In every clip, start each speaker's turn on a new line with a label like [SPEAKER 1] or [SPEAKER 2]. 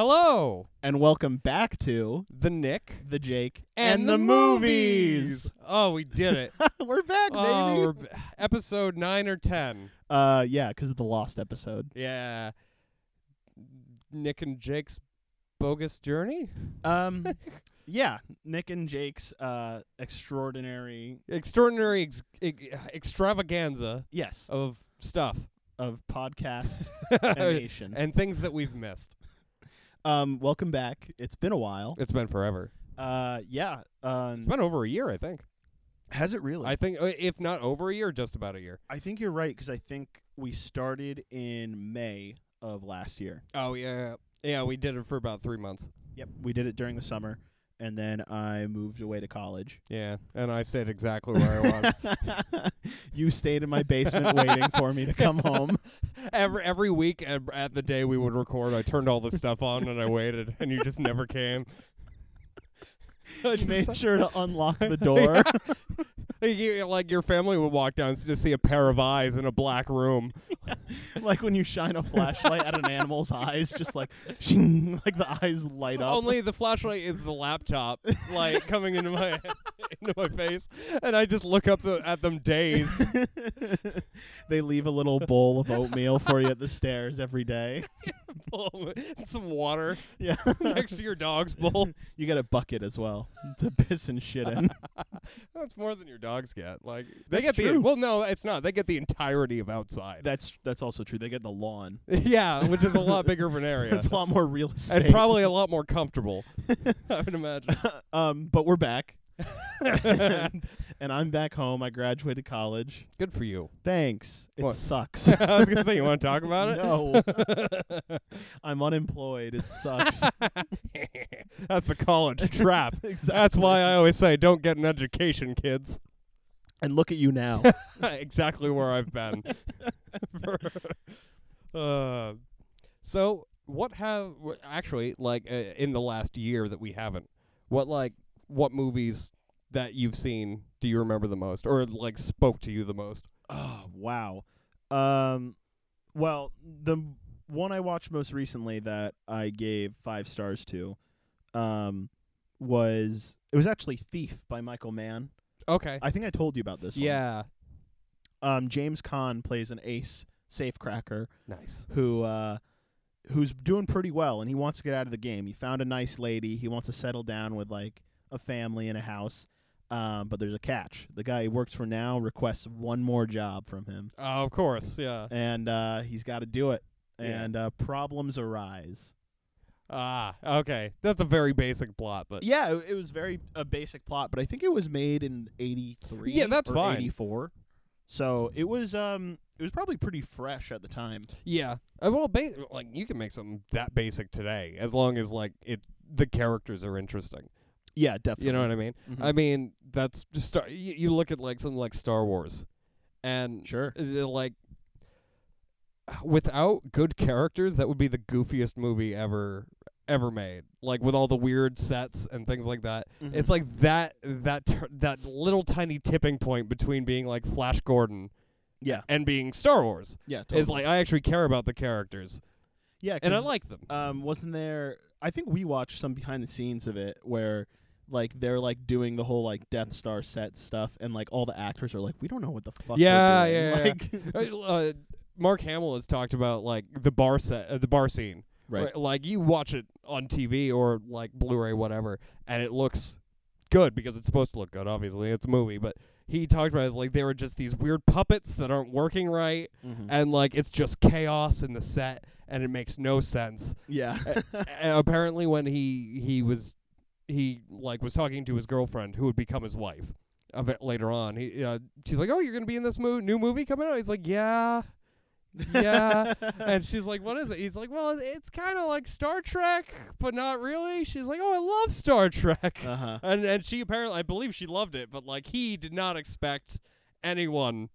[SPEAKER 1] Hello,
[SPEAKER 2] And welcome back to
[SPEAKER 1] the Nick
[SPEAKER 2] the Jake
[SPEAKER 1] Oh, we did it.
[SPEAKER 2] we're back,
[SPEAKER 1] oh,
[SPEAKER 2] baby.
[SPEAKER 1] we're b- episode nine or ten.
[SPEAKER 2] Uh, yeah, because of the lost episode.
[SPEAKER 1] Yeah, Nick and Jake's bogus journey,
[SPEAKER 2] Um, yeah, Nick and Jake's uh extraordinary
[SPEAKER 1] extraordinary ex- ex- extravaganza
[SPEAKER 2] yes
[SPEAKER 1] of stuff
[SPEAKER 2] of podcast
[SPEAKER 1] Oh, and
[SPEAKER 2] animation.
[SPEAKER 1] things that we've missed.
[SPEAKER 2] Um, welcome back. It's been a while.
[SPEAKER 1] It's been forever.
[SPEAKER 2] Uh, yeah. Um,
[SPEAKER 1] It's been over a year, I think.
[SPEAKER 2] has it really?
[SPEAKER 1] I think, uh, if not over a year, just about a year.
[SPEAKER 2] I think you're right because I think we started in May of last year.
[SPEAKER 1] Oh yeah, yeah. We did it for about three months.
[SPEAKER 2] Yep, we did it during the summer, and then I moved away to college.
[SPEAKER 1] Yeah, and I stayed exactly where I was.
[SPEAKER 2] you stayed in my basement waiting for me to come home.
[SPEAKER 1] Every every week at, at the day we would record, I turned all the stuff on and I waited, and you just never came. I
[SPEAKER 2] You
[SPEAKER 1] just-
[SPEAKER 2] made sure to unlock the door.
[SPEAKER 1] like, you- like, your family would walk down and just see a pair of eyes in a black room.
[SPEAKER 2] like when you shine a flashlight at an animal's eyes, just like shing, like the eyes light up.
[SPEAKER 1] Only the flashlight is the laptop, like coming into my into my face, and I just look up the, at them dazed.
[SPEAKER 2] they leave a little bowl of oatmeal for you at the stairs every day.
[SPEAKER 1] some water
[SPEAKER 2] Yeah.
[SPEAKER 1] next to your dog's bowl.
[SPEAKER 2] You get a bucket as well to piss and shit in.
[SPEAKER 1] That's more than your dogs get. Like they get
[SPEAKER 2] That's
[SPEAKER 1] the
[SPEAKER 2] true.
[SPEAKER 1] well, no, it's not. They get the entirety of outside.
[SPEAKER 2] That's that's also true. They get the lawn.
[SPEAKER 1] Yeah, which is a lot bigger of an area.
[SPEAKER 2] It's a lot more real estate.
[SPEAKER 1] and probably a lot more comfortable, I would imagine.
[SPEAKER 2] um, but we're back, and, and I'm back home. I graduated college.
[SPEAKER 1] Good for you.
[SPEAKER 2] Thanks. It
[SPEAKER 1] What?
[SPEAKER 2] sucks.
[SPEAKER 1] I was gonna say, you want to talk about
[SPEAKER 2] no, I'm unemployed. It sucks.
[SPEAKER 1] it? That's the college trap.
[SPEAKER 2] exactly.
[SPEAKER 1] That's why I always say, don't get an education, kids.
[SPEAKER 2] And look at you now.
[SPEAKER 1] exactly where I've been. uh, so, what have wh- actually like uh, in the last year that we haven't? What like what movies that you've seen do you remember the most, or like spoke to you the most?
[SPEAKER 2] oh wow. Um, well, the m- one I watched most recently that I gave five stars to, um, was it was actually Thief by Michael Mann.
[SPEAKER 1] Okay.
[SPEAKER 2] I think I told you about this. one.
[SPEAKER 1] yeah.
[SPEAKER 2] Um, James Caan plays an ace safecracker
[SPEAKER 1] Nice.
[SPEAKER 2] who uh, who's doing pretty well and he wants to get out of the game. He found a nice lady. He wants to settle down with like a family and a house. Um, but there's a catch. The guy he works for now requests one more job from him,
[SPEAKER 1] Oh, of course. Yeah.
[SPEAKER 2] and uh, he's got to do it.
[SPEAKER 1] Yeah.
[SPEAKER 2] And uh, problems arise.
[SPEAKER 1] Ah. Okay. That's a very basic plot, but
[SPEAKER 2] Yeah, it, it was very a basic plot, but I think it was made in '83.
[SPEAKER 1] Yeah, that's
[SPEAKER 2] or
[SPEAKER 1] fine.
[SPEAKER 2] '84. So it was um it was probably pretty fresh at the time.
[SPEAKER 1] yeah. Uh, well, ba- like you can make something that basic today, as long as like it the characters are interesting.
[SPEAKER 2] Yeah, definitely.
[SPEAKER 1] You know what I mean?
[SPEAKER 2] Mhm.
[SPEAKER 1] I mean that's just star- you, you look at like something like Star Wars, and
[SPEAKER 2] Sure.
[SPEAKER 1] uh, like without good characters, that would be the goofiest movie ever ever made. Like with all the weird sets and things like that.
[SPEAKER 2] Mm-hmm.
[SPEAKER 1] It's like that that tur that little tiny tipping point between being like Flash Gordon
[SPEAKER 2] yeah,
[SPEAKER 1] and being Star Wars.
[SPEAKER 2] yeah.
[SPEAKER 1] Is like I actually care about the characters
[SPEAKER 2] yeah,
[SPEAKER 1] and I
[SPEAKER 2] 'cause-
[SPEAKER 1] like them.
[SPEAKER 2] um wasn't there i think we watched some behind the scenes of it where like they're like doing the whole like death star set stuff and like all the actors are like we don't know what the fuck
[SPEAKER 1] Yeah,
[SPEAKER 2] we're doing.
[SPEAKER 1] yeah,
[SPEAKER 2] like
[SPEAKER 1] Uh, uh, Mark Hamill has talked about like the bar set, uh, the bar scene.
[SPEAKER 2] Right.
[SPEAKER 1] Like you watch it on TV or like Blu-ray, whatever, and it looks good because it's supposed to look good. Obviously, it's a movie, but he talked about it as like they were just these weird puppets that aren't working right,
[SPEAKER 2] Mhm.
[SPEAKER 1] and like it's just chaos in the set, and it makes no sense.
[SPEAKER 2] yeah
[SPEAKER 1] and apparently when he he was he like was talking to his girlfriend who would become his wife of it later on he uh, she's like oh you're gonna be in this mo- new movie coming out he's like yeah yeah and she's like what is it he's like well it's kind of like star trek but not really she's like oh i love star trek
[SPEAKER 2] uh-huh
[SPEAKER 1] and and she apparently i believe she loved it but like he did not expect anyone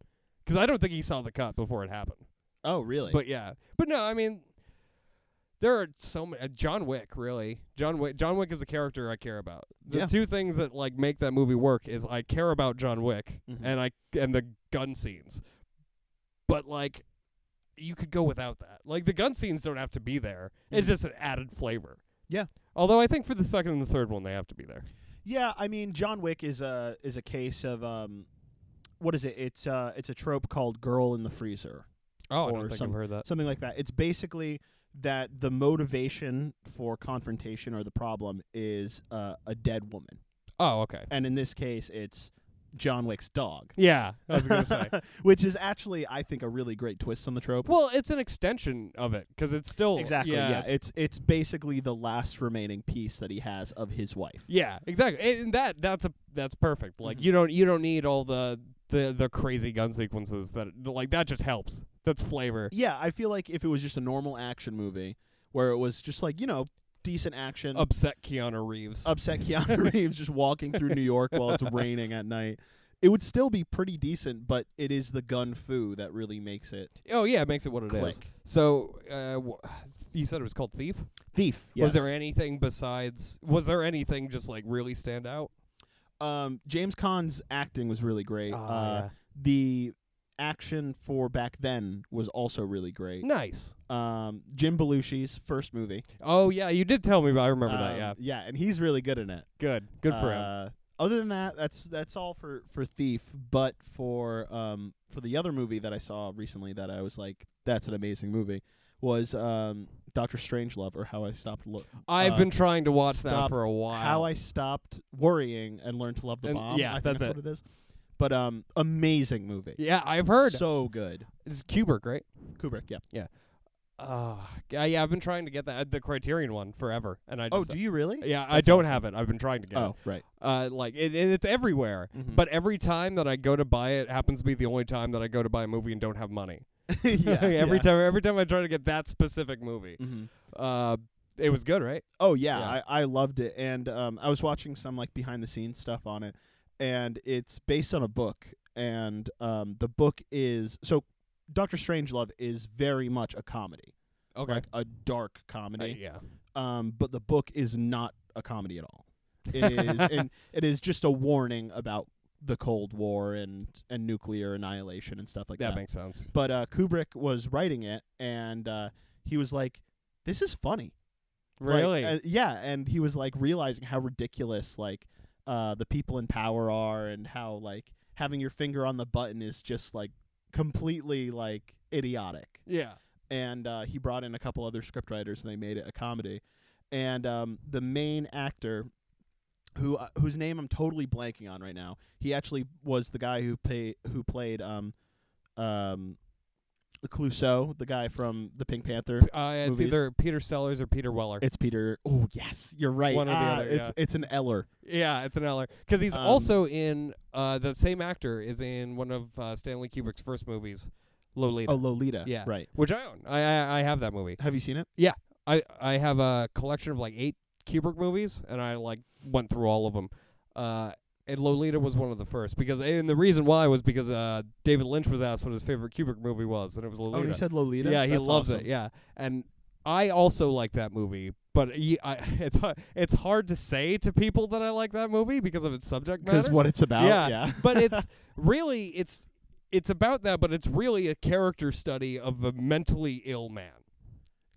[SPEAKER 1] because i don't think he saw the cut before it happened
[SPEAKER 2] oh really
[SPEAKER 1] but yeah, but no, I mean, there are so many. Uh, John Wick, really. John Wick. John Wick is a character I care about. The
[SPEAKER 2] Yeah.
[SPEAKER 1] two things that like make that movie work is I care about John Wick
[SPEAKER 2] Mhm.
[SPEAKER 1] and I and the gun scenes, but like. you could go without that. Like the gun scenes don't have to be there. It's
[SPEAKER 2] Mhm.
[SPEAKER 1] just an added flavor.
[SPEAKER 2] Yeah.
[SPEAKER 1] Although I think for the second and the third one they have to be there.
[SPEAKER 2] Yeah, I mean, John Wick is a is a case of um, what is it? It's uh, it's a trope called "girl in the freezer,"
[SPEAKER 1] Oh, I
[SPEAKER 2] Or
[SPEAKER 1] don't think
[SPEAKER 2] some-
[SPEAKER 1] I've heard that.
[SPEAKER 2] something like that. It's basically that the motivation for confrontation or the problem is uh, a dead woman,
[SPEAKER 1] Oh, okay.
[SPEAKER 2] and in this case, it's John Wick's dog.
[SPEAKER 1] Yeah, I was gonna say.
[SPEAKER 2] which is actually, I think, a really great twist on the trope.
[SPEAKER 1] Well, it's an extension of it because it's still
[SPEAKER 2] exactly.
[SPEAKER 1] Yeah,
[SPEAKER 2] Yeah,
[SPEAKER 1] it's-
[SPEAKER 2] it's it's basically the last remaining piece that he has of his wife.
[SPEAKER 1] Yeah, exactly. And and that that's a that's perfect. Like
[SPEAKER 2] Mhm.
[SPEAKER 1] you don't you don't need all the the the crazy gun sequences that like that just helps. That's flavor.
[SPEAKER 2] Yeah, I feel like if it was just a normal action movie where it was just like, you know, decent action,
[SPEAKER 1] Upset Keanu Reeves.
[SPEAKER 2] upset Keanu Reeves just walking through New York while it's raining at night, it would still be pretty decent, but it is the gun foo that really makes it
[SPEAKER 1] oh yeah, it makes it what it is.
[SPEAKER 2] click.
[SPEAKER 1] So uh, w- you said it was called Thief.
[SPEAKER 2] Thief. Yes.
[SPEAKER 1] Was there anything besides? Was there anything just like really stand out?
[SPEAKER 2] um James Caan's acting was really great. uh
[SPEAKER 1] Ah,
[SPEAKER 2] the action for back then was also really great.
[SPEAKER 1] Nice.
[SPEAKER 2] Um Jim Belushi's first movie.
[SPEAKER 1] Oh yeah, you did tell me, but I remember that.
[SPEAKER 2] Um,
[SPEAKER 1] Yeah,
[SPEAKER 2] Yeah, and he's really good in it.
[SPEAKER 1] good. Good for him.
[SPEAKER 2] Uh, Other than that, that's that's all for for Thief. But for um for the other movie that I saw recently that I was like, that's an amazing movie, was um Doctor Strangelove or How I Stopped Lo-
[SPEAKER 1] I've
[SPEAKER 2] uh,
[SPEAKER 1] been trying to watch that
[SPEAKER 2] stop
[SPEAKER 1] for a while.
[SPEAKER 2] How I Stopped Worrying and Learned to Love the
[SPEAKER 1] And-
[SPEAKER 2] Bomb.
[SPEAKER 1] yeah,
[SPEAKER 2] I think
[SPEAKER 1] that's
[SPEAKER 2] that's what it is. But um, amazing movie.
[SPEAKER 1] yeah, I've heard.
[SPEAKER 2] so good.
[SPEAKER 1] it's Kubrick, right?
[SPEAKER 2] Kubrick. Yeah.
[SPEAKER 1] Uh, yeah, yeah, I've been trying to get that uh, the Criterion one forever, and I
[SPEAKER 2] Oh,
[SPEAKER 1] just
[SPEAKER 2] do you really?
[SPEAKER 1] yeah, I
[SPEAKER 2] That's
[SPEAKER 1] don't
[SPEAKER 2] awesome.
[SPEAKER 1] have it. I've been trying to get
[SPEAKER 2] Oh, right.
[SPEAKER 1] it. Uh, like it, it, it's everywhere,
[SPEAKER 2] Mhm.
[SPEAKER 1] but every time that I go to buy it, happens to be the only time that I go to buy a movie and don't have money.
[SPEAKER 2] yeah,
[SPEAKER 1] every
[SPEAKER 2] yeah.
[SPEAKER 1] time, every time I try to get that specific movie,
[SPEAKER 2] Mhm.
[SPEAKER 1] uh, it was good, right?
[SPEAKER 2] Oh yeah,
[SPEAKER 1] Yeah.
[SPEAKER 2] I, I loved it, and um, I was watching some like behind the scenes stuff on it, and it's based on a book, and um, the book is so Doctor Strangelove is very much a comedy,
[SPEAKER 1] Okay.
[SPEAKER 2] like a dark
[SPEAKER 1] Uh,
[SPEAKER 2] comedy,
[SPEAKER 1] yeah.
[SPEAKER 2] um, but the book is not a comedy at all. It is, and it is just a warning about the Cold War and and nuclear annihilation and stuff like
[SPEAKER 1] that
[SPEAKER 2] that.
[SPEAKER 1] makes sense.
[SPEAKER 2] but uh, Kubrick was writing it, and uh, he was like, "This is funny." Like,
[SPEAKER 1] Really?
[SPEAKER 2] uh, yeah, and he was like realizing how ridiculous like uh the people in power are and how like having your finger on the button is just like completely like idiotic.
[SPEAKER 1] yeah.
[SPEAKER 2] And uh he brought in a couple other scriptwriters and they made it a comedy. And um the main actor who uh, whose name I'm totally blanking on right now. He actually was the guy who pay, who played um um Clouseau, the guy from the Pink Panther.
[SPEAKER 1] Uh, it's
[SPEAKER 2] movies.
[SPEAKER 1] either Peter Sellers or Peter Weller.
[SPEAKER 2] It's Peter. Oh yes, you're right.
[SPEAKER 1] One or the
[SPEAKER 2] Ah,
[SPEAKER 1] other,
[SPEAKER 2] It's it's an Eller.
[SPEAKER 1] yeah, it's an Eller because he's
[SPEAKER 2] Um,
[SPEAKER 1] also in uh, the same actor is in one of uh, Stanley Kubrick's first movies, Lolita,
[SPEAKER 2] Oh, Lolita.
[SPEAKER 1] Yeah.
[SPEAKER 2] Right.
[SPEAKER 1] which I own. I, I I have that movie.
[SPEAKER 2] Have you seen it?
[SPEAKER 1] I I have a collection of like eight Kubrick movies, and I like went through all of them. Uh, and Lolita was one of the first because, and the reason why was because uh, David Lynch was asked what his favorite Kubrick movie was, and it was Lolita.
[SPEAKER 2] Oh, he said Lolita.
[SPEAKER 1] Yeah, he
[SPEAKER 2] That's
[SPEAKER 1] loves
[SPEAKER 2] awesome.
[SPEAKER 1] it. Yeah, and I also like that movie, but y I it's hard, it's hard to say to people that I like that movie because of its subject matter.
[SPEAKER 2] Because what it's about.
[SPEAKER 1] Yeah.
[SPEAKER 2] Yeah.
[SPEAKER 1] but it's really it's it's about that, but it's really a character study of a mentally ill man.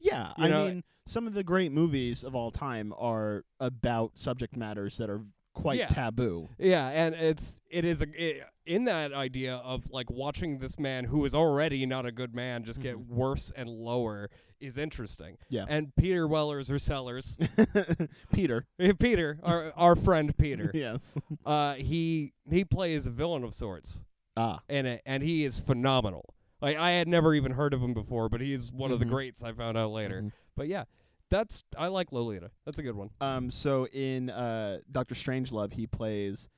[SPEAKER 2] yeah.
[SPEAKER 1] You
[SPEAKER 2] I
[SPEAKER 1] know,
[SPEAKER 2] mean, some of the great movies of all time are about subject matters that are quite
[SPEAKER 1] Yeah.
[SPEAKER 2] taboo.
[SPEAKER 1] Yeah, and it's it is a, i in that idea of like watching this man who is already not a good man just get
[SPEAKER 2] Mhm.
[SPEAKER 1] worse and lower is interesting.
[SPEAKER 2] Yeah.
[SPEAKER 1] and Peter Weller's or Sellers,
[SPEAKER 2] Peter.
[SPEAKER 1] eh, Peter, our our friend Peter,
[SPEAKER 2] yes.
[SPEAKER 1] uh, he he plays a villain of sorts
[SPEAKER 2] Ah.
[SPEAKER 1] in it, and he is phenomenal. Like I had never even heard of him before, but he is one of the
[SPEAKER 2] Mhm.
[SPEAKER 1] greats. I found out later.
[SPEAKER 2] Mhm.
[SPEAKER 1] But yeah, that's I like Lolita. That's a good one.
[SPEAKER 2] Um. So in uh Doctor Strangelove, he plays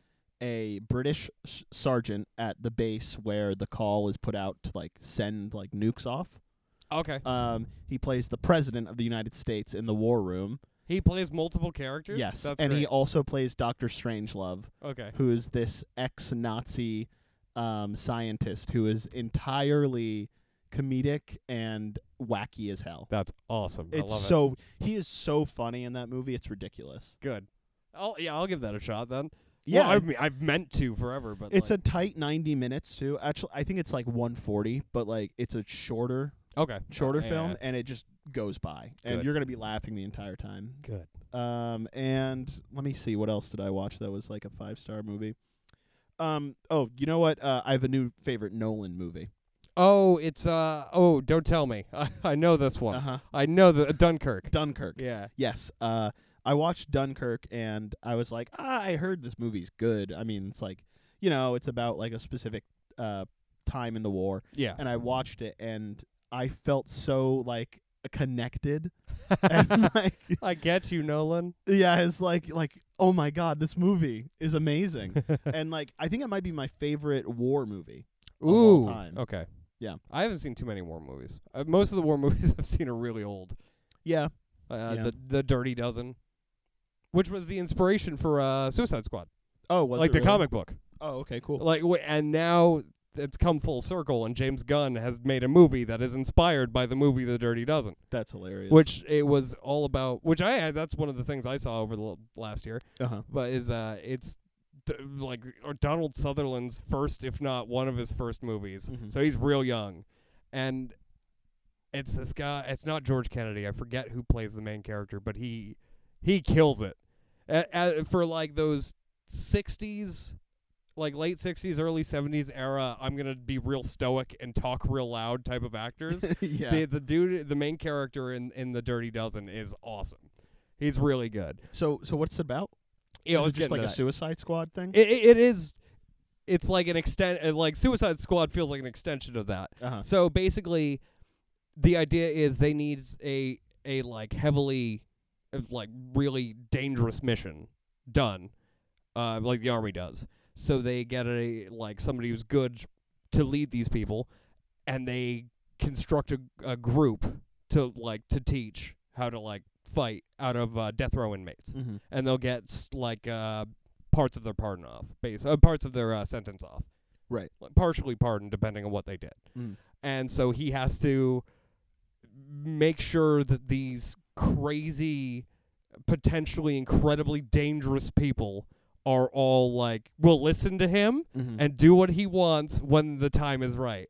[SPEAKER 2] a British s- sergeant at the base where the call is put out to like send like nukes off.
[SPEAKER 1] Okay,
[SPEAKER 2] Um, he plays the president of the United States in the War Room.
[SPEAKER 1] he plays multiple characters.
[SPEAKER 2] yes,
[SPEAKER 1] that's
[SPEAKER 2] and he
[SPEAKER 1] great.
[SPEAKER 2] also plays Doctor Strangelove,
[SPEAKER 1] okay.
[SPEAKER 2] who is this ex-Nazi um, scientist who is entirely comedic and wacky as hell.
[SPEAKER 1] That's awesome. I
[SPEAKER 2] It's
[SPEAKER 1] love it.
[SPEAKER 2] so he is so funny in that movie. It's ridiculous.
[SPEAKER 1] Good. Oh yeah, I'll give that a shot then.
[SPEAKER 2] Yeah,
[SPEAKER 1] well, I mean, I've meant to forever, but
[SPEAKER 2] it's
[SPEAKER 1] like,
[SPEAKER 2] a tight ninety minutes too. Actually, I think it's like one forty, but like it's a shorter
[SPEAKER 1] Okay.
[SPEAKER 2] shorter
[SPEAKER 1] Yeah.
[SPEAKER 2] film, and it just goes by, and
[SPEAKER 1] Good.
[SPEAKER 2] you're gonna be laughing the entire time.
[SPEAKER 1] Good.
[SPEAKER 2] Um, and let me see what else did I watch that was like a five star movie. Um, oh, you know what? Uh, I have a new favorite Nolan movie.
[SPEAKER 1] Oh, it's uh. Oh, don't tell me. I, I know this one.
[SPEAKER 2] Uh huh.
[SPEAKER 1] I know the Dunkirk.
[SPEAKER 2] Dunkirk.
[SPEAKER 1] Yeah.
[SPEAKER 2] Yes. Uh, I watched Dunkirk and I was like, ah, I heard this movie's good. I mean, it's like, you know, it's about like a specific uh time in the war,
[SPEAKER 1] Yeah.
[SPEAKER 2] and I watched it and I felt so like connected and like
[SPEAKER 1] I get you, Nolan.
[SPEAKER 2] yeah, it's like like oh my god, this movie is amazing. and like I think it might be my favorite war movie. of all
[SPEAKER 1] Ooh.
[SPEAKER 2] time.
[SPEAKER 1] Okay.
[SPEAKER 2] Yeah.
[SPEAKER 1] I haven't seen too many war movies. Uh, most of the war movies I've seen are really old.
[SPEAKER 2] Yeah.
[SPEAKER 1] Uh,
[SPEAKER 2] Yeah.
[SPEAKER 1] The the Dirty Dozen, which was the inspiration for uh, Suicide Squad,
[SPEAKER 2] Oh, was
[SPEAKER 1] like
[SPEAKER 2] it
[SPEAKER 1] the
[SPEAKER 2] really?
[SPEAKER 1] comic book.
[SPEAKER 2] Oh, okay, cool.
[SPEAKER 1] Like, w- and now it's come full circle, and James Gunn has made a movie that is inspired by the movie The Dirty Dozen,
[SPEAKER 2] That's hilarious.
[SPEAKER 1] which it was all about. Which I that's one of the things I saw over the l- last year.
[SPEAKER 2] uh-huh.
[SPEAKER 1] But is uh, it's d- like or Donald Sutherland's first, if not one of his first movies.
[SPEAKER 2] Mhm.
[SPEAKER 1] So he's real young, and it's this guy. It's not George Kennedy. I forget who plays the main character, but he he kills it a- a- for like those '60s, like late '60s, early '70s era. I'm gonna be real stoic and talk real loud type of actors.
[SPEAKER 2] yeah.
[SPEAKER 1] The the dude, the main character in in the Dirty Dozen is awesome. He's really good.
[SPEAKER 2] so so what's it about?
[SPEAKER 1] Yeah, I was
[SPEAKER 2] is it just
[SPEAKER 1] getting
[SPEAKER 2] like
[SPEAKER 1] to
[SPEAKER 2] a
[SPEAKER 1] that.
[SPEAKER 2] Suicide Squad thing?
[SPEAKER 1] It, it, it is. It's like an extent. uh, Like Suicide Squad feels like an extension of that.
[SPEAKER 2] uh-huh.
[SPEAKER 1] So basically, the idea is they need a a like heavily, uh, like really dangerous mission done, uh, like the army does. So they get a like somebody who's good to lead these people, and they construct a, a group to like to teach how to like fight out of uh, death row inmates
[SPEAKER 2] Mm-hmm.
[SPEAKER 1] and they'll get s- like uh, parts of their pardon off, base uh, parts of their uh, sentence off,
[SPEAKER 2] Right.
[SPEAKER 1] Like, partially pardoned depending on what they did.
[SPEAKER 2] Mm.
[SPEAKER 1] And so he has to make sure that these crazy, potentially incredibly dangerous people are all like will listen to him
[SPEAKER 2] Mm-hmm.
[SPEAKER 1] and do what he wants when the time is right.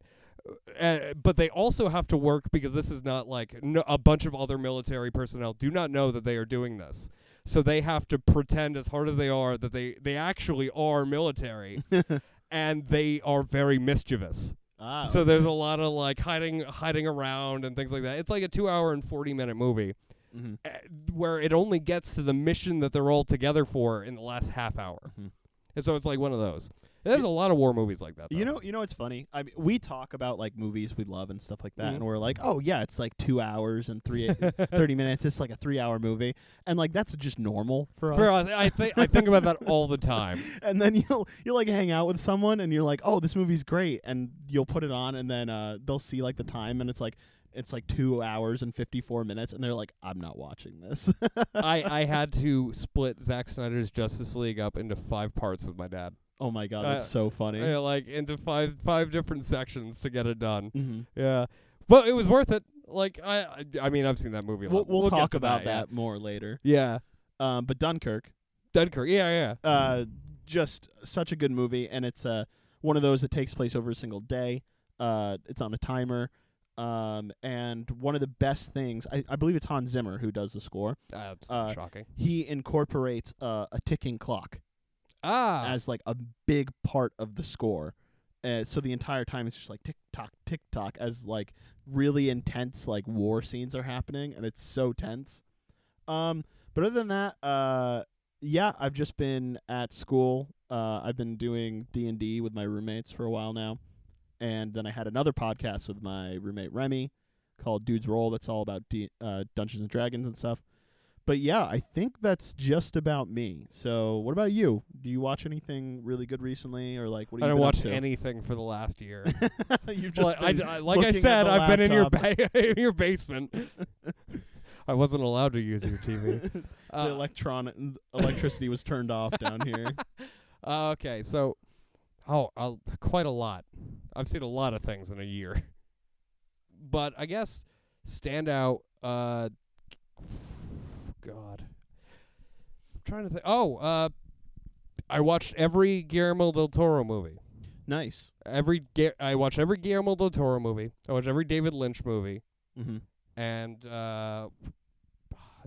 [SPEAKER 1] Uh, but they also have to work because this is not like no, a bunch of other military personnel do not know that they are doing this. So they have to pretend as hard as they are that they, they actually are military and they are very mischievous.
[SPEAKER 2] ah,
[SPEAKER 1] So there's a lot of like hiding hiding around and things like that. It's like a 2 hour and 40 minute movie
[SPEAKER 2] mm-hmm.
[SPEAKER 1] uh, where it only gets to the mission that they're all together for in the last half hour.
[SPEAKER 2] Mhm.
[SPEAKER 1] And so it's like one of those. There's a lot of war movies like that. Though.
[SPEAKER 2] You know, you know it's funny. I mean, we talk about like movies we love and stuff like that,
[SPEAKER 1] Mhm.
[SPEAKER 2] and we're like, oh yeah, it's like two hours and three uh, thirty minutes. It's like a three hour movie, and like that's just normal for us.
[SPEAKER 1] For us, I think I think about that all the time.
[SPEAKER 2] and then you'll you'll like hang out with someone, and you're like, oh, this movie's great, and you'll put it on, and then uh, they'll see like the time, and it's like it's like two hours and fifty four minutes, and they're like, I'm not watching this.
[SPEAKER 1] I, I had to split Zack Snyder's Justice League up into five parts with my dad.
[SPEAKER 2] oh my god,
[SPEAKER 1] Uh,
[SPEAKER 2] that's so funny.
[SPEAKER 1] Yeah, like into five five different sections to get it done.
[SPEAKER 2] hmm
[SPEAKER 1] Yeah, but it was worth it. Like I I, I mean I've seen that movie. A
[SPEAKER 2] We'll,
[SPEAKER 1] lot.
[SPEAKER 2] we'll,
[SPEAKER 1] get
[SPEAKER 2] talk
[SPEAKER 1] to
[SPEAKER 2] about
[SPEAKER 1] that.
[SPEAKER 2] that more later.
[SPEAKER 1] Yeah. yeah,
[SPEAKER 2] Um, but Dunkirk,
[SPEAKER 1] Dunkirk. Yeah, yeah.
[SPEAKER 2] uh, just such a good movie, and it's uh, one of those that takes place over a single day. Uh, it's on a timer, um, and one of the best things I, I believe it's Hans Zimmer who does the score.
[SPEAKER 1] That's
[SPEAKER 2] uh,
[SPEAKER 1] shocking.
[SPEAKER 2] He incorporates uh, a ticking clock
[SPEAKER 1] Ah,
[SPEAKER 2] as like a big part of the score. Uh, so the entire time it's just like tick tock, tick tock, as like really intense like war scenes are happening, and it's so tense. Um, but other than that, uh, yeah, I've just been at school. Uh, I've been doing D and D with my roommates for a while now, and then I had another podcast with my roommate Remy called Dudes Roll. That's all about D- uh, Dungeons and Dragons and stuff. But yeah, I think that's just about me. So, what about you? Do you watch anything really good recently, or like what? Have
[SPEAKER 1] I
[SPEAKER 2] you
[SPEAKER 1] don't
[SPEAKER 2] been
[SPEAKER 1] watch
[SPEAKER 2] up
[SPEAKER 1] anything for the last year.
[SPEAKER 2] to? You've
[SPEAKER 1] Well,
[SPEAKER 2] just
[SPEAKER 1] I,
[SPEAKER 2] been
[SPEAKER 1] I- like I
[SPEAKER 2] looking at
[SPEAKER 1] said,
[SPEAKER 2] the
[SPEAKER 1] I've been in your
[SPEAKER 2] laptop.
[SPEAKER 1] ba- in your basement. I wasn't allowed to use your Uh, TV.
[SPEAKER 2] the electronic electricity was turned off down here.
[SPEAKER 1] Uh, okay, so oh, i quite a lot. I've seen a lot of things in a year, but I guess standout. Uh, God, I'm trying to think. Oh, uh, I watched every Guillermo del Toro movie.
[SPEAKER 2] Nice.
[SPEAKER 1] Every Ga- I watch every Guillermo del Toro movie. I watch every David Lynch movie,
[SPEAKER 2] Mm-hmm.
[SPEAKER 1] and uh,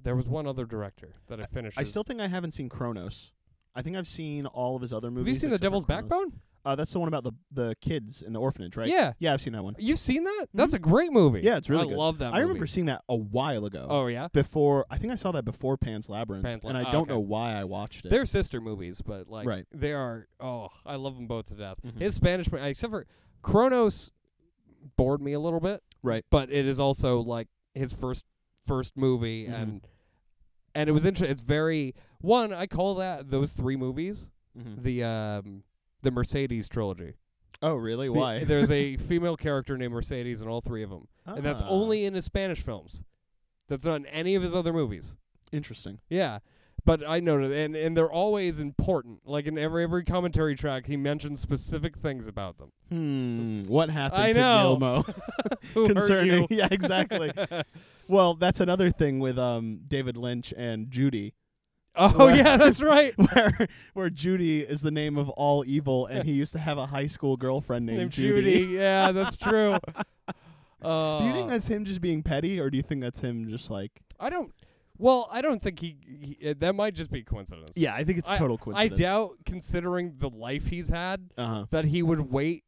[SPEAKER 1] there was one other director that I finished.
[SPEAKER 2] I still think I haven't seen Kronos. I think I've seen all of his other
[SPEAKER 1] have
[SPEAKER 2] movies.
[SPEAKER 1] you seen The
[SPEAKER 2] except for
[SPEAKER 1] Devil's
[SPEAKER 2] Kronos.
[SPEAKER 1] Backbone?
[SPEAKER 2] Uh, that's the one about the the kids in the orphanage, right?
[SPEAKER 1] Yeah,
[SPEAKER 2] Yeah, I've seen that one.
[SPEAKER 1] you've seen that. That's a great movie.
[SPEAKER 2] Yeah, it's really
[SPEAKER 1] I
[SPEAKER 2] good.
[SPEAKER 1] love that.
[SPEAKER 2] I remember
[SPEAKER 1] movie.
[SPEAKER 2] seeing that a while ago.
[SPEAKER 1] Oh yeah,
[SPEAKER 2] Before I think I saw that before Pan's Labyrinth,
[SPEAKER 1] Pan's Lab-
[SPEAKER 2] and I
[SPEAKER 1] oh,
[SPEAKER 2] don't
[SPEAKER 1] okay.
[SPEAKER 2] know why I watched it.
[SPEAKER 1] they're sister movies, but like
[SPEAKER 2] Right.
[SPEAKER 1] they are. Oh, I love them both to death.
[SPEAKER 2] Mhm.
[SPEAKER 1] His Spanish, mo- except for Kronos, bored me a little bit.
[SPEAKER 2] Right.
[SPEAKER 1] but it is also like his first first movie
[SPEAKER 2] Mhm.
[SPEAKER 1] and and it was interesting it's very one i call that those three movies
[SPEAKER 2] Mhm.
[SPEAKER 1] the um the mercedes trilogy
[SPEAKER 2] Oh, really?
[SPEAKER 1] Be-
[SPEAKER 2] Why?
[SPEAKER 1] there's a female character named mercedes in all three of them and that's
[SPEAKER 2] Ah,
[SPEAKER 1] only in his spanish films that's not in any of his other movies
[SPEAKER 2] Ah, interesting.
[SPEAKER 1] yeah but i noticed and and they're always important like in every every commentary track he mentions specific things about them
[SPEAKER 2] Hmm. What happened
[SPEAKER 1] Mm. I
[SPEAKER 2] to
[SPEAKER 1] know.
[SPEAKER 2] Guillermo?
[SPEAKER 1] Who are
[SPEAKER 2] concerning.
[SPEAKER 1] you?
[SPEAKER 2] Yeah, exactly. well, that's another thing with um David Lynch and Judy,
[SPEAKER 1] oh
[SPEAKER 2] Where-
[SPEAKER 1] yeah that's right
[SPEAKER 2] where where Judy is the name of all evil, and he used to have a high school girlfriend named,
[SPEAKER 1] Yeah, that's true. Uh,
[SPEAKER 2] Do you think that's him just being petty, or do you think that's him just like?
[SPEAKER 1] I don't. Well, I don't think he. he uh, that might just be coincidence.
[SPEAKER 2] Yeah, I think it's total
[SPEAKER 1] I
[SPEAKER 2] coincidence.
[SPEAKER 1] doubt, considering the life he's had,
[SPEAKER 2] Uh huh.
[SPEAKER 1] that he would wait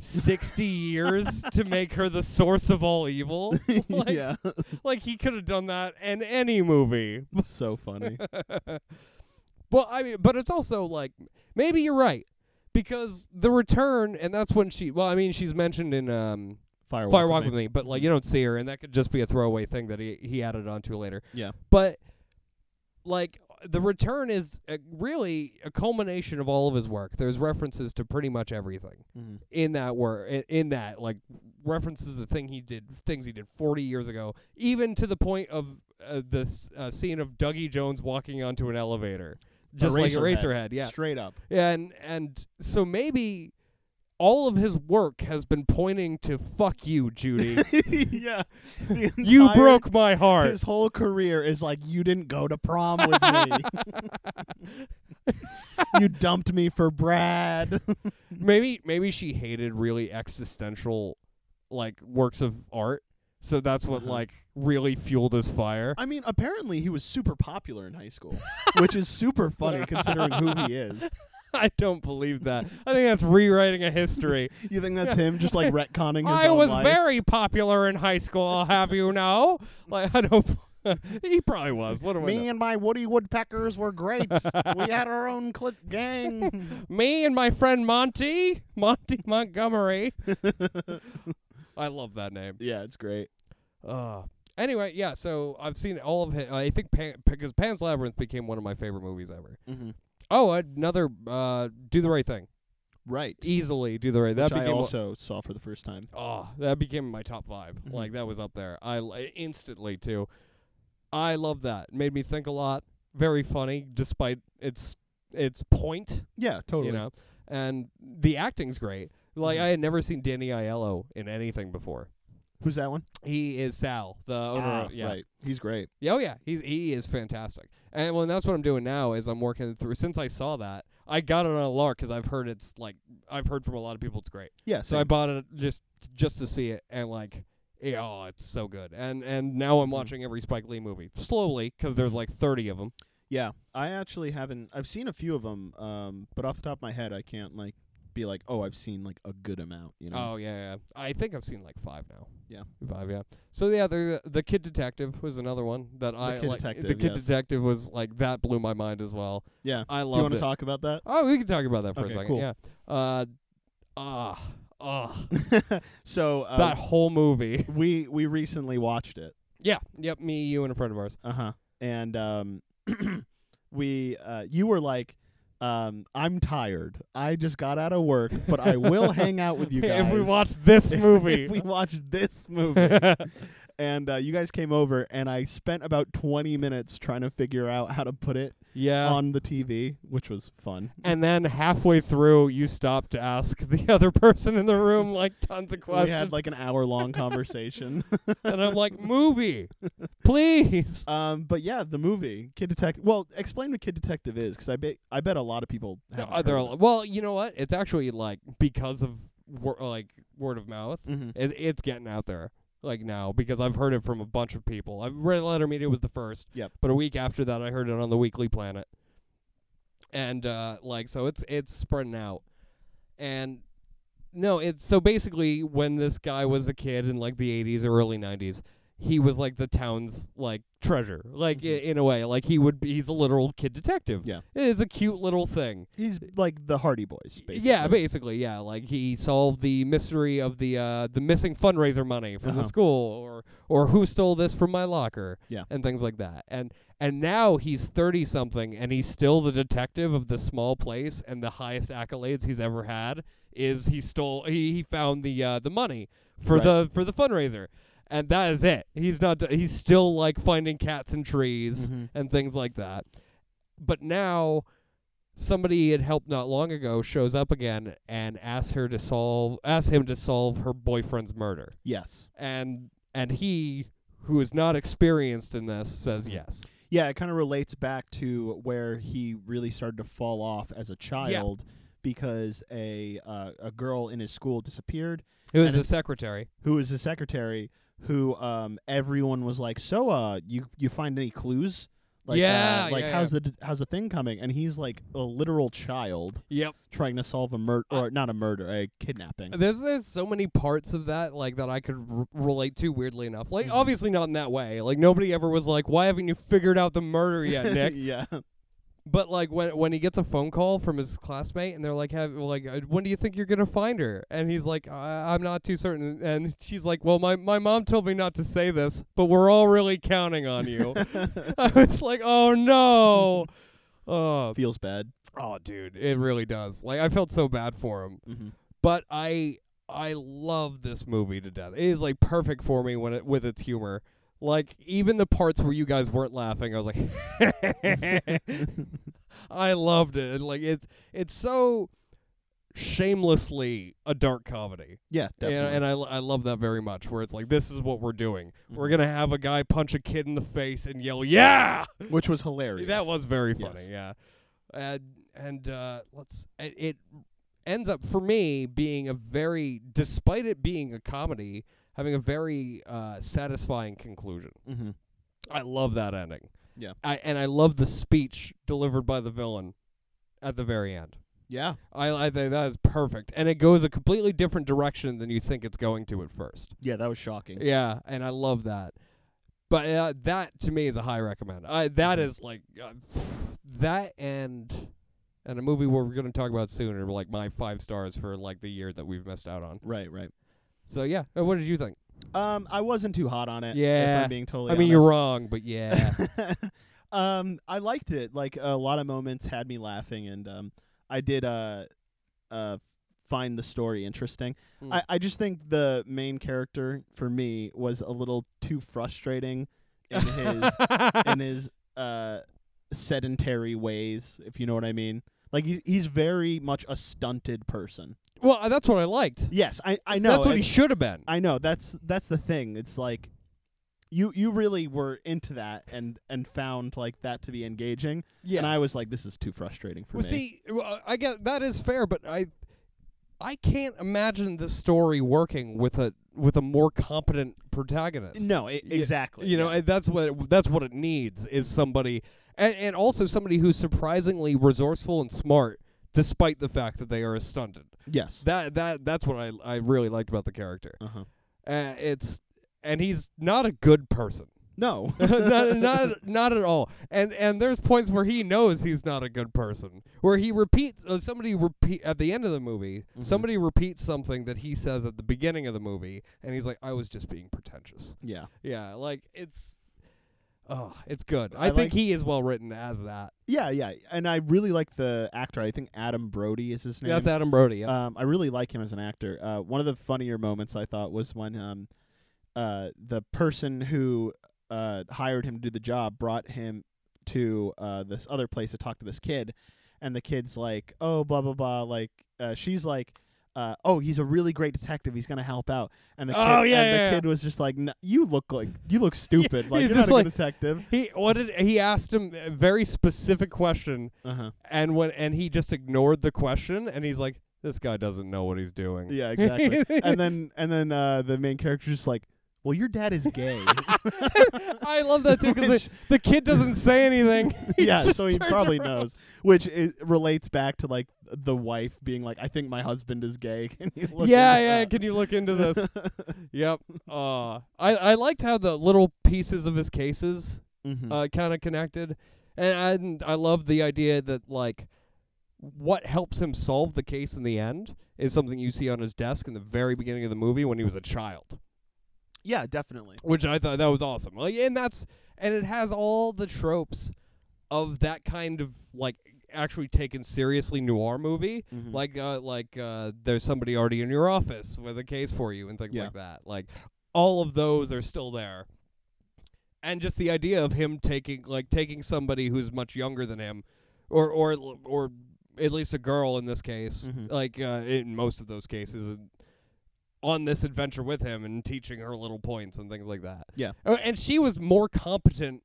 [SPEAKER 1] sixty years to make her the source of all evil. Like,
[SPEAKER 2] yeah,
[SPEAKER 1] like he could have done that in any movie.
[SPEAKER 2] it's so funny.
[SPEAKER 1] Well, I mean, but it's also like maybe you're right because the return, and that's when she. Well, I mean, she's mentioned in um,
[SPEAKER 2] Firewalk,
[SPEAKER 1] Fire Walk with Me, but like you don't see her, and that could just be a throwaway thing that he he added onto later.
[SPEAKER 2] Yeah.
[SPEAKER 1] but like the return is uh really a culmination of all of his work. There's references to pretty much everything
[SPEAKER 2] hmm
[SPEAKER 1] in that work, in that like references the thing he did, things he did 40 years ago, even to the point of uh, this uh, scene of Dougie Jones walking onto an elevator, just like Eraserhead, yeah.
[SPEAKER 2] Straight up.
[SPEAKER 1] Yeah, and and so maybe all of his work has been pointing to fuck you, Judy.
[SPEAKER 2] yeah. The
[SPEAKER 1] you
[SPEAKER 2] entire-
[SPEAKER 1] broke my heart.
[SPEAKER 2] His whole career is like you didn't go to prom with me. you dumped me for Brad.
[SPEAKER 1] Maybe maybe she hated really existential like works of art. So that's what
[SPEAKER 2] Uh-huh.
[SPEAKER 1] like really fueled his fire.
[SPEAKER 2] I mean, apparently he was super popular in high school, which is super funny considering who he is.
[SPEAKER 1] I don't believe that. I think that's rewriting a history.
[SPEAKER 2] You think that's him just like retconning his
[SPEAKER 1] I
[SPEAKER 2] own
[SPEAKER 1] was
[SPEAKER 2] life?
[SPEAKER 1] very popular in high school, I'll have you know. Like I don't he probably was. What do I know?
[SPEAKER 2] Me and my Woody Woodpeckers were great. we had our own clique gang.
[SPEAKER 1] me and my friend Monty, Monty Montgomery. I love that name.
[SPEAKER 2] yeah, it's great.
[SPEAKER 1] Uh, anyway, yeah. So I've seen all of it. I think Pan, because Pan's Labyrinth became one of my favorite movies ever.
[SPEAKER 2] Mm-hmm.
[SPEAKER 1] Oh, another uh, Do the Right Thing.
[SPEAKER 2] Right.
[SPEAKER 1] Easily Do the Right. That
[SPEAKER 2] which I
[SPEAKER 1] became.
[SPEAKER 2] also saw for the first time.
[SPEAKER 1] oh, that became my top 5
[SPEAKER 2] Mhm.
[SPEAKER 1] Like that was up there. I li- instantly too. I love that. It made me think a lot. Very funny, despite its its point.
[SPEAKER 2] Yeah, totally.
[SPEAKER 1] you know and the acting's great like
[SPEAKER 2] Mhm.
[SPEAKER 1] i had never seen danny aiello in anything before
[SPEAKER 2] Who's that one?
[SPEAKER 1] he is sal the owner
[SPEAKER 2] Ah,
[SPEAKER 1] of, yeah
[SPEAKER 2] Right. He's great.
[SPEAKER 1] Yeah, oh yeah he's he is fantastic and well that's what i'm doing now is i'm working through since i saw that i got it on a lark because i've heard it's like i've heard from a lot of people it's great
[SPEAKER 2] Yeah.
[SPEAKER 1] so i bought it just just to see it and like yeah, oh, it's so good, and and now I'm
[SPEAKER 2] Mhm.
[SPEAKER 1] watching every Spike Lee movie slowly because there's like 30 of them.
[SPEAKER 2] Yeah, I actually haven't. I've seen a few of them, um, but off the top of my head, I can't like be like, oh, I've seen like a good amount. You know.
[SPEAKER 1] Oh yeah, yeah. I think I've seen like five now.
[SPEAKER 2] Mm-hmm. Yeah.
[SPEAKER 1] five. Yeah. So yeah, the the Kid Detective was another one that I
[SPEAKER 2] Kid
[SPEAKER 1] like. the
[SPEAKER 2] Detective,
[SPEAKER 1] Kid
[SPEAKER 2] yes.
[SPEAKER 1] Detective was like that blew my mind as well.
[SPEAKER 2] Yeah.
[SPEAKER 1] I
[SPEAKER 2] Do you
[SPEAKER 1] loved
[SPEAKER 2] want
[SPEAKER 1] it.
[SPEAKER 2] to talk about that?
[SPEAKER 1] oh, we can talk about that for a
[SPEAKER 2] Okay,
[SPEAKER 1] second.
[SPEAKER 2] cool.
[SPEAKER 1] Yeah. Uh, ah, ah,
[SPEAKER 2] so uh,
[SPEAKER 1] that whole movie.
[SPEAKER 2] we we recently watched it.
[SPEAKER 1] Yeah. Yep. Me, you, and a friend of ours.
[SPEAKER 2] Uh huh. And um, we uh, you were like. Um, I'm tired. I just got out of work, but I will hang out with you guys.
[SPEAKER 1] if we watch this
[SPEAKER 2] if-
[SPEAKER 1] movie.
[SPEAKER 2] if we watch this movie, and uh, you guys came over, and I spent about 20 minutes trying to figure out how to put it
[SPEAKER 1] Yeah.
[SPEAKER 2] on the TV, which was fun.
[SPEAKER 1] and then halfway through, you stop to ask the other person in the room like tons of questions.
[SPEAKER 2] We had like an hour long conversation.
[SPEAKER 1] and I'm like, movie, please.
[SPEAKER 2] Um, but yeah, the movie Kid Detective. Well, explain what Kid Detective is, because I bet I bet a lot of people haven't.
[SPEAKER 1] Are there a lo- well, you know what? It's actually like because of wor- like word of mouth,
[SPEAKER 2] mm-hmm.
[SPEAKER 1] it, it's getting out there like now because I've heard it from a bunch of people. I Red Letter Media was the first.
[SPEAKER 2] Yep.
[SPEAKER 1] But a week after that, I heard it on the Weekly Planet, and uh, like so, it's it's spreading out, and no, it's so basically when this guy was a kid in like the '80s or early '90s. He was like the town's like treasure, like i
[SPEAKER 2] Mhm.
[SPEAKER 1] in a way, like he would be. He's a literal kid detective.
[SPEAKER 2] Yeah.
[SPEAKER 1] it is a cute little thing.
[SPEAKER 2] He's like the Hardy Boys. Basically.
[SPEAKER 1] Yeah, basically, yeah. Like he solved the mystery of the uh, the missing fundraiser money from the
[SPEAKER 2] Uh-huh.
[SPEAKER 1] school, or or who stole this from my locker,
[SPEAKER 2] Yeah.
[SPEAKER 1] and things like that. And and now he's thirty something, and he's still the detective of this small place, and the highest accolades he's ever had is he stole he, he found the uh, the money for
[SPEAKER 2] Right.
[SPEAKER 1] the for the fundraiser, and that is it. He's not d- he's still like finding cats and trees
[SPEAKER 2] Mhm.
[SPEAKER 1] and things like that. But now somebody he had helped not long ago shows up again and asks her to solve asks him to solve her boyfriend's murder.
[SPEAKER 2] Yes.
[SPEAKER 1] And and he who is not experienced in this says yes.
[SPEAKER 2] Yeah, it kind of relates back to where he really started to fall off as a child because a uh, a girl in his school disappeared
[SPEAKER 1] It was
[SPEAKER 2] And
[SPEAKER 1] his secretary.
[SPEAKER 2] who was his secretary who um everyone was like so uh you you find any clues like
[SPEAKER 1] Yeah,
[SPEAKER 2] uh, like
[SPEAKER 1] yeah,
[SPEAKER 2] how's the how's the thing coming and he's like a literal child
[SPEAKER 1] Yep.
[SPEAKER 2] trying to solve a murder or not a murder a kidnapping
[SPEAKER 1] There's there's so many parts of that like that I could r- relate to weirdly enough. Like
[SPEAKER 2] Mhm.
[SPEAKER 1] obviously not in that way. Like nobody ever was like, "Why haven't you figured out the murder yet, Nick?"
[SPEAKER 2] yeah
[SPEAKER 1] But like when when he gets a phone call from his classmate and they're like, "Have like uh, when do you think you're gonna find her?" And he's like, I- "I'm not too certain." And she's like, "Well, my my mom told me not to say this, but we're all really counting on you." I was like, "Oh no." Oh,
[SPEAKER 2] feels bad
[SPEAKER 1] oh, dude, it really does. Like, I felt so bad for him,
[SPEAKER 2] mm-hmm.
[SPEAKER 1] but I, I love this movie to death. It is like perfect for me when it with its humor. Like, even the parts where you guys weren't laughing, I was like, I loved it. And, Like it's it's so shamelessly a dark comedy,
[SPEAKER 2] yeah
[SPEAKER 1] and,
[SPEAKER 2] definitely.
[SPEAKER 1] and I I love that very much. Where it's like this is what we're doing. We're
[SPEAKER 2] Mhm.
[SPEAKER 1] gonna have a guy punch a kid in the face and yell, "Yeah!"
[SPEAKER 2] which was hilarious
[SPEAKER 1] That was very
[SPEAKER 2] Yes.
[SPEAKER 1] funny. Yeah, and and uh, let's it, it ends up for me being a very, despite it being a comedy, having a very uh, satisfying conclusion.
[SPEAKER 2] mm-hmm.
[SPEAKER 1] I love that ending.
[SPEAKER 2] Yeah.
[SPEAKER 1] I and I love the speech delivered by the villain at the very end.
[SPEAKER 2] yeah
[SPEAKER 1] I I think that is perfect, and it goes a completely different direction than you think it's going to at first.
[SPEAKER 2] yeah that was shocking
[SPEAKER 1] Yeah, and I love that. But uh, that to me is a high recommend. I that
[SPEAKER 2] Mhm.
[SPEAKER 1] is like uh, that and and a movie where we're going to talk about soon are like my five stars for like the year that we've missed out on.
[SPEAKER 2] right right
[SPEAKER 1] So yeah, Uh, what did you think?
[SPEAKER 2] um I wasn't too hot on it if
[SPEAKER 1] Yeah.
[SPEAKER 2] I'm being totally
[SPEAKER 1] I mean,
[SPEAKER 2] honest.
[SPEAKER 1] you're wrong, but yeah,
[SPEAKER 2] um, I liked it. Like a lot of moments had me laughing, and um, I did uh, uh, find the story interesting.
[SPEAKER 1] Mm.
[SPEAKER 2] I, I just think the main character for me was a little too frustrating in his in his uh, sedentary ways, if you know what I mean. Like he's he's very much a stunted person.
[SPEAKER 1] well, uh, that's what I liked.
[SPEAKER 2] Yes, I I know
[SPEAKER 1] that's what
[SPEAKER 2] and-
[SPEAKER 1] he should have been.
[SPEAKER 2] I know that's that's the thing. It's like you you really were into that and and found like that to be engaging.
[SPEAKER 1] yeah.
[SPEAKER 2] And I was like, this is too frustrating for
[SPEAKER 1] well,
[SPEAKER 2] me.
[SPEAKER 1] see, well, I get that is fair, but I, I can't imagine this story working with a with a more competent protagonist.
[SPEAKER 2] no, e-
[SPEAKER 1] Yeah,
[SPEAKER 2] exactly.
[SPEAKER 1] You know,
[SPEAKER 2] yeah.
[SPEAKER 1] and that's what it, that's what it needs is somebody, and, and also somebody who's surprisingly resourceful and smart, despite the fact that they are stunted.
[SPEAKER 2] yes.
[SPEAKER 1] That that that's what I I really liked about the character.
[SPEAKER 2] uh-huh.
[SPEAKER 1] Uh, it's and he's not a good person.
[SPEAKER 2] No.
[SPEAKER 1] not, not not at all. And and there's points where he knows he's not a good person. Where he repeats uh, somebody repeat at the end of the movie,
[SPEAKER 2] Mhm.
[SPEAKER 1] somebody repeats something that he says at the beginning of the movie and he's like I was just being pretentious.
[SPEAKER 2] yeah.
[SPEAKER 1] Yeah, like it's oh, it's good. I,
[SPEAKER 2] I
[SPEAKER 1] think
[SPEAKER 2] like-
[SPEAKER 1] he is well written as that.
[SPEAKER 2] Yeah, yeah. And I really like the actor. I think Adam Brody is his name.
[SPEAKER 1] That's Adam Brody. Yeah. Uh,
[SPEAKER 2] Um, I really like him as an actor. Uh, one of the funnier moments I thought was when um, uh, the person who uh, hired him to do the job brought him to uh, this other place to talk to this kid, and the kid's like, "Oh, blah blah blah." Like uh, she's like, uh, "Oh, he's a really great detective. He's gonna help out." And the kid,
[SPEAKER 1] Oh, yeah,
[SPEAKER 2] and
[SPEAKER 1] yeah,
[SPEAKER 2] the
[SPEAKER 1] yeah.
[SPEAKER 2] kid was just like, "N- "You look like you look stupid. like
[SPEAKER 1] he's
[SPEAKER 2] you're
[SPEAKER 1] just
[SPEAKER 2] not a
[SPEAKER 1] like-
[SPEAKER 2] good detective."
[SPEAKER 1] He what did he asked him a very specific question
[SPEAKER 2] Uh huh.
[SPEAKER 1] and when and he just ignored the question and he's like this guy doesn't know what he's doing.
[SPEAKER 2] Yeah, exactly. and then and then uh, the main character's just like, "Well, your dad is gay."
[SPEAKER 1] I love that too because
[SPEAKER 2] Which-
[SPEAKER 1] the, the kid doesn't say anything.
[SPEAKER 2] yeah,
[SPEAKER 1] just
[SPEAKER 2] so he
[SPEAKER 1] turns
[SPEAKER 2] probably
[SPEAKER 1] around.
[SPEAKER 2] knows, which it relates back to like the wife being like, "I think my husband is gay." Can you look
[SPEAKER 1] yeah,
[SPEAKER 2] into
[SPEAKER 1] yeah.
[SPEAKER 2] that?"
[SPEAKER 1] Can you look into this? yep. Uh, I I liked how the little pieces of his cases
[SPEAKER 2] Mhm.
[SPEAKER 1] uh, kind of connected, and I, I love the idea that like what helps him solve the case in the end is something you see on his desk in the very beginning of the movie when he was a child,
[SPEAKER 2] yeah, definitely.
[SPEAKER 1] which I thought that was awesome. Like, and that's and it has all the tropes of that kind of like actually taken seriously noir movie
[SPEAKER 2] Mm-hmm.
[SPEAKER 1] like uh, like uh, there's somebody already in your office with a case for you and things
[SPEAKER 2] Yeah.
[SPEAKER 1] like that. Like all of those are still there, and just the idea of him taking like taking somebody who's much younger than him, or or or at least a girl in this case,
[SPEAKER 2] Mhm.
[SPEAKER 1] like uh, in most of those cases. and on this adventure with him and teaching her little points and things like that.
[SPEAKER 2] Yeah.
[SPEAKER 1] Oh, and she was more competent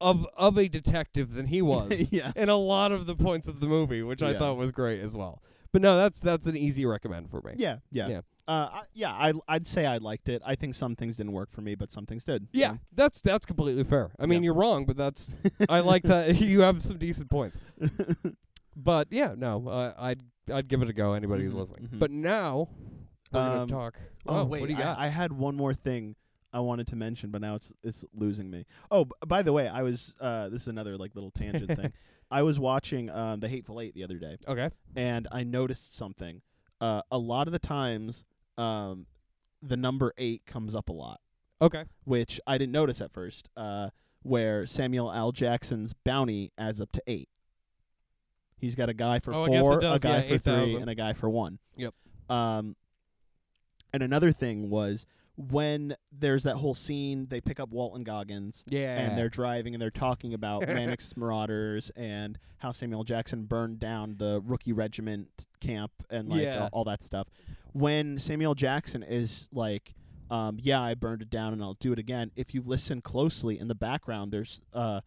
[SPEAKER 1] of of a detective than he was
[SPEAKER 2] yes.
[SPEAKER 1] in a lot of the points of the movie, which I
[SPEAKER 2] Yeah.
[SPEAKER 1] thought was great as well. But no, that's that's an easy recommend for me.
[SPEAKER 2] yeah, yeah,
[SPEAKER 1] Yeah.
[SPEAKER 2] Uh, I, yeah. I I'd say I liked it. I think some things didn't work for me, but some things did.
[SPEAKER 1] Yeah,
[SPEAKER 2] so.
[SPEAKER 1] that's that's completely fair. I mean,
[SPEAKER 2] Yeah.
[SPEAKER 1] you're wrong, but that's I like that you have some decent points. But yeah, no, uh, I'd I'd give it a go. Anybody
[SPEAKER 2] Mhm,
[SPEAKER 1] who's listening.
[SPEAKER 2] mhm.
[SPEAKER 1] But now we're
[SPEAKER 2] Um,
[SPEAKER 1] gonna talk.
[SPEAKER 2] Oh,
[SPEAKER 1] Wow,
[SPEAKER 2] wait,
[SPEAKER 1] what do you got?
[SPEAKER 2] I, I had one more thing I wanted to mention, but now it's it's losing me. Oh, b- by the way, I was uh, this is another like little tangent thing. I was watching um, The Hateful Eight the other day,
[SPEAKER 1] okay.
[SPEAKER 2] and I noticed something. Uh, a lot of the times, um, the number eight comes up a lot,
[SPEAKER 1] Okay.
[SPEAKER 2] which I didn't notice at first. Uh, where Samuel L. Jackson's bounty adds up to eight. He's got a guy for
[SPEAKER 1] Oh, I guess
[SPEAKER 2] four,
[SPEAKER 1] it does,
[SPEAKER 2] a guy
[SPEAKER 1] yeah,
[SPEAKER 2] for three,
[SPEAKER 1] 8,000.
[SPEAKER 2] and a guy for one.
[SPEAKER 1] Yep.
[SPEAKER 2] Um, and another thing was when there's that whole scene, they pick up Walton Goggins
[SPEAKER 1] Yeah.
[SPEAKER 2] and they're driving and they're talking about Mannix Marauders and how Samuel Jackson burned down the rookie regiment camp and like
[SPEAKER 1] Yeah.
[SPEAKER 2] all, all that stuff. When Samuel Jackson is like, um, "Yeah, I burned it down and I'll do it again." If you listen closely in the background, there's uh,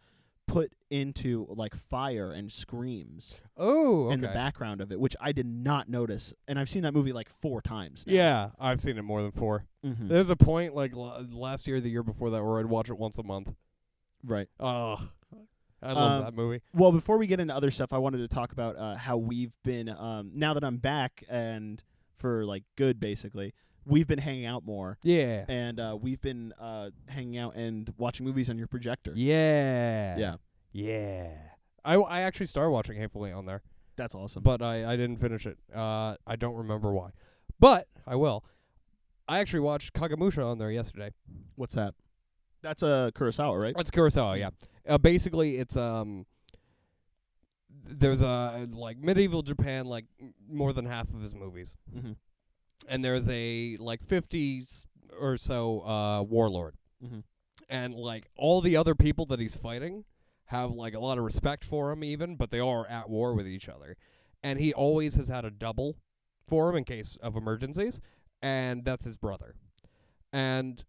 [SPEAKER 2] put into like fire and screams
[SPEAKER 1] oh. Okay.
[SPEAKER 2] in the background of it, which I did not notice, and I've seen that movie like four times. Now.
[SPEAKER 1] Yeah, I've seen it more than four.
[SPEAKER 2] Mhm.
[SPEAKER 1] There's a point like l- last year, the year before that, where I'd watch it once a month.
[SPEAKER 2] right.
[SPEAKER 1] Oh, I love
[SPEAKER 2] Um,
[SPEAKER 1] that movie.
[SPEAKER 2] Well, before we get into other stuff, I wanted to talk about uh, how we've been um, now that I'm back and for like good, basically, we've been hanging out more,
[SPEAKER 1] Yeah.
[SPEAKER 2] and uh, we've been uh, hanging out and watching movies on your projector.
[SPEAKER 1] Yeah.
[SPEAKER 2] Yeah,
[SPEAKER 1] Yeah. I, I actually started watching Hateful Eight on there,
[SPEAKER 2] that's awesome.
[SPEAKER 1] but I, I didn't finish it. Uh, I don't remember why. But I will. I actually watched Kagamusha on there yesterday.
[SPEAKER 2] What's that? That's a Kurosawa, right?
[SPEAKER 1] That's Kurosawa, yeah. Uh, basically, it's um, there's a like medieval Japan, like m- more than half of his movies,
[SPEAKER 2] Mhm.
[SPEAKER 1] and there's a like 50 s- or so uh, warlord,
[SPEAKER 2] Mhm.
[SPEAKER 1] and like all the other people that he's fighting have like a lot of respect for him, even, but they are at war with each other, and he always has had a double for him in case of emergencies, and that's his brother, and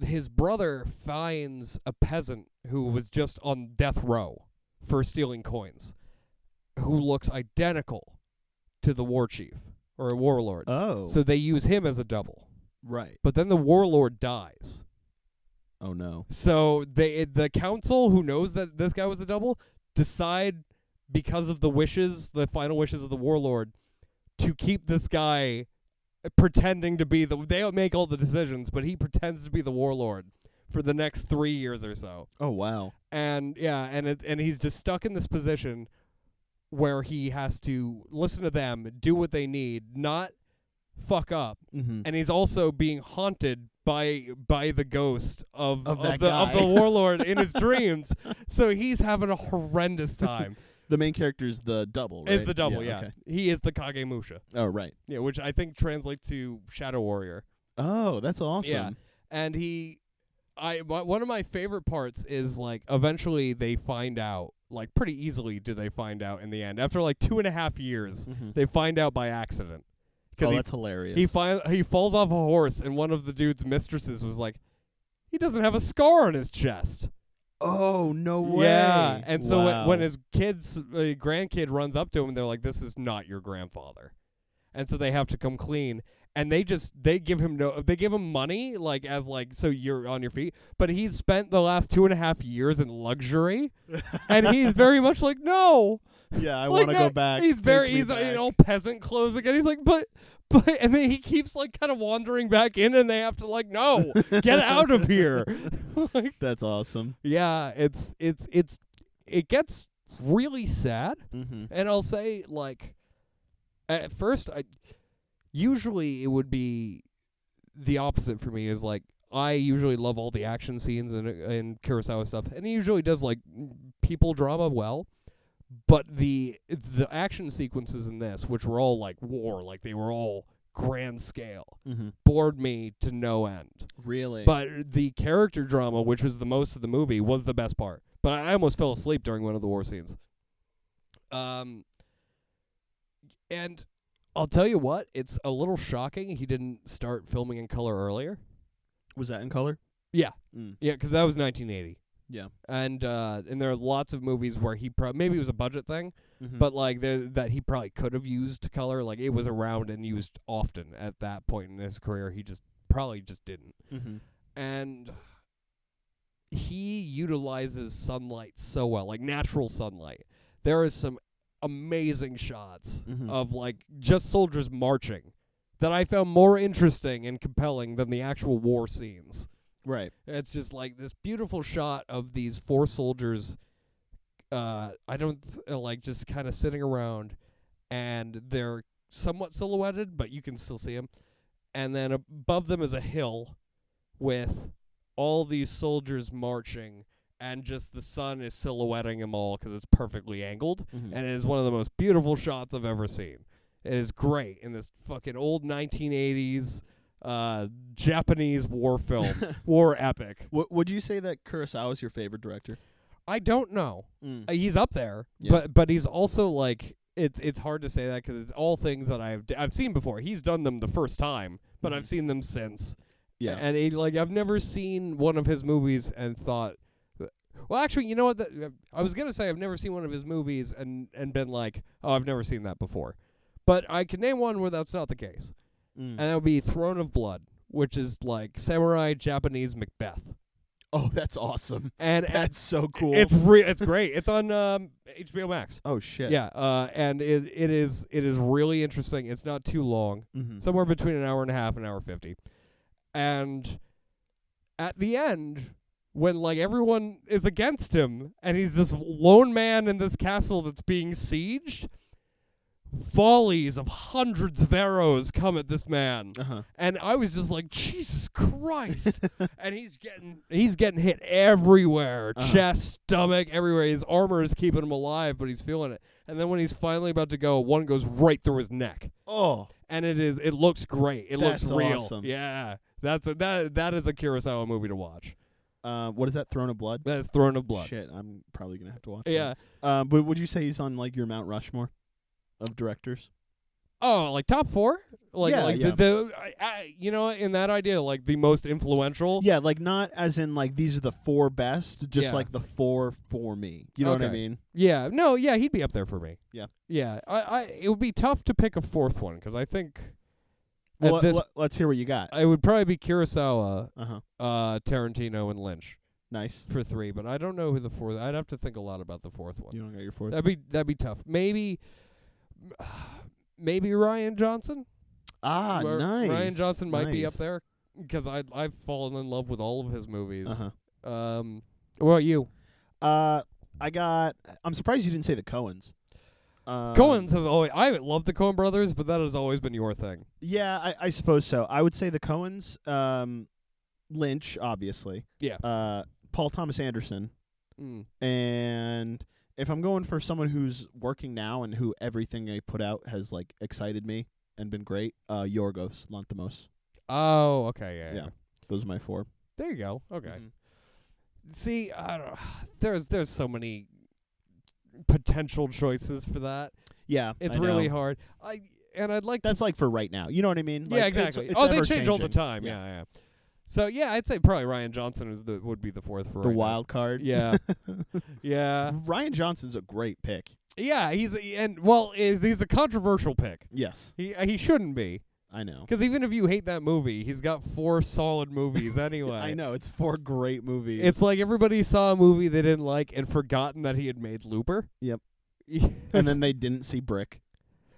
[SPEAKER 1] his brother finds a peasant who was just on death row for stealing coins, who looks identical to the war chief or a warlord.
[SPEAKER 2] Oh,
[SPEAKER 1] So they use him as a double.
[SPEAKER 2] right.
[SPEAKER 1] But then the warlord dies.
[SPEAKER 2] Oh no.
[SPEAKER 1] So they the council who knows that this guy was a double decide because of the wishes, the final wishes of the warlord to keep this guy uh, pretending to be the they don't make all the decisions, but he pretends to be the warlord for the next 3 years or so.
[SPEAKER 2] Oh wow.
[SPEAKER 1] And yeah, and it, and he's just stuck in this position where he has to listen to them, do what they need, not fuck up
[SPEAKER 2] Mm-hmm.
[SPEAKER 1] and he's also being haunted by by the ghost of
[SPEAKER 2] Of that
[SPEAKER 1] the of
[SPEAKER 2] guy.
[SPEAKER 1] the warlord in his dreams. So he's having a horrendous time.
[SPEAKER 2] The main character is the double, right?
[SPEAKER 1] Is the double, yeah.
[SPEAKER 2] okay.
[SPEAKER 1] He is the Kagemusha.
[SPEAKER 2] Oh right.
[SPEAKER 1] Yeah, which I think translates to Shadow Warrior.
[SPEAKER 2] Oh, that's awesome.
[SPEAKER 1] And he I my, one of my favorite parts is like eventually they find out like pretty easily do they find out in the end after like two and a half years they find out by accident
[SPEAKER 2] Mm-hmm. Oh,
[SPEAKER 1] because
[SPEAKER 2] that's hilarious.
[SPEAKER 1] he he, fi- he falls off a horse and one of the dude's mistresses was like he doesn't have a scar on his chest
[SPEAKER 2] oh no way!
[SPEAKER 1] yeah and so when, when
[SPEAKER 2] Wow.
[SPEAKER 1] his kids uh, grandkid runs up to him they're like this is not your grandfather and so they have to come clean and they just they give him no they give him money like as like so you're on your feet but he's spent the last two and a half years in luxury and he's very much like no
[SPEAKER 2] yeah, I
[SPEAKER 1] like
[SPEAKER 2] want to go
[SPEAKER 1] that-
[SPEAKER 2] back.
[SPEAKER 1] He's
[SPEAKER 2] take
[SPEAKER 1] very
[SPEAKER 2] me
[SPEAKER 1] he's
[SPEAKER 2] back.
[SPEAKER 1] in all peasant clothes again. He's like, but but and then he keeps like kind of wandering back in and they have to like, no, get out of here. like,
[SPEAKER 2] That's awesome.
[SPEAKER 1] yeah, it's it's it's it gets really sad.
[SPEAKER 2] Mm-hmm.
[SPEAKER 1] And I'll say like at first I usually it would be the opposite for me is like I usually love all the action scenes and uh, and Kurosawa stuff. And he usually does like people drama well. But the the action sequences in this, which were all like war, like they were all grand scale,
[SPEAKER 2] Mm-hmm.
[SPEAKER 1] bored me to no end.
[SPEAKER 2] Really?
[SPEAKER 1] But the character drama, which was the most of the movie, was the best part. But I almost fell asleep during one of the war scenes. Um, and I'll tell you what, it's a little shocking he didn't start filming in color earlier.
[SPEAKER 2] was that in color?
[SPEAKER 1] Yeah.
[SPEAKER 2] Mm.
[SPEAKER 1] Yeah, 'cause that was 1980.
[SPEAKER 2] Yeah.
[SPEAKER 1] And uh, and there are lots of movies where he pro- maybe it was a budget thing,
[SPEAKER 2] Mhm.
[SPEAKER 1] but like the, that he probably could have used color. Like it was around and used often at that point in his career. He just probably just didn't
[SPEAKER 2] Mhm.
[SPEAKER 1] and he utilizes sunlight so well, like natural sunlight. There is some amazing shots
[SPEAKER 2] Mhm.
[SPEAKER 1] of like just soldiers marching that I found more interesting and compelling than the actual war scenes.
[SPEAKER 2] right.
[SPEAKER 1] It's just like this beautiful shot of these four soldiers uh I don't th- uh, like just kind of sitting around and they're somewhat silhouetted but you can still see them. And then above them is a hill with all these soldiers marching and just the sun is silhouetting them all cuz it's perfectly angled
[SPEAKER 2] Mhm.
[SPEAKER 1] and it is one of the most beautiful shots I've ever seen. It is great in this fucking old 1980s uh, Japanese war film, war epic.
[SPEAKER 2] W- would you say that Kurosawa is your favorite director?
[SPEAKER 1] I don't know.
[SPEAKER 2] Mm.
[SPEAKER 1] Uh, He's up there,
[SPEAKER 2] Yeah.
[SPEAKER 1] but but he's also like it's it's hard to say that because it's all things that I've d- I've seen before. He's done them the first time, but
[SPEAKER 2] Mhm.
[SPEAKER 1] I've seen them since.
[SPEAKER 2] Yeah.
[SPEAKER 1] and he, like I've never seen one of his movies and thought. uh, Well, actually, you know what? The, I was gonna say I've never seen one of his movies and and been like, oh, I've never seen that before, but I can name one where that's not the case,
[SPEAKER 2] Mm.
[SPEAKER 1] and that would be Throne of Blood, which is like samurai Japanese Macbeth,
[SPEAKER 2] oh, that's awesome.
[SPEAKER 1] and and
[SPEAKER 2] That's so cool.
[SPEAKER 1] it's re- it's great. It's on um, HBO Max.
[SPEAKER 2] oh shit.
[SPEAKER 1] Yeah, uh, and it it is it is really interesting. It's not too long,
[SPEAKER 2] Mm-hmm.
[SPEAKER 1] somewhere between an hour and a half and an hour fifty, and at the end, when like everyone is against him and he's this lone man in this castle that's being sieged, volleys of hundreds of arrows come at this man
[SPEAKER 2] uh-huh.
[SPEAKER 1] and I was just like, Jesus Christ! and he's getting he's getting hit everywhere,
[SPEAKER 2] Uh-huh.
[SPEAKER 1] chest, stomach, everywhere. His armor is keeping him alive, but he's feeling it. And then when he's finally about to go, one goes right through his neck,
[SPEAKER 2] Oh,
[SPEAKER 1] and it is it looks great. It
[SPEAKER 2] That's
[SPEAKER 1] looks real.
[SPEAKER 2] awesome.
[SPEAKER 1] Yeah, that's a, that that is a Kurosawa movie to watch.
[SPEAKER 2] uh, what is that? Throne of Blood.
[SPEAKER 1] That is Throne of Blood.
[SPEAKER 2] Shit, I'm probably gonna have to watch. that.
[SPEAKER 1] Yeah.
[SPEAKER 2] Uh, but would you say he's on like your Mount Rushmore of directors?
[SPEAKER 1] Oh, like top four? Like
[SPEAKER 2] Yeah,
[SPEAKER 1] like
[SPEAKER 2] yeah.
[SPEAKER 1] the, the I, I, you know in that idea like the most influential.
[SPEAKER 2] Yeah, like not as in like these are the four best, just
[SPEAKER 1] Yeah.
[SPEAKER 2] like the four for me. You know what I
[SPEAKER 1] Okay.
[SPEAKER 2] mean?
[SPEAKER 1] Yeah, no, yeah, he'd be up there for me.
[SPEAKER 2] Yeah.
[SPEAKER 1] yeah. I, I, it would be tough to pick a fourth one because I think at
[SPEAKER 2] Well,
[SPEAKER 1] this,
[SPEAKER 2] let- let's hear what you got.
[SPEAKER 1] I would probably be Kurosawa,
[SPEAKER 2] Uh huh.
[SPEAKER 1] uh, Tarantino, and Lynch
[SPEAKER 2] Nice.
[SPEAKER 1] for three. But I don't know who the fourth. I'd have to think a lot about the fourth one.
[SPEAKER 2] You don't got your fourth.
[SPEAKER 1] That'd be that'd be tough. Maybe, maybe Ryan Johnson.
[SPEAKER 2] ah,
[SPEAKER 1] Ri-
[SPEAKER 2] nice.
[SPEAKER 1] Ryan Johnson might be up
[SPEAKER 2] Nice.
[SPEAKER 1] there because I I've fallen in love with all of his movies.
[SPEAKER 2] Uh-huh.
[SPEAKER 1] Um, what about you?
[SPEAKER 2] Uh, I got. I'm surprised you didn't say the Cohens. Um,
[SPEAKER 1] Cohen's have always I love the Cohen brothers, but that has always been your thing.
[SPEAKER 2] Yeah, I, I suppose so. I would say the Cohens, um, Lynch, obviously.
[SPEAKER 1] Yeah.
[SPEAKER 2] Uh, Paul Thomas Anderson,
[SPEAKER 1] Mm.
[SPEAKER 2] and if I'm going for someone who's working now and who everything they put out has like excited me and been great, uh, Yorgos Lanthimos.
[SPEAKER 1] Oh, okay, yeah,
[SPEAKER 2] Yeah.
[SPEAKER 1] yeah.
[SPEAKER 2] Those are my four.
[SPEAKER 1] There you go. Okay.
[SPEAKER 2] Mhm.
[SPEAKER 1] See, I don't There's there's so many potential choices for that.
[SPEAKER 2] Yeah,
[SPEAKER 1] It's
[SPEAKER 2] I
[SPEAKER 1] really
[SPEAKER 2] know.
[SPEAKER 1] hard. I and I'd like
[SPEAKER 2] That's
[SPEAKER 1] to
[SPEAKER 2] like for right now. You know what I mean?
[SPEAKER 1] Yeah,
[SPEAKER 2] Like, it's-
[SPEAKER 1] exactly.
[SPEAKER 2] it's
[SPEAKER 1] oh, they change
[SPEAKER 2] ever-changing.
[SPEAKER 1] all the time.
[SPEAKER 2] Yeah.
[SPEAKER 1] Yeah. yeah, So yeah, I'd say probably Ryan Johnson is the would be the fourth for
[SPEAKER 2] The
[SPEAKER 1] right now.
[SPEAKER 2] wild card.
[SPEAKER 1] Yeah. yeah.
[SPEAKER 2] Ryan Johnson's a great pick.
[SPEAKER 1] Yeah, he's a, and well, is he's a controversial pick.
[SPEAKER 2] Yes,
[SPEAKER 1] He he shouldn't be
[SPEAKER 2] I know.
[SPEAKER 1] because even if you hate that movie, he's got four solid movies anyway.
[SPEAKER 2] I know it's four great movies.
[SPEAKER 1] It's like everybody saw a movie they didn't like and forgotten that he had made Looper.
[SPEAKER 2] Yep. and then they didn't see Brick.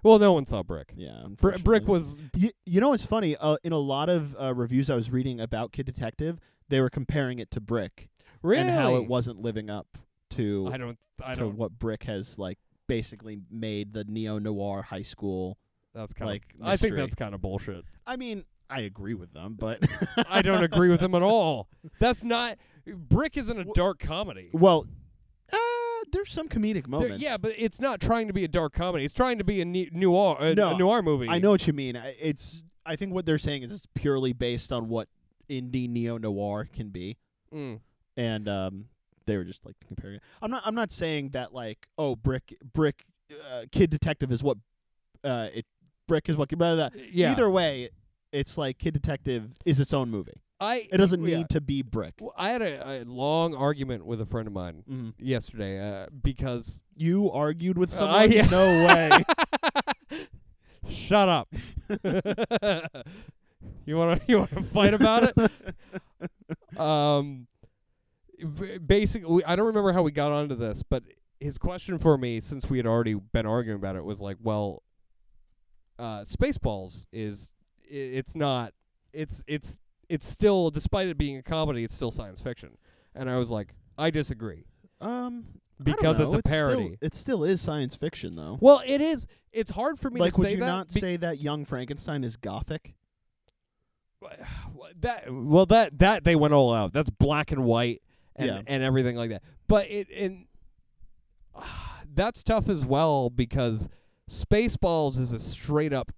[SPEAKER 1] well, no one saw Brick.
[SPEAKER 2] Yeah,
[SPEAKER 1] Br- Brick
[SPEAKER 2] unfortunately.
[SPEAKER 1] was
[SPEAKER 2] You, you know what's funny? Uh, in a lot of uh, reviews I was reading about Kid Detective, they were comparing it to Brick
[SPEAKER 1] really
[SPEAKER 2] and how it wasn't living up to
[SPEAKER 1] I don't. I
[SPEAKER 2] to
[SPEAKER 1] don't.
[SPEAKER 2] what Brick has like basically made the neo noir high school.
[SPEAKER 1] That's kind
[SPEAKER 2] like,
[SPEAKER 1] of. I think
[SPEAKER 2] mystery.
[SPEAKER 1] that's kind of bullshit.
[SPEAKER 2] I mean, I agree with them, but
[SPEAKER 1] I don't agree with him at all. That's not. Brick isn't a
[SPEAKER 2] Wh-
[SPEAKER 1] dark comedy.
[SPEAKER 2] well, uh, there's some
[SPEAKER 1] There-
[SPEAKER 2] comedic moments.
[SPEAKER 1] yeah, but it's not trying to be a dark comedy. It's trying to be a ne- noir, a,
[SPEAKER 2] No,
[SPEAKER 1] a noir movie.
[SPEAKER 2] I know what you mean. I, it's I think what they're saying is it's purely based on what indie neo noir can be.
[SPEAKER 1] Mm.
[SPEAKER 2] and um, they were just like comparing it. I'm not I'm not saying that like oh brick brick uh, kid detective is what uh it brick is what blah, blah, blah.
[SPEAKER 1] Yeah.
[SPEAKER 2] E-, either way it's like kid detective is its own movie.
[SPEAKER 1] I.
[SPEAKER 2] It doesn't
[SPEAKER 1] yeah.
[SPEAKER 2] need to be brick.
[SPEAKER 1] Well, I had a, a long argument with a friend of mine
[SPEAKER 2] Mhm.
[SPEAKER 1] yesterday uh, because
[SPEAKER 2] You argued with
[SPEAKER 1] Uh,
[SPEAKER 2] someone?
[SPEAKER 1] yeah.
[SPEAKER 2] No way.
[SPEAKER 1] Shut up. you want to you want to fight about it? Um b- basically I don't remember how we got onto this, but his question for me since we had already been arguing about it was like, well, uh Spaceballs is i it's not it's it's it's still despite it being a comedy, it's still science fiction. And I was like, I disagree.
[SPEAKER 2] um, I don't
[SPEAKER 1] Because it's
[SPEAKER 2] know.
[SPEAKER 1] a parody.
[SPEAKER 2] Still, it still is science fiction though.
[SPEAKER 1] Well, it is. It's hard for me
[SPEAKER 2] like
[SPEAKER 1] to say
[SPEAKER 2] would you
[SPEAKER 1] that.
[SPEAKER 2] not
[SPEAKER 1] be-
[SPEAKER 2] say that Young Frankenstein is gothic?
[SPEAKER 1] Well, that well that that they went all out. That's black and white and
[SPEAKER 2] Yeah.
[SPEAKER 1] and everything like that. But it and ah, that's tough as well because Spaceballs is a straight up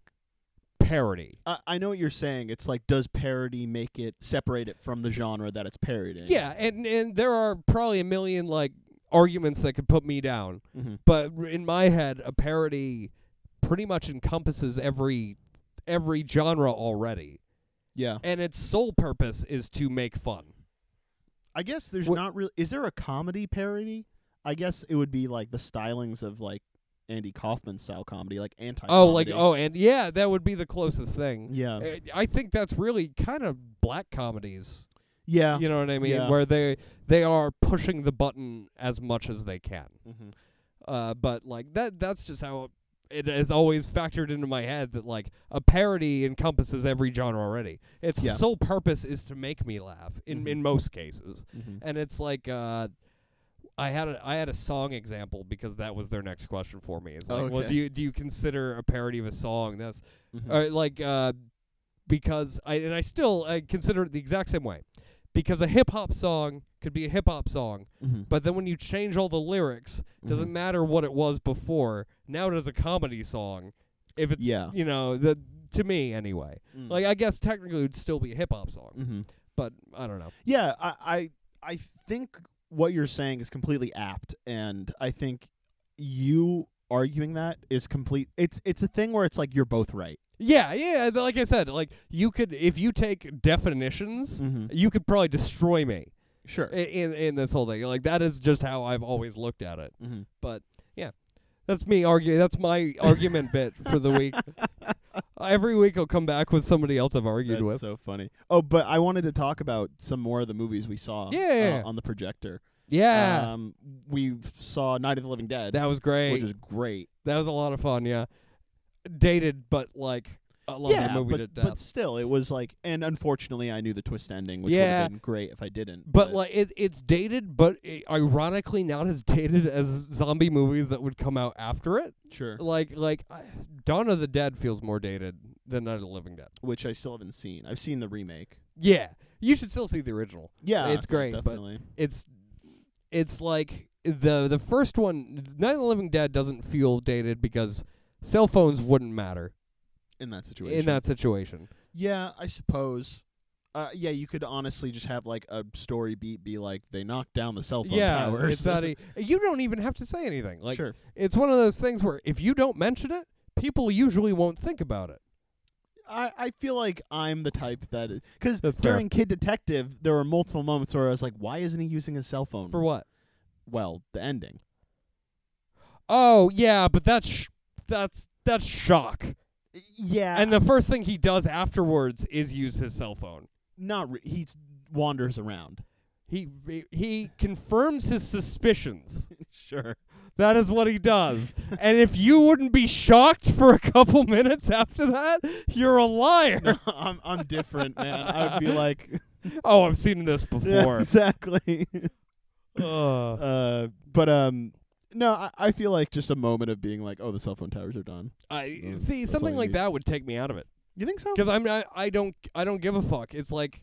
[SPEAKER 1] parody.
[SPEAKER 2] I, I know what you're saying. It's like does parody make it separate it from the genre that it's parodying?
[SPEAKER 1] Yeah, and and there are probably a million like arguments that could put me down,
[SPEAKER 2] Mm-hmm.
[SPEAKER 1] but r- in my head a parody pretty much encompasses every every genre already.
[SPEAKER 2] Yeah.
[SPEAKER 1] And its sole purpose is to make fun.
[SPEAKER 2] I guess there's
[SPEAKER 1] What-
[SPEAKER 2] not really. Is there a comedy parody? I guess it would be like the stylings of like Andy Kaufman style comedy, like anti.
[SPEAKER 1] Oh, like oh, and yeah, that would be the closest thing.
[SPEAKER 2] Yeah.
[SPEAKER 1] Uh, I think that's really kind of black comedies.
[SPEAKER 2] Yeah.
[SPEAKER 1] You know what I mean?
[SPEAKER 2] Yeah.
[SPEAKER 1] Where they they are pushing the button as much as they can.
[SPEAKER 2] Mm-hmm.
[SPEAKER 1] Uh, but like that that's just how it has always factored into my head that like a parody encompasses every genre already. Its
[SPEAKER 2] Yeah.
[SPEAKER 1] sole purpose is to make me laugh in
[SPEAKER 2] Mhm.
[SPEAKER 1] in most cases
[SPEAKER 2] Mm-hmm.
[SPEAKER 1] and it's like uh I had a I had a song example because that was their next question for me. It's like, well,
[SPEAKER 2] Okay.
[SPEAKER 1] do you do you consider a parody of a song? That's
[SPEAKER 2] Mm-hmm.
[SPEAKER 1] or like uh, because I and I still I consider it the exact same way because a hip hop song could be a hip hop song,
[SPEAKER 2] Mm-hmm.
[SPEAKER 1] but then when you change all the lyrics, doesn't matter what it was before. Now it is a comedy song, if it's
[SPEAKER 2] Yeah.
[SPEAKER 1] you know the to me anyway. Like I guess technically it would still be a hip hop song,
[SPEAKER 2] Mm. mm-hmm.
[SPEAKER 1] but I don't know.
[SPEAKER 2] Yeah, I, I I think what you're saying is completely apt, and I think you arguing that is complete. It's it's a thing where it's like you're both right.
[SPEAKER 1] Yeah, yeah. th- Like I said, like you could, if you take definitions,
[SPEAKER 2] Mm-hmm.
[SPEAKER 1] you could probably destroy me
[SPEAKER 2] Sure.
[SPEAKER 1] i- in in this whole thing. Like that is just how I've always looked at it.
[SPEAKER 2] mm-hmm.
[SPEAKER 1] But yeah, that's me arguing. That's my argument bit for the week. Every week I'll come back with somebody else I've argued
[SPEAKER 2] That's
[SPEAKER 1] with.
[SPEAKER 2] so funny. Oh, but I wanted to talk about some more of the movies we saw.
[SPEAKER 1] Yeah, yeah,
[SPEAKER 2] uh,
[SPEAKER 1] yeah.
[SPEAKER 2] on the projector.
[SPEAKER 1] yeah,
[SPEAKER 2] Um, we saw Night of the Living Dead,
[SPEAKER 1] that was great.
[SPEAKER 2] which is great.
[SPEAKER 1] that was a lot of fun. Yeah, dated, but like I love
[SPEAKER 2] yeah,
[SPEAKER 1] the movie
[SPEAKER 2] but,
[SPEAKER 1] to death.
[SPEAKER 2] but still, it was like, and unfortunately, I knew the twist ending, which would
[SPEAKER 1] Yeah.
[SPEAKER 2] have been great if I didn't.
[SPEAKER 1] But like it, it's dated, but i ironically not as dated as zombie movies that would come out after it.
[SPEAKER 2] sure,
[SPEAKER 1] Like like I, Dawn of the Dead feels more dated than Night of the Living Dead.
[SPEAKER 2] which I still haven't seen. I've seen the remake.
[SPEAKER 1] Yeah, you should still see the original.
[SPEAKER 2] Yeah,
[SPEAKER 1] It's great, but-
[SPEAKER 2] definitely.
[SPEAKER 1] It's it's like the the first one, Night of the Living Dead doesn't feel dated because cell phones wouldn't matter
[SPEAKER 2] in that situation,
[SPEAKER 1] in that situation.
[SPEAKER 2] yeah, I suppose. Uh, yeah, you could honestly just have like a story beat be like they knocked down the cell phone
[SPEAKER 1] yeah,
[SPEAKER 2] towers.
[SPEAKER 1] it's not. e- you don't even have to say anything. Like
[SPEAKER 2] sure.
[SPEAKER 1] it's one of those things where if you don't mention it, people usually won't think about it.
[SPEAKER 2] I, I feel like I'm the type that because
[SPEAKER 1] That's fair.
[SPEAKER 2] during Kid Detective there were multiple moments where I was like, why isn't he using his cell phone?
[SPEAKER 1] For what?
[SPEAKER 2] well, the ending.
[SPEAKER 1] Oh yeah, but that's sh- that's that's shock.
[SPEAKER 2] Yeah,
[SPEAKER 1] and the first thing he does afterwards is use his cell phone.
[SPEAKER 2] not re- he wanders around.
[SPEAKER 1] He he confirms his suspicions.
[SPEAKER 2] sure.
[SPEAKER 1] That is what he does. and if you wouldn't be shocked for a couple minutes after that, you're a liar.
[SPEAKER 2] No, I'm I'm different, man. I would be like
[SPEAKER 1] Oh, I've seen this
[SPEAKER 2] Yeah,
[SPEAKER 1] before.
[SPEAKER 2] exactly.
[SPEAKER 1] Ugh.
[SPEAKER 2] uh, but um, no, I, I feel like just a moment of being like, oh, the cell phone towers are done.
[SPEAKER 1] I
[SPEAKER 2] that's-
[SPEAKER 1] see
[SPEAKER 2] that's
[SPEAKER 1] something
[SPEAKER 2] all you
[SPEAKER 1] like
[SPEAKER 2] need.
[SPEAKER 1] that would take me out of it
[SPEAKER 2] You think so?
[SPEAKER 1] because I'm not, I don't I don't give a fuck. It's like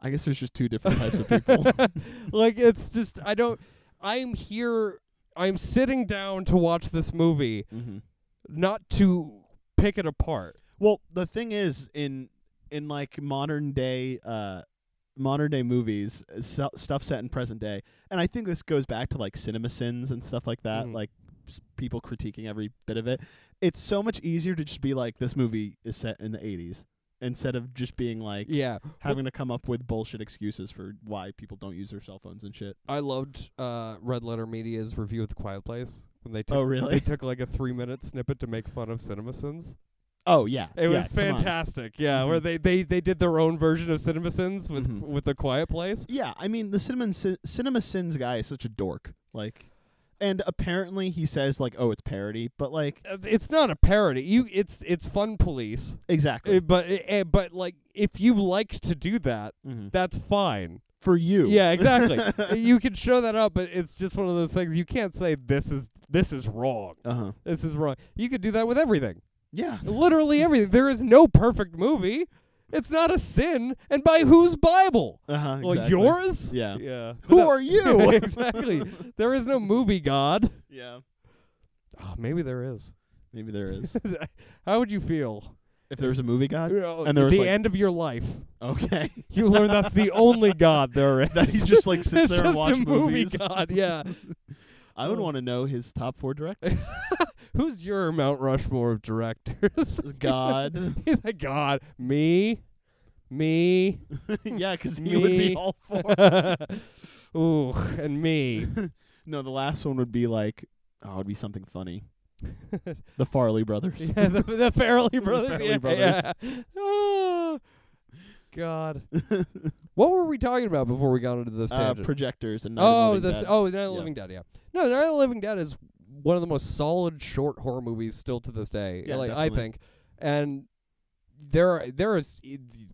[SPEAKER 2] I guess there's just two different types of people.
[SPEAKER 1] like it's just I don't. I'm here. I'm sitting down to watch this movie,
[SPEAKER 2] hmm
[SPEAKER 1] not to pick it apart.
[SPEAKER 2] Well, the thing is, in in like modern day, uh, modern day movies, uh, so- stuff set in present day, and I think this goes back to like cinema sins and stuff like that,
[SPEAKER 1] Mhm.
[SPEAKER 2] like s- people critiquing every bit of it. It's so much easier to just be like, this movie is set in the '80s instead of just being like
[SPEAKER 1] Yeah,
[SPEAKER 2] having to come up with bullshit excuses for why people don't use their cell phones and shit.
[SPEAKER 1] I loved uh, Red Letter Media's review of The Quiet Place when they took
[SPEAKER 2] Oh,
[SPEAKER 1] they
[SPEAKER 2] really?
[SPEAKER 1] took like a three minute snippet to make fun of CinemaSins.
[SPEAKER 2] Oh yeah,
[SPEAKER 1] It
[SPEAKER 2] yeah,
[SPEAKER 1] was
[SPEAKER 2] come on.
[SPEAKER 1] fantastic. Yeah,
[SPEAKER 2] Mhm.
[SPEAKER 1] where they, they they did their own version of CinemaSins with
[SPEAKER 2] Mhm.
[SPEAKER 1] with The Quiet Place.
[SPEAKER 2] Yeah, I mean the cinnamon Sin- cinema sins guy is such a dork. Like, and apparently he says like, "Oh, it's parody," but like,
[SPEAKER 1] Uh, It's not a parody. You it's it's fun police,
[SPEAKER 2] exactly
[SPEAKER 1] Uh, but uh, but like if you like to do that,
[SPEAKER 2] Mhm.
[SPEAKER 1] that's fine.
[SPEAKER 2] for you.
[SPEAKER 1] Yeah, exactly. Uh, you can show that up, but it's just one of those things. You can't say this is this is wrong.
[SPEAKER 2] Uh huh.
[SPEAKER 1] This is wrong. You could do that with everything.
[SPEAKER 2] Yeah.
[SPEAKER 1] Literally everything. There is no perfect movie. It's not a sin. And by whose Bible?
[SPEAKER 2] Uh huh.
[SPEAKER 1] Well, yours?
[SPEAKER 2] Yeah.
[SPEAKER 1] Yeah.
[SPEAKER 2] Who
[SPEAKER 1] But
[SPEAKER 2] are you?
[SPEAKER 1] exactly. There is no movie god.
[SPEAKER 2] yeah.
[SPEAKER 1] Oh, maybe there is.
[SPEAKER 2] Maybe there is.
[SPEAKER 1] How would you feel?
[SPEAKER 2] if there was a movie god,
[SPEAKER 1] You know,
[SPEAKER 2] and there
[SPEAKER 1] at
[SPEAKER 2] was,
[SPEAKER 1] the
[SPEAKER 2] like-
[SPEAKER 1] end of your life,
[SPEAKER 2] okay.
[SPEAKER 1] you learn that's the only god there is.
[SPEAKER 2] that he just like sits
[SPEAKER 1] it's
[SPEAKER 2] there
[SPEAKER 1] just
[SPEAKER 2] and watches
[SPEAKER 1] a movie
[SPEAKER 2] movies.
[SPEAKER 1] god, yeah.
[SPEAKER 2] I would
[SPEAKER 1] Oh.
[SPEAKER 2] want to know his top four directors.
[SPEAKER 1] Who's your Mount Rushmore of directors?
[SPEAKER 2] God.
[SPEAKER 1] He's like, God, me, me,
[SPEAKER 2] yeah, because he would
[SPEAKER 1] Me.
[SPEAKER 2] be all four.
[SPEAKER 1] ooh, and me.
[SPEAKER 2] no, the last one would be like, oh, it would be something funny. The Farley brothers.
[SPEAKER 1] Yeah, the, the Farrelly brothers.
[SPEAKER 2] Farrelly
[SPEAKER 1] yeah,
[SPEAKER 2] brothers.
[SPEAKER 1] yeah. Oh, God. what were we talking about before we got into this
[SPEAKER 2] uh,
[SPEAKER 1] tangent?
[SPEAKER 2] projectors and Night of
[SPEAKER 1] oh,
[SPEAKER 2] Living
[SPEAKER 1] this.
[SPEAKER 2] Dead.
[SPEAKER 1] Oh, Night of the
[SPEAKER 2] Yeah.
[SPEAKER 1] Living Dead. Yeah. No, Night of the Living Dead is one of the most solid short horror movies still to this day.
[SPEAKER 2] Yeah,
[SPEAKER 1] like I
[SPEAKER 2] definitely.
[SPEAKER 1] think, and there are there is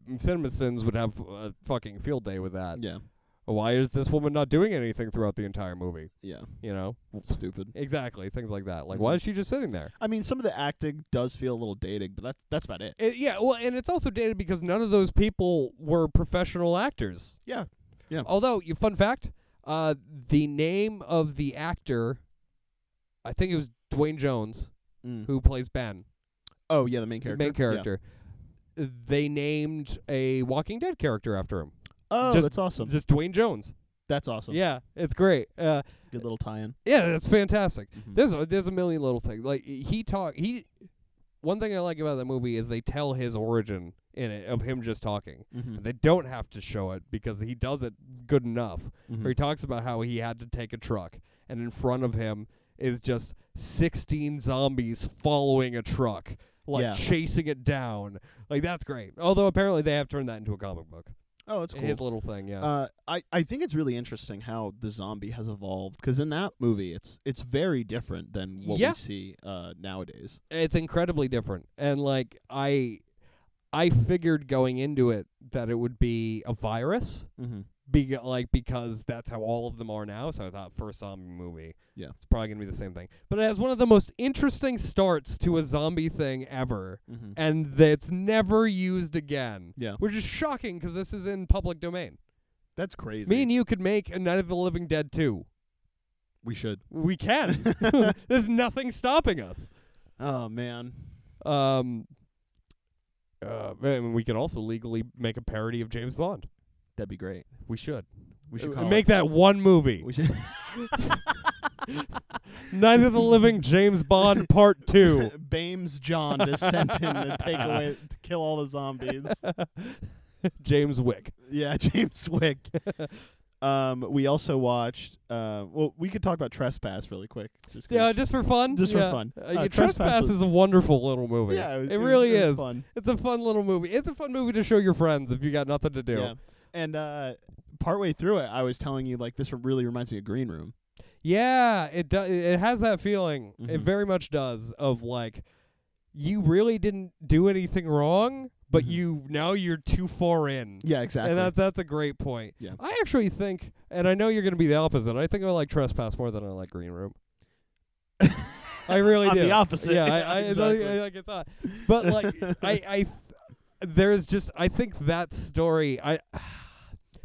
[SPEAKER 1] CinemaSins would have a fucking field day with that.
[SPEAKER 2] yeah,
[SPEAKER 1] Why is this woman not doing anything throughout the entire movie?
[SPEAKER 2] yeah,
[SPEAKER 1] You know,
[SPEAKER 2] stupid.
[SPEAKER 1] exactly things like that. Like, why
[SPEAKER 2] Mhm.
[SPEAKER 1] is she just sitting there?
[SPEAKER 2] I mean, some of the acting does feel a little dated, but that's that's about it.
[SPEAKER 1] It, yeah, well, and it's also dated because none of those people were professional actors.
[SPEAKER 2] Yeah, yeah.
[SPEAKER 1] Although, you fun fact, uh, the name of the actor, I think it was Dwayne Jones, who plays Ben,
[SPEAKER 2] Oh yeah, the main Mm-hmm.
[SPEAKER 1] Mm.
[SPEAKER 2] character.
[SPEAKER 1] the main
[SPEAKER 2] Yeah.
[SPEAKER 1] character. They named a Walking Dead character after him,
[SPEAKER 2] Oh,
[SPEAKER 1] Just-
[SPEAKER 2] that's awesome.
[SPEAKER 1] just Dwayne Jones.
[SPEAKER 2] that's awesome.
[SPEAKER 1] Yeah, it's great. Uh,
[SPEAKER 2] good little tie-in.
[SPEAKER 1] yeah, that's fantastic.
[SPEAKER 2] Mhm.
[SPEAKER 1] There's a there's a million little things. Like he talk he. One thing I like about that movie is they tell his origin in it of him just talking.
[SPEAKER 2] Mhm.
[SPEAKER 1] Mm-hmm. They don't have to show it because he does it good enough.
[SPEAKER 2] Mhm.
[SPEAKER 1] Where he talks about how he had to take a truck, and in front of him is just 16 zombies following a truck, like
[SPEAKER 2] Yeah.
[SPEAKER 1] chasing it down. Like that's great. Although apparently they have turned that into a comic book.
[SPEAKER 2] Oh, that's cool.
[SPEAKER 1] His little thing, yeah.
[SPEAKER 2] Uh, I I think it's really interesting how the zombie has evolved because in that movie it's it's very different than what
[SPEAKER 1] Yeah.
[SPEAKER 2] we see uh, nowadays.
[SPEAKER 1] it's incredibly different, and like I, I figured going into it that it would be a virus.
[SPEAKER 2] Mm-hmm.
[SPEAKER 1] be like because that's how all of them are now. So I thought first zombie movie,
[SPEAKER 2] Yeah.
[SPEAKER 1] it's probably gonna be the same thing. But it has one of the most interesting starts to a zombie thing ever,
[SPEAKER 2] Mm-hmm.
[SPEAKER 1] and that's never used again.
[SPEAKER 2] Yeah.
[SPEAKER 1] which is shocking because this is in public domain.
[SPEAKER 2] That's crazy.
[SPEAKER 1] Me and you could make a Night of the Living Dead two.
[SPEAKER 2] we should.
[SPEAKER 1] We can. There's nothing stopping us.
[SPEAKER 2] Oh man.
[SPEAKER 1] Um, Uh, and we could also legally make a parody of James Bond.
[SPEAKER 2] That'd be great.
[SPEAKER 1] We should.
[SPEAKER 2] We should
[SPEAKER 1] Uh,
[SPEAKER 2] call
[SPEAKER 1] make
[SPEAKER 2] it,
[SPEAKER 1] that one movie.
[SPEAKER 2] We should
[SPEAKER 1] Night of the Living James Bond Part Two.
[SPEAKER 2] Bames John to send him to take away to kill all the zombies.
[SPEAKER 1] James Wick.
[SPEAKER 2] Yeah, James Wick. um, we also watched. Uh, well, we could talk about Trespass really quick. Just 'cause-
[SPEAKER 1] Yeah, just for fun.
[SPEAKER 2] Just for
[SPEAKER 1] Yeah.
[SPEAKER 2] fun.
[SPEAKER 1] Uh,
[SPEAKER 2] Uh,
[SPEAKER 1] yeah,
[SPEAKER 2] Trespass
[SPEAKER 1] Trespass,
[SPEAKER 2] was-
[SPEAKER 1] is a wonderful little movie.
[SPEAKER 2] yeah, was-
[SPEAKER 1] it
[SPEAKER 2] was-
[SPEAKER 1] really
[SPEAKER 2] was
[SPEAKER 1] is.
[SPEAKER 2] fun.
[SPEAKER 1] It's a fun little movie. It's a fun movie to show your friends if you got nothing to do.
[SPEAKER 2] Yeah, and uh, partway through it, I was telling you like this really reminds me of Green Room.
[SPEAKER 1] Yeah, it do- it has that feeling. It
[SPEAKER 2] Mhm.
[SPEAKER 1] very much does of like you really didn't do anything wrong, but
[SPEAKER 2] Mhm.
[SPEAKER 1] you now you're too far in.
[SPEAKER 2] Yeah, exactly.
[SPEAKER 1] And that's that's a great point.
[SPEAKER 2] Yeah.
[SPEAKER 1] I actually think and I know you're going to be the opposite. I think I like Trespass more than I like Green Room. I really
[SPEAKER 2] I'm
[SPEAKER 1] do.
[SPEAKER 2] the opposite.
[SPEAKER 1] Yeah, I I,
[SPEAKER 2] exactly.
[SPEAKER 1] I, I like it thought. But like I I th- there's just I think that story I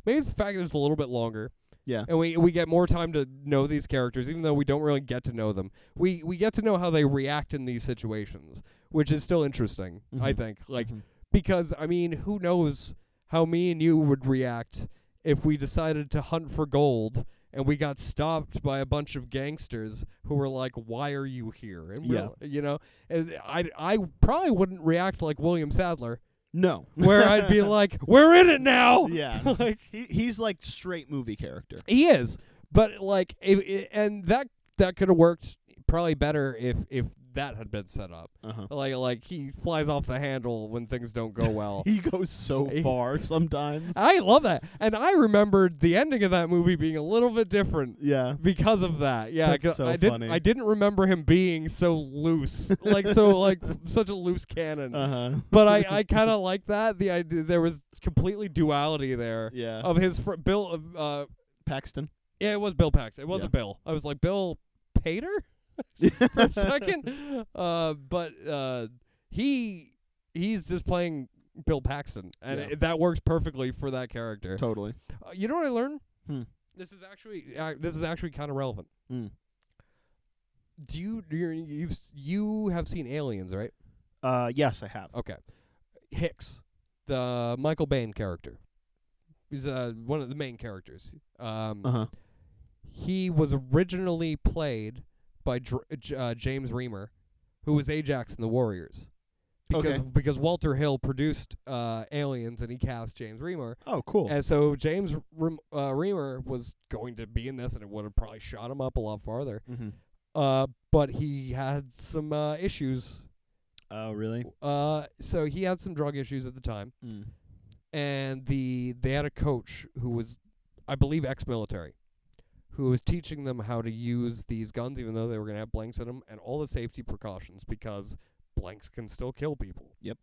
[SPEAKER 1] maybe it's the fact that it's a little bit longer.
[SPEAKER 2] Yeah.
[SPEAKER 1] And we we get more time to know these characters even though we don't really get to know them. We we get to know how they react in these situations, which is still interesting, I
[SPEAKER 2] Mhm.
[SPEAKER 1] think. Like
[SPEAKER 2] Mhm.
[SPEAKER 1] because I mean, who knows how me and you would react if we decided to hunt for gold and we got stopped by a bunch of gangsters who were like, "Why are you here?" And we're- you know, and I I probably wouldn't react like William Sadler,
[SPEAKER 2] no,
[SPEAKER 1] where I'd be like, "We're in it now."
[SPEAKER 2] yeah,
[SPEAKER 1] like
[SPEAKER 2] he, he's like straight movie character.
[SPEAKER 1] he is, but like, i i and that that could have worked probably better if if that had been set up.
[SPEAKER 2] Uh huh.
[SPEAKER 1] Like like he flies off the handle when things don't go well.
[SPEAKER 2] He goes so
[SPEAKER 1] He-
[SPEAKER 2] far sometimes.
[SPEAKER 1] I love that. And I remembered the ending of that movie being a little bit different
[SPEAKER 2] yeah.
[SPEAKER 1] because of that. Yeah,
[SPEAKER 2] That's
[SPEAKER 1] 'cause
[SPEAKER 2] so
[SPEAKER 1] I didn't
[SPEAKER 2] funny.
[SPEAKER 1] I didn't remember him being so loose. like so like such a loose cannon.
[SPEAKER 2] Uh huh.
[SPEAKER 1] But I I kind of like that. The idea there was completely duality there
[SPEAKER 2] Yeah.
[SPEAKER 1] of his fr- Bill uh
[SPEAKER 2] Paxton.
[SPEAKER 1] yeah, it was Bill Paxton. It wasn't
[SPEAKER 2] Yeah.
[SPEAKER 1] Bill. I was like Bill Pater? for a second. Uh, but uh, he he's just playing Bill Paxton, and
[SPEAKER 2] Yeah.
[SPEAKER 1] it, that works perfectly for that character.
[SPEAKER 2] Totally.
[SPEAKER 1] Uh, you know what I learned?
[SPEAKER 2] Hmm.
[SPEAKER 1] This is actually uh, this is actually kind of relevant.
[SPEAKER 2] Mm.
[SPEAKER 1] Do you you're, you've s- you have seen Aliens, right?
[SPEAKER 2] Uh, yes, I have.
[SPEAKER 1] Okay, Hicks, the Michael Bain character. He's uh, one of the main characters. Um,
[SPEAKER 2] Uh huh.
[SPEAKER 1] he was originally played by Dr- J- uh, James Reamer, who was Ajax in the Warriors. Because
[SPEAKER 2] Okay.
[SPEAKER 1] because Walter Hill produced uh, Aliens and he cast James Reamer,
[SPEAKER 2] Oh, cool.
[SPEAKER 1] and so James Rem- uh, Reamer was going to be in this, and it would have probably shot him up a lot farther.
[SPEAKER 2] mm-hmm.
[SPEAKER 1] Uh, but he had some uh, issues,
[SPEAKER 2] Oh, really?
[SPEAKER 1] uh, so he had some drug issues at the time,
[SPEAKER 2] Mm.
[SPEAKER 1] and the they had a coach who was, I believe, ex-military, who was teaching them how to use these guns, even though they were going to have blanks in them, and all the safety precautions because blanks can still kill people.
[SPEAKER 2] Yep.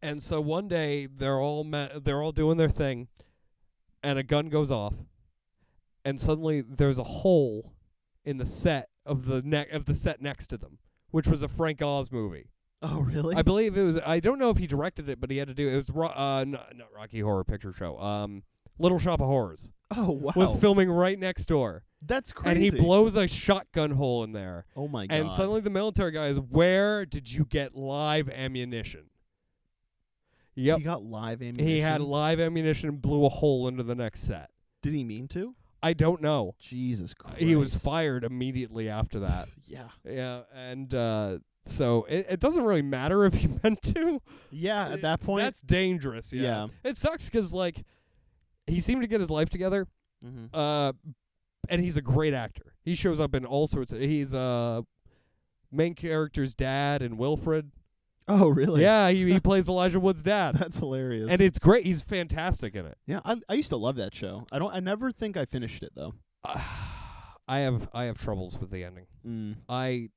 [SPEAKER 1] And so one day they're all ma- they're all doing their thing, and a gun goes off, and suddenly there's a hole in the set of the ne- of the set next to them, which was a Frank Oz movie.
[SPEAKER 2] Oh, really?
[SPEAKER 1] I believe it was. I don't know if he directed it, but he had to do it. Was Ro- uh, not, not Rocky Horror Picture Show. Um, Little Shop of Horrors
[SPEAKER 2] oh, wow.
[SPEAKER 1] was filming right next door,
[SPEAKER 2] That's crazy.
[SPEAKER 1] and he blows a shotgun hole in there,
[SPEAKER 2] Oh my god.
[SPEAKER 1] and suddenly the military guy is, "Where did you get live ammunition?" Yep,
[SPEAKER 2] he got live ammunition.
[SPEAKER 1] he had live ammunition and blew a hole into the next set.
[SPEAKER 2] Did he mean to?
[SPEAKER 1] I don't know.
[SPEAKER 2] Jesus Christ.
[SPEAKER 1] Uh, He was fired immediately after that.
[SPEAKER 2] Yeah.
[SPEAKER 1] yeah, and uh, so it, it doesn't really matter if he meant to.
[SPEAKER 2] Yeah. At
[SPEAKER 1] Uh,
[SPEAKER 2] that point.
[SPEAKER 1] That's dangerous. Yeah. It sucks because like he seemed to get his life together.
[SPEAKER 2] mm-hmm.
[SPEAKER 1] Uh, and he's a great actor. He shows up in all sorts of. He's uh main character's dad and Wilfred.
[SPEAKER 2] Oh, really?
[SPEAKER 1] Yeah, he he plays Elijah Wood's dad,
[SPEAKER 2] That's hilarious.
[SPEAKER 1] and it's great. He's fantastic in it.
[SPEAKER 2] yeah, I, I used to love that show. I don't. I never think I finished it though.
[SPEAKER 1] I have I have troubles with the ending.
[SPEAKER 2] Mm.
[SPEAKER 1] I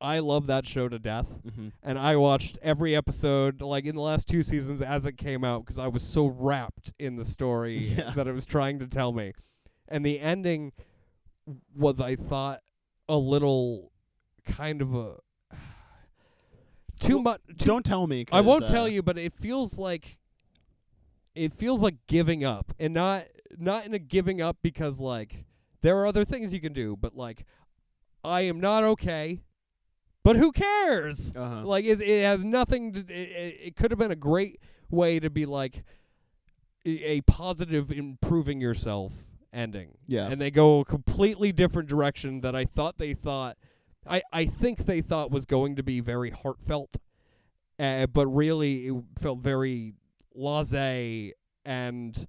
[SPEAKER 1] I love that show to death,
[SPEAKER 2] Mm-hmm.
[SPEAKER 1] and I watched every episode like in the last two seasons as it came out because I was so wrapped in the story
[SPEAKER 2] Yeah.
[SPEAKER 1] that it was trying to tell me. And the ending was, I thought, a little kind of a too
[SPEAKER 2] Well,
[SPEAKER 1] much.
[SPEAKER 2] Don't tell me.
[SPEAKER 1] I
[SPEAKER 2] 'cause,
[SPEAKER 1] won't
[SPEAKER 2] uh,
[SPEAKER 1] tell you, but it feels like it feels like giving up, and not not in a giving up because like there are other things you can do, but like I am not okay, But who cares?
[SPEAKER 2] Uh-huh.
[SPEAKER 1] Like it, it has nothing. To, it, it, it could have been a great way to be like a, a positive improving yourself ending.
[SPEAKER 2] yeah.
[SPEAKER 1] And they go a completely different direction that I thought they thought. I I think they thought was going to be very heartfelt, uh, but really it felt very laissez and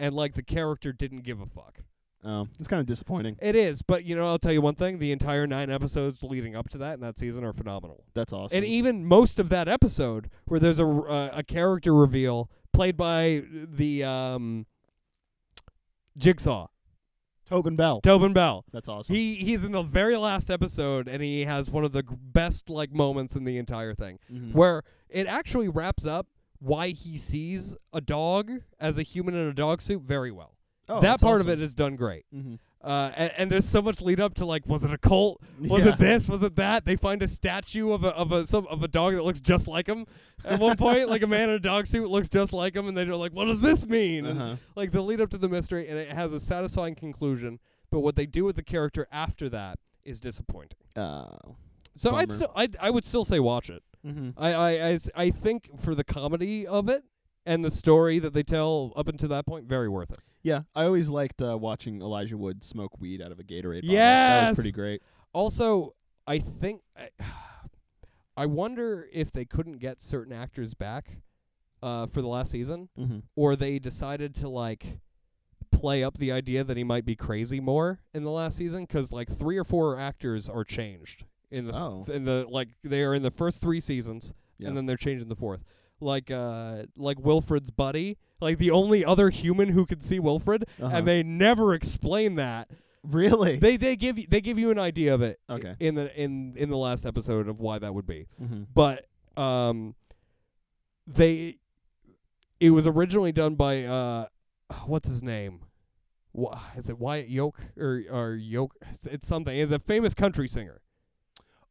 [SPEAKER 1] and like the character didn't give a fuck.
[SPEAKER 2] um, it's kind of disappointing.
[SPEAKER 1] It is, but you know, I'll tell you one thing: the entire nine episodes leading up to that in that season are phenomenal.
[SPEAKER 2] That's awesome.
[SPEAKER 1] And even most of that episode where there's a uh, a character reveal played by the um, Jigsaw,
[SPEAKER 2] Tobin Bell.
[SPEAKER 1] Tobin Bell.
[SPEAKER 2] That's awesome.
[SPEAKER 1] He he's in the very last episode and he has one of the g- best like moments in the entire thing
[SPEAKER 2] Mhm.
[SPEAKER 1] where it actually wraps up why he sees a dog as a human in a dog suit very well.
[SPEAKER 2] Oh,
[SPEAKER 1] that part of it is done great.
[SPEAKER 2] Mm-hmm.
[SPEAKER 1] Uh, and, and there's so much lead up to like, was it a cult? Was
[SPEAKER 2] Yeah.
[SPEAKER 1] it this? Was it that? They find a statue of a of a some, of a dog that looks just like him. At one point, like a man in a dog suit looks just like him, and they're like, "What does this mean?" And,
[SPEAKER 2] Uh-huh.
[SPEAKER 1] like the lead up to the mystery, and it has a satisfying conclusion. But what they do with the character after that is disappointing.
[SPEAKER 2] Uh,
[SPEAKER 1] So I'd
[SPEAKER 2] Bummer.
[SPEAKER 1] still I'd, I would still say watch it.
[SPEAKER 2] mm-hmm.
[SPEAKER 1] I, I I s- I think for the comedy of it and the story that they tell up until that point, very worth it.
[SPEAKER 2] Yeah, I always liked uh, watching Elijah Wood smoke weed out of a Gatorade. bottle. that
[SPEAKER 1] Yes!
[SPEAKER 2] was pretty great.
[SPEAKER 1] Also, I think I, I wonder if they couldn't get certain actors back uh, for the last season,
[SPEAKER 2] Mm-hmm.
[SPEAKER 1] or they decided to like play up the idea that he might be crazy more in the last season, 'cause like three or four actors are changed in the
[SPEAKER 2] Oh.
[SPEAKER 1] in the like they are in the first three seasons,
[SPEAKER 2] Yeah.
[SPEAKER 1] and then they're changing the fourth. Like uh, like Wilfred's buddy, like the only other human who could see Wilfred,
[SPEAKER 2] Uh-huh.
[SPEAKER 1] and they never explain that
[SPEAKER 2] Really?
[SPEAKER 1] they they give you they give you an idea of it i-
[SPEAKER 2] Okay.
[SPEAKER 1] in the in in the last episode of why that would be
[SPEAKER 2] mm-hmm.
[SPEAKER 1] but um they it was originally done by uh what's his name Wha- is it Wyatt Yoke or or Yoke it's, it's something it's a famous country singer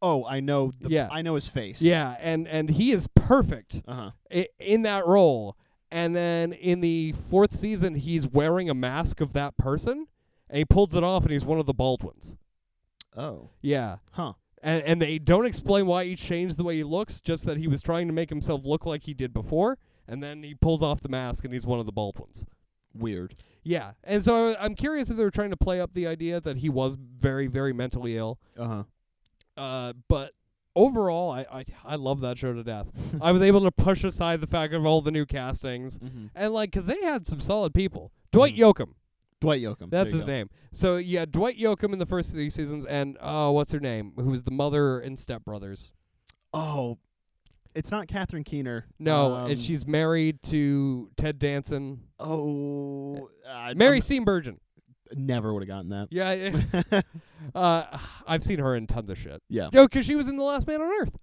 [SPEAKER 2] Oh, I know. The,
[SPEAKER 1] Yeah.
[SPEAKER 2] I know his face.
[SPEAKER 1] yeah and and he is perfect
[SPEAKER 2] Uh huh.
[SPEAKER 1] i- in that role and then in the fourth season he's wearing a mask of that person and he pulls it off and he's one of the Baldwins
[SPEAKER 2] Oh.
[SPEAKER 1] yeah
[SPEAKER 2] Huh.
[SPEAKER 1] and, and they don't explain why he changed the way he looks, just that he was trying to make himself look like he did before, and then he pulls off the mask and he's one of the bald ones.
[SPEAKER 2] Weird.
[SPEAKER 1] Yeah, and so I, I'm curious if they were trying to play up the idea that he was very, very mentally ill.
[SPEAKER 2] Uh huh.
[SPEAKER 1] Uh, but overall, I, I I love that show to death. I was able to push aside the fact of all the new castings
[SPEAKER 2] Mm-hmm.
[SPEAKER 1] and like 'cause they had some solid people. Dwight
[SPEAKER 2] Mhm.
[SPEAKER 1] Yoakam,
[SPEAKER 2] Dwight
[SPEAKER 1] that's
[SPEAKER 2] Yoakam. There you
[SPEAKER 1] his
[SPEAKER 2] go.
[SPEAKER 1] name. So yeah, Dwight Yoakam in the first three seasons, and uh, what's her name? Who was the mother in Step Brothers?
[SPEAKER 2] Oh, it's not Catherine Keener.
[SPEAKER 1] No,
[SPEAKER 2] um,
[SPEAKER 1] and she's married to Ted Danson.
[SPEAKER 2] Oh, I,
[SPEAKER 1] Mary Steenburgen.
[SPEAKER 2] I'm- never would have gotten that.
[SPEAKER 1] Yeah, I- uh, I've seen her in tons of shit.
[SPEAKER 2] yeah.
[SPEAKER 1] No, because she was in The Last Man on Earth.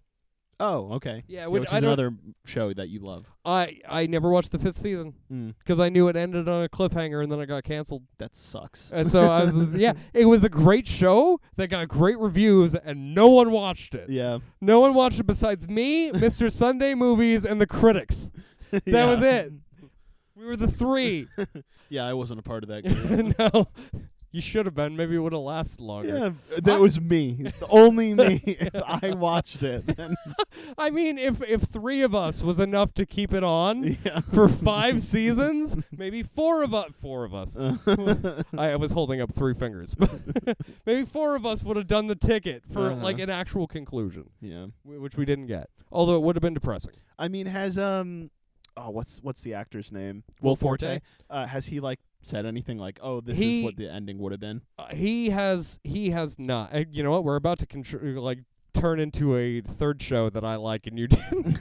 [SPEAKER 2] Oh, okay.
[SPEAKER 1] Yeah,
[SPEAKER 2] Yeah,
[SPEAKER 1] which,
[SPEAKER 2] which
[SPEAKER 1] I
[SPEAKER 2] is
[SPEAKER 1] don't.
[SPEAKER 2] another show that you love.
[SPEAKER 1] I I never watched the fifth season
[SPEAKER 2] Mm,
[SPEAKER 1] because I knew it ended on a cliffhanger and then it got canceled.
[SPEAKER 2] that sucks.
[SPEAKER 1] And so I was just- yeah, it was a great show that got great reviews and no one watched it.
[SPEAKER 2] yeah.
[SPEAKER 1] No one watched it besides me, Mr. Sunday Movies, and the critics.
[SPEAKER 2] that
[SPEAKER 1] That was it. We were the three.
[SPEAKER 2] Yeah, I wasn't a part of that group.
[SPEAKER 1] no, you should have been. Maybe it would have lasted longer.
[SPEAKER 2] Yeah, that
[SPEAKER 1] I-
[SPEAKER 2] was me. Only me. if I watched it. then-
[SPEAKER 1] I mean, if if three of us was enough to keep it on
[SPEAKER 2] yeah.
[SPEAKER 1] for five seasons, maybe four of us, four of us. I, I was holding up three fingers, but maybe four of us would have done the ticket for
[SPEAKER 2] Uh-huh.
[SPEAKER 1] like an actual conclusion,
[SPEAKER 2] yeah.
[SPEAKER 1] wh- which we didn't get. Although it would have been depressing.
[SPEAKER 2] I mean, has um, oh, what's what's the actor's name?
[SPEAKER 1] Will Forte?
[SPEAKER 2] Uh, has he like said anything like, oh, this
[SPEAKER 1] He-
[SPEAKER 2] is what the ending would have been?
[SPEAKER 1] Uh, he has he has not. Uh, you know what? We're about to contr- like turn into a third show that I like and you didn't,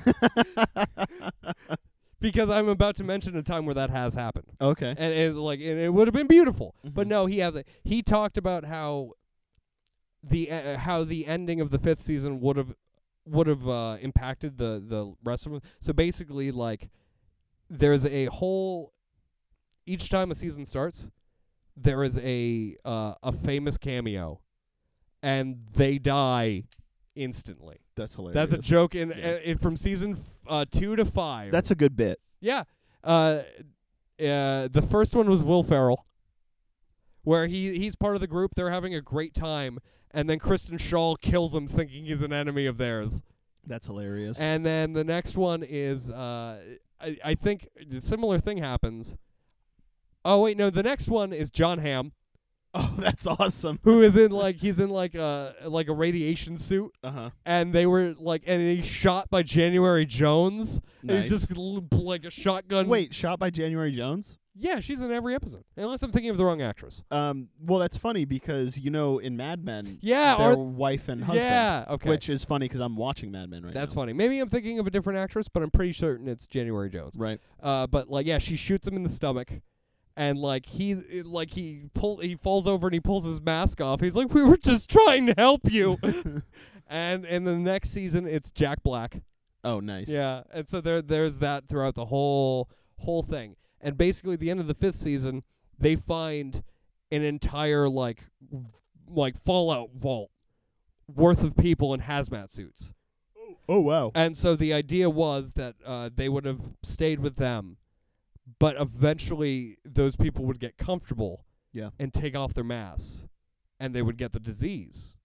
[SPEAKER 1] because I'm about to mention a time where that has happened.
[SPEAKER 2] okay.
[SPEAKER 1] and it was like and it would have been beautiful but
[SPEAKER 2] Mhm.
[SPEAKER 1] no he has a he talked about how the uh, how the ending of the fifth season would have would have uh, impacted the the rest of them so basically like there's a whole each time a season starts there is a uh, a famous cameo and they die instantly
[SPEAKER 2] That's hilarious.
[SPEAKER 1] that's a joke in,
[SPEAKER 2] Yeah.
[SPEAKER 1] uh, in from season f- uh, 2 to 5
[SPEAKER 2] That's a good bit.
[SPEAKER 1] yeah. Uh, uh, the first one was Will Ferrell. where he he's part of the group. They're having a great time, and then Kristen Shaw kills him, thinking he's an enemy of theirs.
[SPEAKER 2] That's hilarious.
[SPEAKER 1] And then the next one is uh, I, I think a similar thing happens. Oh wait, no, the next one is John Hamm,
[SPEAKER 2] oh, that's awesome.
[SPEAKER 1] who is in like he's in like a like a radiation suit,
[SPEAKER 2] Uh huh.
[SPEAKER 1] and they were like, and he's shot by January Jones. And
[SPEAKER 2] Nice.
[SPEAKER 1] he's just l- like a shotgun.
[SPEAKER 2] Wait, shot by January Jones?
[SPEAKER 1] yeah, she's in every episode, unless I'm thinking of the wrong actress.
[SPEAKER 2] Um, well, that's funny because you know in Mad Men,
[SPEAKER 1] Yeah,
[SPEAKER 2] their
[SPEAKER 1] or
[SPEAKER 2] wife and husband,
[SPEAKER 1] yeah, okay,
[SPEAKER 2] which is funny because I'm watching Mad Men right
[SPEAKER 1] that's
[SPEAKER 2] now.
[SPEAKER 1] funny. Maybe I'm thinking of a different actress, but I'm pretty certain it's January Jones.
[SPEAKER 2] Right.
[SPEAKER 1] Uh, but like, yeah, she shoots him in the stomach, and like he, it- like he pull, he falls over and he pulls his mask off. He's like, "We were just trying to help you." and in the next season, it's Jack Black.
[SPEAKER 2] Oh, nice.
[SPEAKER 1] Yeah, and so there, there's that throughout the whole whole thing. And basically, at the end of the fifth season, they find an entire like, v- like Fallout vault worth of people in hazmat suits.
[SPEAKER 2] Oh wow.
[SPEAKER 1] And so the idea was that uh, they would have stayed with them, but eventually those people would get comfortable
[SPEAKER 2] Yeah.
[SPEAKER 1] and take off their masks, and they would get the disease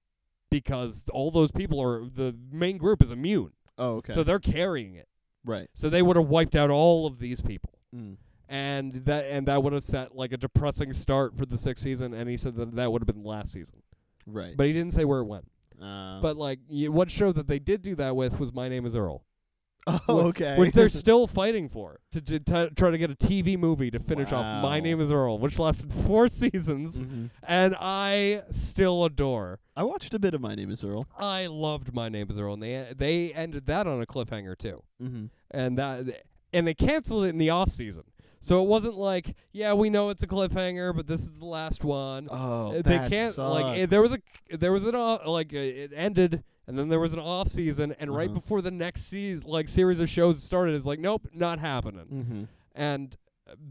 [SPEAKER 1] because all those people are the main group is immune,
[SPEAKER 2] Oh okay.
[SPEAKER 1] so they're carrying it.
[SPEAKER 2] right.
[SPEAKER 1] So they would have wiped out all of these people.
[SPEAKER 2] Mm.
[SPEAKER 1] And that and that would have set like a depressing start for the sixth season. And he said that that would have been last season,
[SPEAKER 2] Right.
[SPEAKER 1] but he didn't say where it went.
[SPEAKER 2] um,
[SPEAKER 1] But like y- one show that they did do that with was My Name Is Earl.
[SPEAKER 2] oh okay.
[SPEAKER 1] which they're still fighting for to, to t- try to get a TV movie to finish off My
[SPEAKER 2] Wow.
[SPEAKER 1] Name Is Earl, which lasted four seasons,
[SPEAKER 2] Mhm.
[SPEAKER 1] and I still adore.
[SPEAKER 2] I watched a bit of My Name Is Earl.
[SPEAKER 1] I loved My Name Is Earl, and they they ended that on a cliffhanger too,
[SPEAKER 2] Mm-hmm.
[SPEAKER 1] and that and they canceled it in the off season, so it wasn't like yeah we know it's a cliffhanger, but this is the last one.
[SPEAKER 2] Oh,
[SPEAKER 1] Uh,
[SPEAKER 2] that
[SPEAKER 1] they can't
[SPEAKER 2] sucks.
[SPEAKER 1] like it, there was a there was an off, like uh, it ended and then there was an off season and right
[SPEAKER 2] Uh-huh.
[SPEAKER 1] before the next season like series of shows started it's like nope not happening
[SPEAKER 2] Mm-hmm.
[SPEAKER 1] and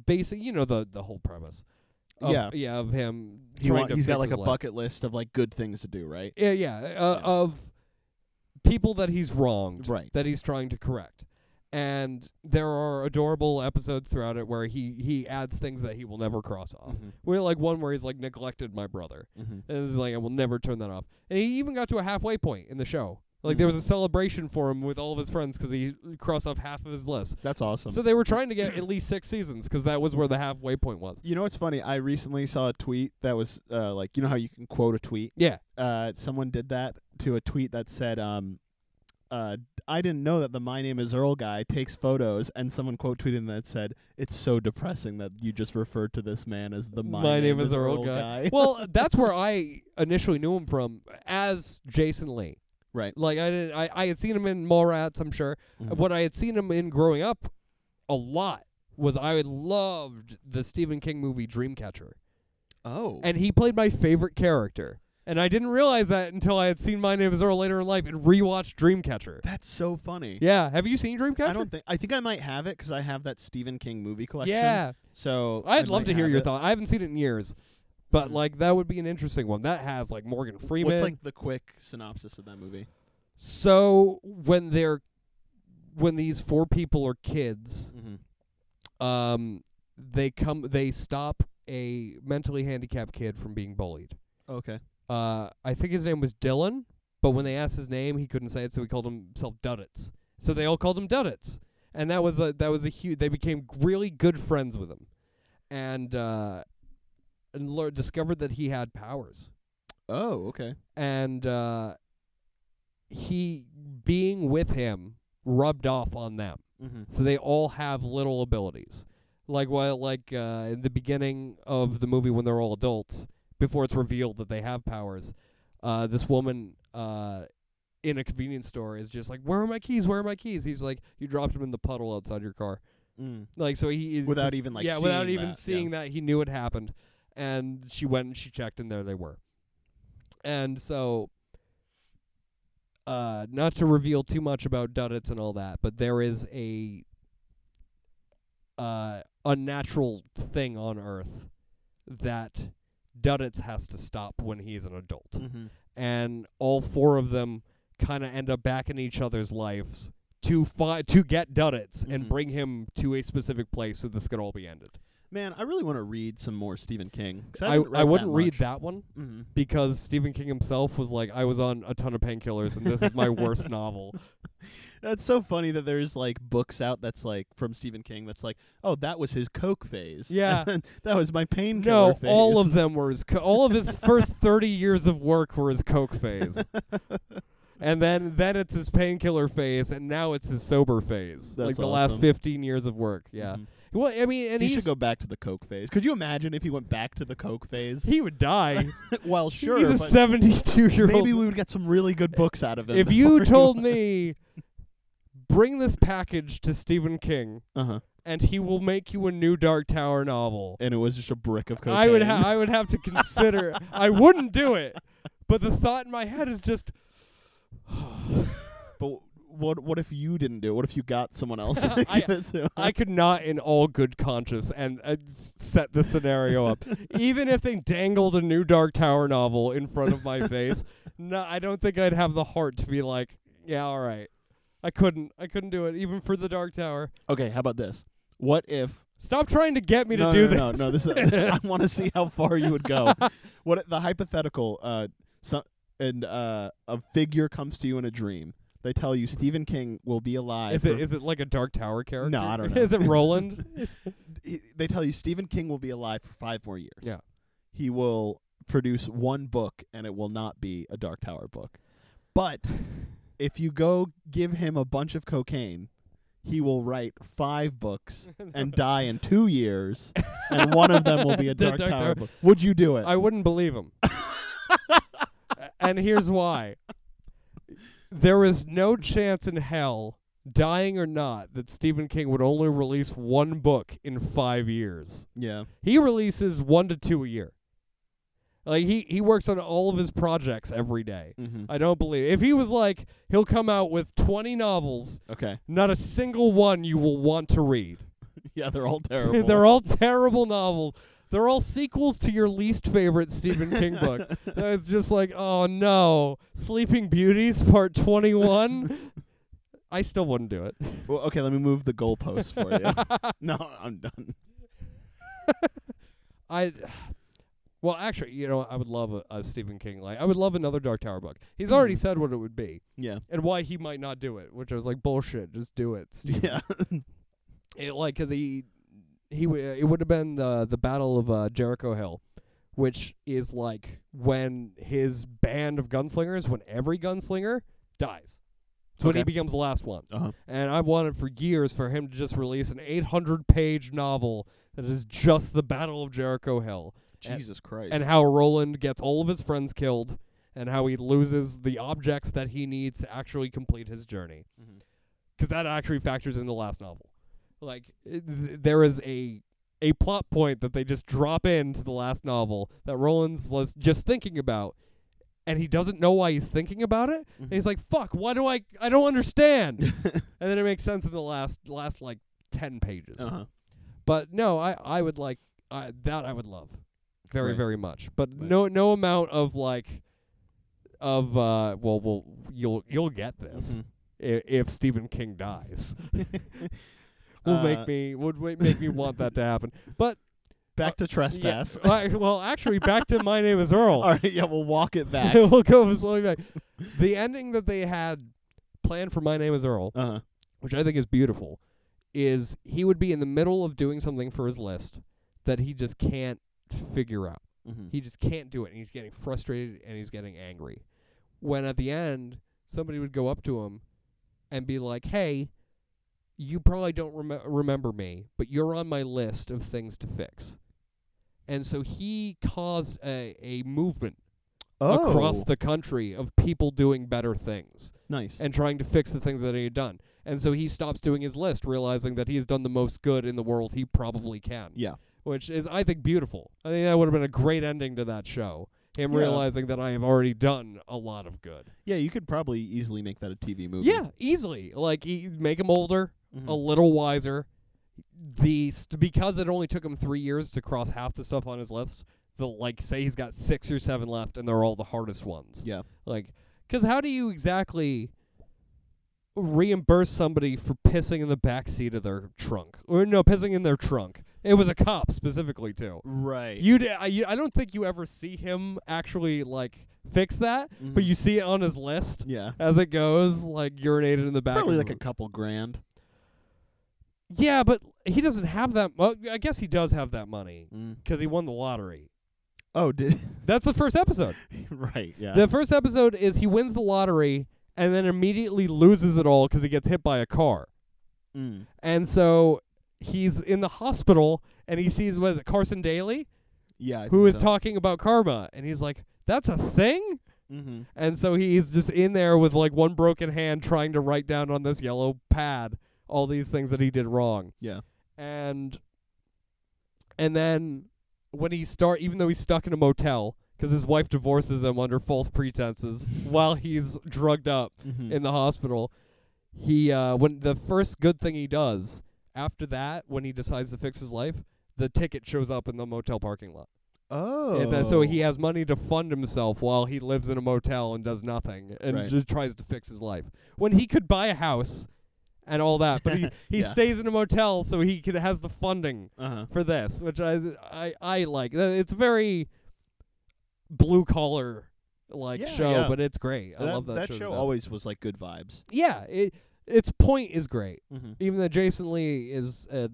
[SPEAKER 1] basically you know the the whole premise of,
[SPEAKER 2] Yeah.
[SPEAKER 1] yeah of him
[SPEAKER 2] He
[SPEAKER 1] trying
[SPEAKER 2] wa-
[SPEAKER 1] to
[SPEAKER 2] he's got
[SPEAKER 1] fix
[SPEAKER 2] like a
[SPEAKER 1] his life.
[SPEAKER 2] bucket list of like good things to do, right?
[SPEAKER 1] yeah yeah, uh,
[SPEAKER 2] Yeah.
[SPEAKER 1] of people that he's wronged
[SPEAKER 2] Right.
[SPEAKER 1] that he's trying to correct and there are adorable episodes throughout it where he he adds things that he will never cross off we're like one where he's like neglected my brother
[SPEAKER 2] Mm-hmm.
[SPEAKER 1] And it's like, I will never turn that off. And he even got to a halfway point in the show. Like,
[SPEAKER 2] Mm-hmm.
[SPEAKER 1] there was a celebration for him with all of his friends because he crossed off half of his list.
[SPEAKER 2] That's awesome.
[SPEAKER 1] So they were trying to get at least six seasons because that was where the halfway point was.
[SPEAKER 2] You know what's funny? I recently saw a tweet that was uh, like, you know how you can quote a tweet.
[SPEAKER 1] Yeah.
[SPEAKER 2] Uh, someone did that to a tweet that said, um, uh, "I didn't know that the My Name Is Earl guy takes photos." And someone quote tweeted that said, "It's so depressing that you just referred to this man as the My, Name, Is Earl, guy."
[SPEAKER 1] well, that's where I initially knew him from as Jason Lee.
[SPEAKER 2] Right.
[SPEAKER 1] Like, I, didn't, I, I had seen him in Mallrats, I'm sure.
[SPEAKER 2] Mhm.
[SPEAKER 1] What I had seen him in growing up a lot was I loved the Stephen King movie Dreamcatcher.
[SPEAKER 2] Oh.
[SPEAKER 1] and he played my favorite character. And I didn't realize that until I had seen My Name Is Earl later in life and rewatched Dreamcatcher.
[SPEAKER 2] that's so funny.
[SPEAKER 1] Yeah, have you seen Dreamcatcher?
[SPEAKER 2] I don't think I think I might have it because I have that Stephen King movie collection.
[SPEAKER 1] Yeah,
[SPEAKER 2] So I
[SPEAKER 1] I'd love
[SPEAKER 2] might
[SPEAKER 1] to hear
[SPEAKER 2] have
[SPEAKER 1] your
[SPEAKER 2] it.
[SPEAKER 1] thought. I haven't seen it in years, but
[SPEAKER 2] Mhm.
[SPEAKER 1] like that would be an interesting one. That has like Morgan Freeman.
[SPEAKER 2] What's like the quick synopsis of that movie?
[SPEAKER 1] so when they're when these four people are kids,
[SPEAKER 2] Mm-hmm.
[SPEAKER 1] um, they come they stop a mentally handicapped kid from being bullied.
[SPEAKER 2] Okay.
[SPEAKER 1] uh, I think his name was Dylan, but when they asked his name, he couldn't say it, so he called himself Duddits. So they all called him Duddits, and that was a that was a huge. They became really good friends with him, and uh, and lear- discovered that he had powers,
[SPEAKER 2] Oh, okay.
[SPEAKER 1] and uh, he being with him rubbed off on them.
[SPEAKER 2] Mm-hmm.
[SPEAKER 1] So they all have little abilities. Like while like uh, in the beginning of the movie when they're all adults, before it's revealed that they have powers, uh, this woman uh, in a convenience store is just like, "Where are my keys? Where are my keys?" He's like, "You dropped them in the puddle outside your car."
[SPEAKER 2] Mm.
[SPEAKER 1] Like so he is
[SPEAKER 2] Without
[SPEAKER 1] just-
[SPEAKER 2] even, like,
[SPEAKER 1] yeah without
[SPEAKER 2] seeing
[SPEAKER 1] even
[SPEAKER 2] that, yeah.
[SPEAKER 1] seeing that he knew it happened, and she went and she checked and there they were, and so. Uh, not to reveal too much about Duddits and all that, but there is a uh, unnatural thing on Earth that Duddits has to stop when he's an adult
[SPEAKER 2] Mm-hmm.
[SPEAKER 1] and all four of them kind of end up back in each other's lives to fi- to get Duddits and
[SPEAKER 2] Mhm.
[SPEAKER 1] bring him to a specific place so this could all be ended.
[SPEAKER 2] Man, I really want to read some more Stephen King. 'cause
[SPEAKER 1] I,
[SPEAKER 2] haven't
[SPEAKER 1] I
[SPEAKER 2] read
[SPEAKER 1] wouldn't read
[SPEAKER 2] much.
[SPEAKER 1] that Mm-hmm. one
[SPEAKER 2] Mhm.
[SPEAKER 1] because Stephen King himself was like, I was on a ton of painkillers and this is my worst novel.
[SPEAKER 2] That's so funny that there's like books out that's like from Stephen King that's like, oh, that was his coke phase.
[SPEAKER 1] Yeah.
[SPEAKER 2] And that was my
[SPEAKER 1] No,
[SPEAKER 2] painkiller phase.
[SPEAKER 1] all of them were his. Co- all of his first thirty years of work were his coke phase, and then then it's his painkiller phase, and now it's his sober phase.
[SPEAKER 2] That's
[SPEAKER 1] like the last
[SPEAKER 2] awesome.
[SPEAKER 1] fifteen years of work. Yeah.
[SPEAKER 2] Mhm.
[SPEAKER 1] Well, I mean, and
[SPEAKER 2] He
[SPEAKER 1] he's-
[SPEAKER 2] should go back to the coke phase. Could you imagine if he went back to the coke phase?
[SPEAKER 1] He would die.
[SPEAKER 2] well, sure,
[SPEAKER 1] He's a
[SPEAKER 2] but
[SPEAKER 1] seventy-two-year-old.
[SPEAKER 2] maybe we would get some really good books out of him.
[SPEAKER 1] if you told me, bring this package to Stephen King,
[SPEAKER 2] uh huh,
[SPEAKER 1] and he will make you a new Dark Tower novel,
[SPEAKER 2] and it was just a brick of cocaine,
[SPEAKER 1] I would ha- I would have to consider. I wouldn't do it, but the thought in my head is just.
[SPEAKER 2] but what what if you didn't do it? What if you got someone else to
[SPEAKER 1] I-
[SPEAKER 2] give it to?
[SPEAKER 1] I could not, in all good conscience, and uh, s- set the scenario up. Even if they dangled a new Dark Tower novel in front of my face, no, I don't think I'd have the heart to be like, "Yeah, all right." I couldn't. I couldn't do it, even for the Dark Tower.
[SPEAKER 2] okay, how about this? What if
[SPEAKER 1] Stop trying to get me
[SPEAKER 2] no,
[SPEAKER 1] to do
[SPEAKER 2] no,
[SPEAKER 1] this.
[SPEAKER 2] no, No, this is, I want to see how far you would go. What the hypothetical? Uh, so, and uh, a figure comes to you in a dream. They tell you Stephen King will be alive.
[SPEAKER 1] Is
[SPEAKER 2] for-
[SPEAKER 1] it is it like a Dark Tower character?
[SPEAKER 2] I don't know.
[SPEAKER 1] is it Roland?
[SPEAKER 2] he- they tell you Stephen King will be alive for five more years.
[SPEAKER 1] Yeah.
[SPEAKER 2] He will produce one book and it will not be a Dark Tower book. But if you go give him a bunch of cocaine, he will write five books and die in two years, and one of them will be a
[SPEAKER 1] The
[SPEAKER 2] Dark,
[SPEAKER 1] Dark
[SPEAKER 2] Tower,
[SPEAKER 1] Tower.
[SPEAKER 2] book. Would you do it?
[SPEAKER 1] I wouldn't believe him. A- and here's why. There is no chance in hell, dying or not, that Stephen King would only release one book in five years.
[SPEAKER 2] yeah.
[SPEAKER 1] He releases one to two a year. Like he, he works on all of his projects every day.
[SPEAKER 2] Mm-hmm.
[SPEAKER 1] I don't believe if he was like he'll come out with twenty novels,
[SPEAKER 2] Okay.
[SPEAKER 1] not a single one you will want to read.
[SPEAKER 2] Yeah, they're all terrible.
[SPEAKER 1] They're all terrible novels. They're all sequels to your least favorite Stephen King book. it's just like, oh no, Sleeping Beauties Part 21. I still wouldn't do it.
[SPEAKER 2] Well, okay, let me move the goalposts for you. no, I'm done.
[SPEAKER 1] I, well, actually, you know, I would love a, a Stephen King. Like, I would love another Dark Tower book. He's already said what it would be
[SPEAKER 2] Yeah.
[SPEAKER 1] and why he might not do it, which I was like, bullshit. Just do it, Stephen.
[SPEAKER 2] Yeah.
[SPEAKER 1] it, like because he he w- it would have been the the battle of uh, Jericho Hill, which is like when his band of gunslingers, when every gunslinger dies, it's when he
[SPEAKER 2] Okay.
[SPEAKER 1] becomes the last one.
[SPEAKER 2] Uh-huh.
[SPEAKER 1] And I've wanted for years for him to just release an 800 page novel that is just the Battle of Jericho Hill
[SPEAKER 2] Jesus Christ.
[SPEAKER 1] and how Roland gets all of his friends killed and how he loses the objects that he needs to actually complete his journey
[SPEAKER 2] Mhm.
[SPEAKER 1] because that actually factors in the last novel. Like it, th- there is a a plot point that they just drop into the last novel that Roland's was just thinking about, and he doesn't know why he's thinking about it.
[SPEAKER 2] Mm-hmm.
[SPEAKER 1] And he's like, "Fuck! Why do I? I don't understand." and then it makes sense in the last last like ten pages.
[SPEAKER 2] uh-huh.
[SPEAKER 1] But no, I I would like I, that I would love very
[SPEAKER 2] Right.
[SPEAKER 1] very much. But
[SPEAKER 2] Right.
[SPEAKER 1] no no amount of like of uh well well you'll you'll get this
[SPEAKER 2] Mhm.
[SPEAKER 1] if, if Stephen King dies.
[SPEAKER 2] Mm-hmm.
[SPEAKER 1] will
[SPEAKER 2] Uh,
[SPEAKER 1] make me would wa- make me want that to happen. But uh,
[SPEAKER 2] Back to
[SPEAKER 1] yeah,
[SPEAKER 2] trespass.
[SPEAKER 1] I- well, actually, back to my name is Earl.
[SPEAKER 2] All right, yeah, we'll walk it back. uh
[SPEAKER 1] we'll go slowly back. The ending that they had planned for my name is Earl,
[SPEAKER 2] huh.
[SPEAKER 1] which I think is beautiful, is he would be in the middle of doing something for his list that he just can't figure out.
[SPEAKER 2] Mm-hmm.
[SPEAKER 1] He just can't do it, and he's getting frustrated and he's getting angry. When at the end, somebody would go up to him and be like, "Hey, you probably don't rem- remember me, but you're on my list of things to fix." And so he caused a, a movement
[SPEAKER 2] oh,
[SPEAKER 1] across the country of people doing better things
[SPEAKER 2] nice.
[SPEAKER 1] and trying to fix the things that he had done. And so he stops doing his list, realizing that he has done the most good in the world he probably can
[SPEAKER 2] yeah,
[SPEAKER 1] which is I think beautiful. I think that would have been a great ending to that show. Him
[SPEAKER 2] Yeah.
[SPEAKER 1] realizing that I have already done a lot of good.
[SPEAKER 2] yeah, you could probably easily make that a TV movie.
[SPEAKER 1] Yeah, easily. Like e- make him older,
[SPEAKER 2] Mhm.
[SPEAKER 1] a little wiser. The st- because it only took him three years to cross half the stuff on his list. The like say he's got six or seven left, and they're all the hardest ones.
[SPEAKER 2] yeah,
[SPEAKER 1] Like, because how do you exactly reimburse somebody for pissing in the back seat of their trunk, or no, pissing in their trunk? It was a cop specifically too.
[SPEAKER 2] Right.
[SPEAKER 1] You'd, I, you, I don't think you ever see him actually like fix that, but
[SPEAKER 2] Mhm.
[SPEAKER 1] you see it on his list
[SPEAKER 2] yeah.
[SPEAKER 1] as it goes, like urinated in the back.
[SPEAKER 3] Probably
[SPEAKER 1] of
[SPEAKER 3] like
[SPEAKER 1] the-
[SPEAKER 3] a couple grand.
[SPEAKER 1] yeah, but he doesn't have that. Well, I guess he does have that money
[SPEAKER 3] Mm.
[SPEAKER 1] because he won the lottery.
[SPEAKER 2] Oh, did
[SPEAKER 1] That's the first episode.
[SPEAKER 2] right. Yeah.
[SPEAKER 1] The first episode is he wins the lottery and then immediately loses it all because he gets hit by a car.
[SPEAKER 2] Mm.
[SPEAKER 1] And so he's in the hospital and he sees, what is it, Carson Daly,
[SPEAKER 2] Yeah. I
[SPEAKER 1] who
[SPEAKER 2] think
[SPEAKER 1] is
[SPEAKER 2] so.
[SPEAKER 1] talking about karma. And he's like, that's a thing?
[SPEAKER 2] Mhm.
[SPEAKER 1] And so he's just in there with like one broken hand trying to write down on this yellow pad all these things that he did wrong.
[SPEAKER 2] Yeah.
[SPEAKER 1] And and then when he start even though he's stuck in a motel because his wife divorces him under false pretenses while he's drugged up
[SPEAKER 2] Mhm.
[SPEAKER 1] in the hospital, he uh when the first good thing he does after that when he decides to fix his life, the ticket shows up in the motel parking lot.
[SPEAKER 2] oh.
[SPEAKER 1] And then, so he has money to fund himself while he lives in a motel and does nothing and
[SPEAKER 2] Right.
[SPEAKER 1] just tries to fix his life. When he could buy a house and all that, but he, he
[SPEAKER 2] Yeah.
[SPEAKER 1] stays in a motel so he could, has the funding
[SPEAKER 2] Uh-huh.
[SPEAKER 1] for this, which I I, I like. Uh, It's very blue collar like
[SPEAKER 2] Yeah,
[SPEAKER 1] show,
[SPEAKER 2] yeah.
[SPEAKER 1] but it's great. I love that,
[SPEAKER 2] that
[SPEAKER 1] show. to
[SPEAKER 2] show
[SPEAKER 1] death.
[SPEAKER 2] always was like good vibes.
[SPEAKER 1] yeah, it, its point is great.
[SPEAKER 2] Mm-hmm.
[SPEAKER 1] Even though Jason Lee is a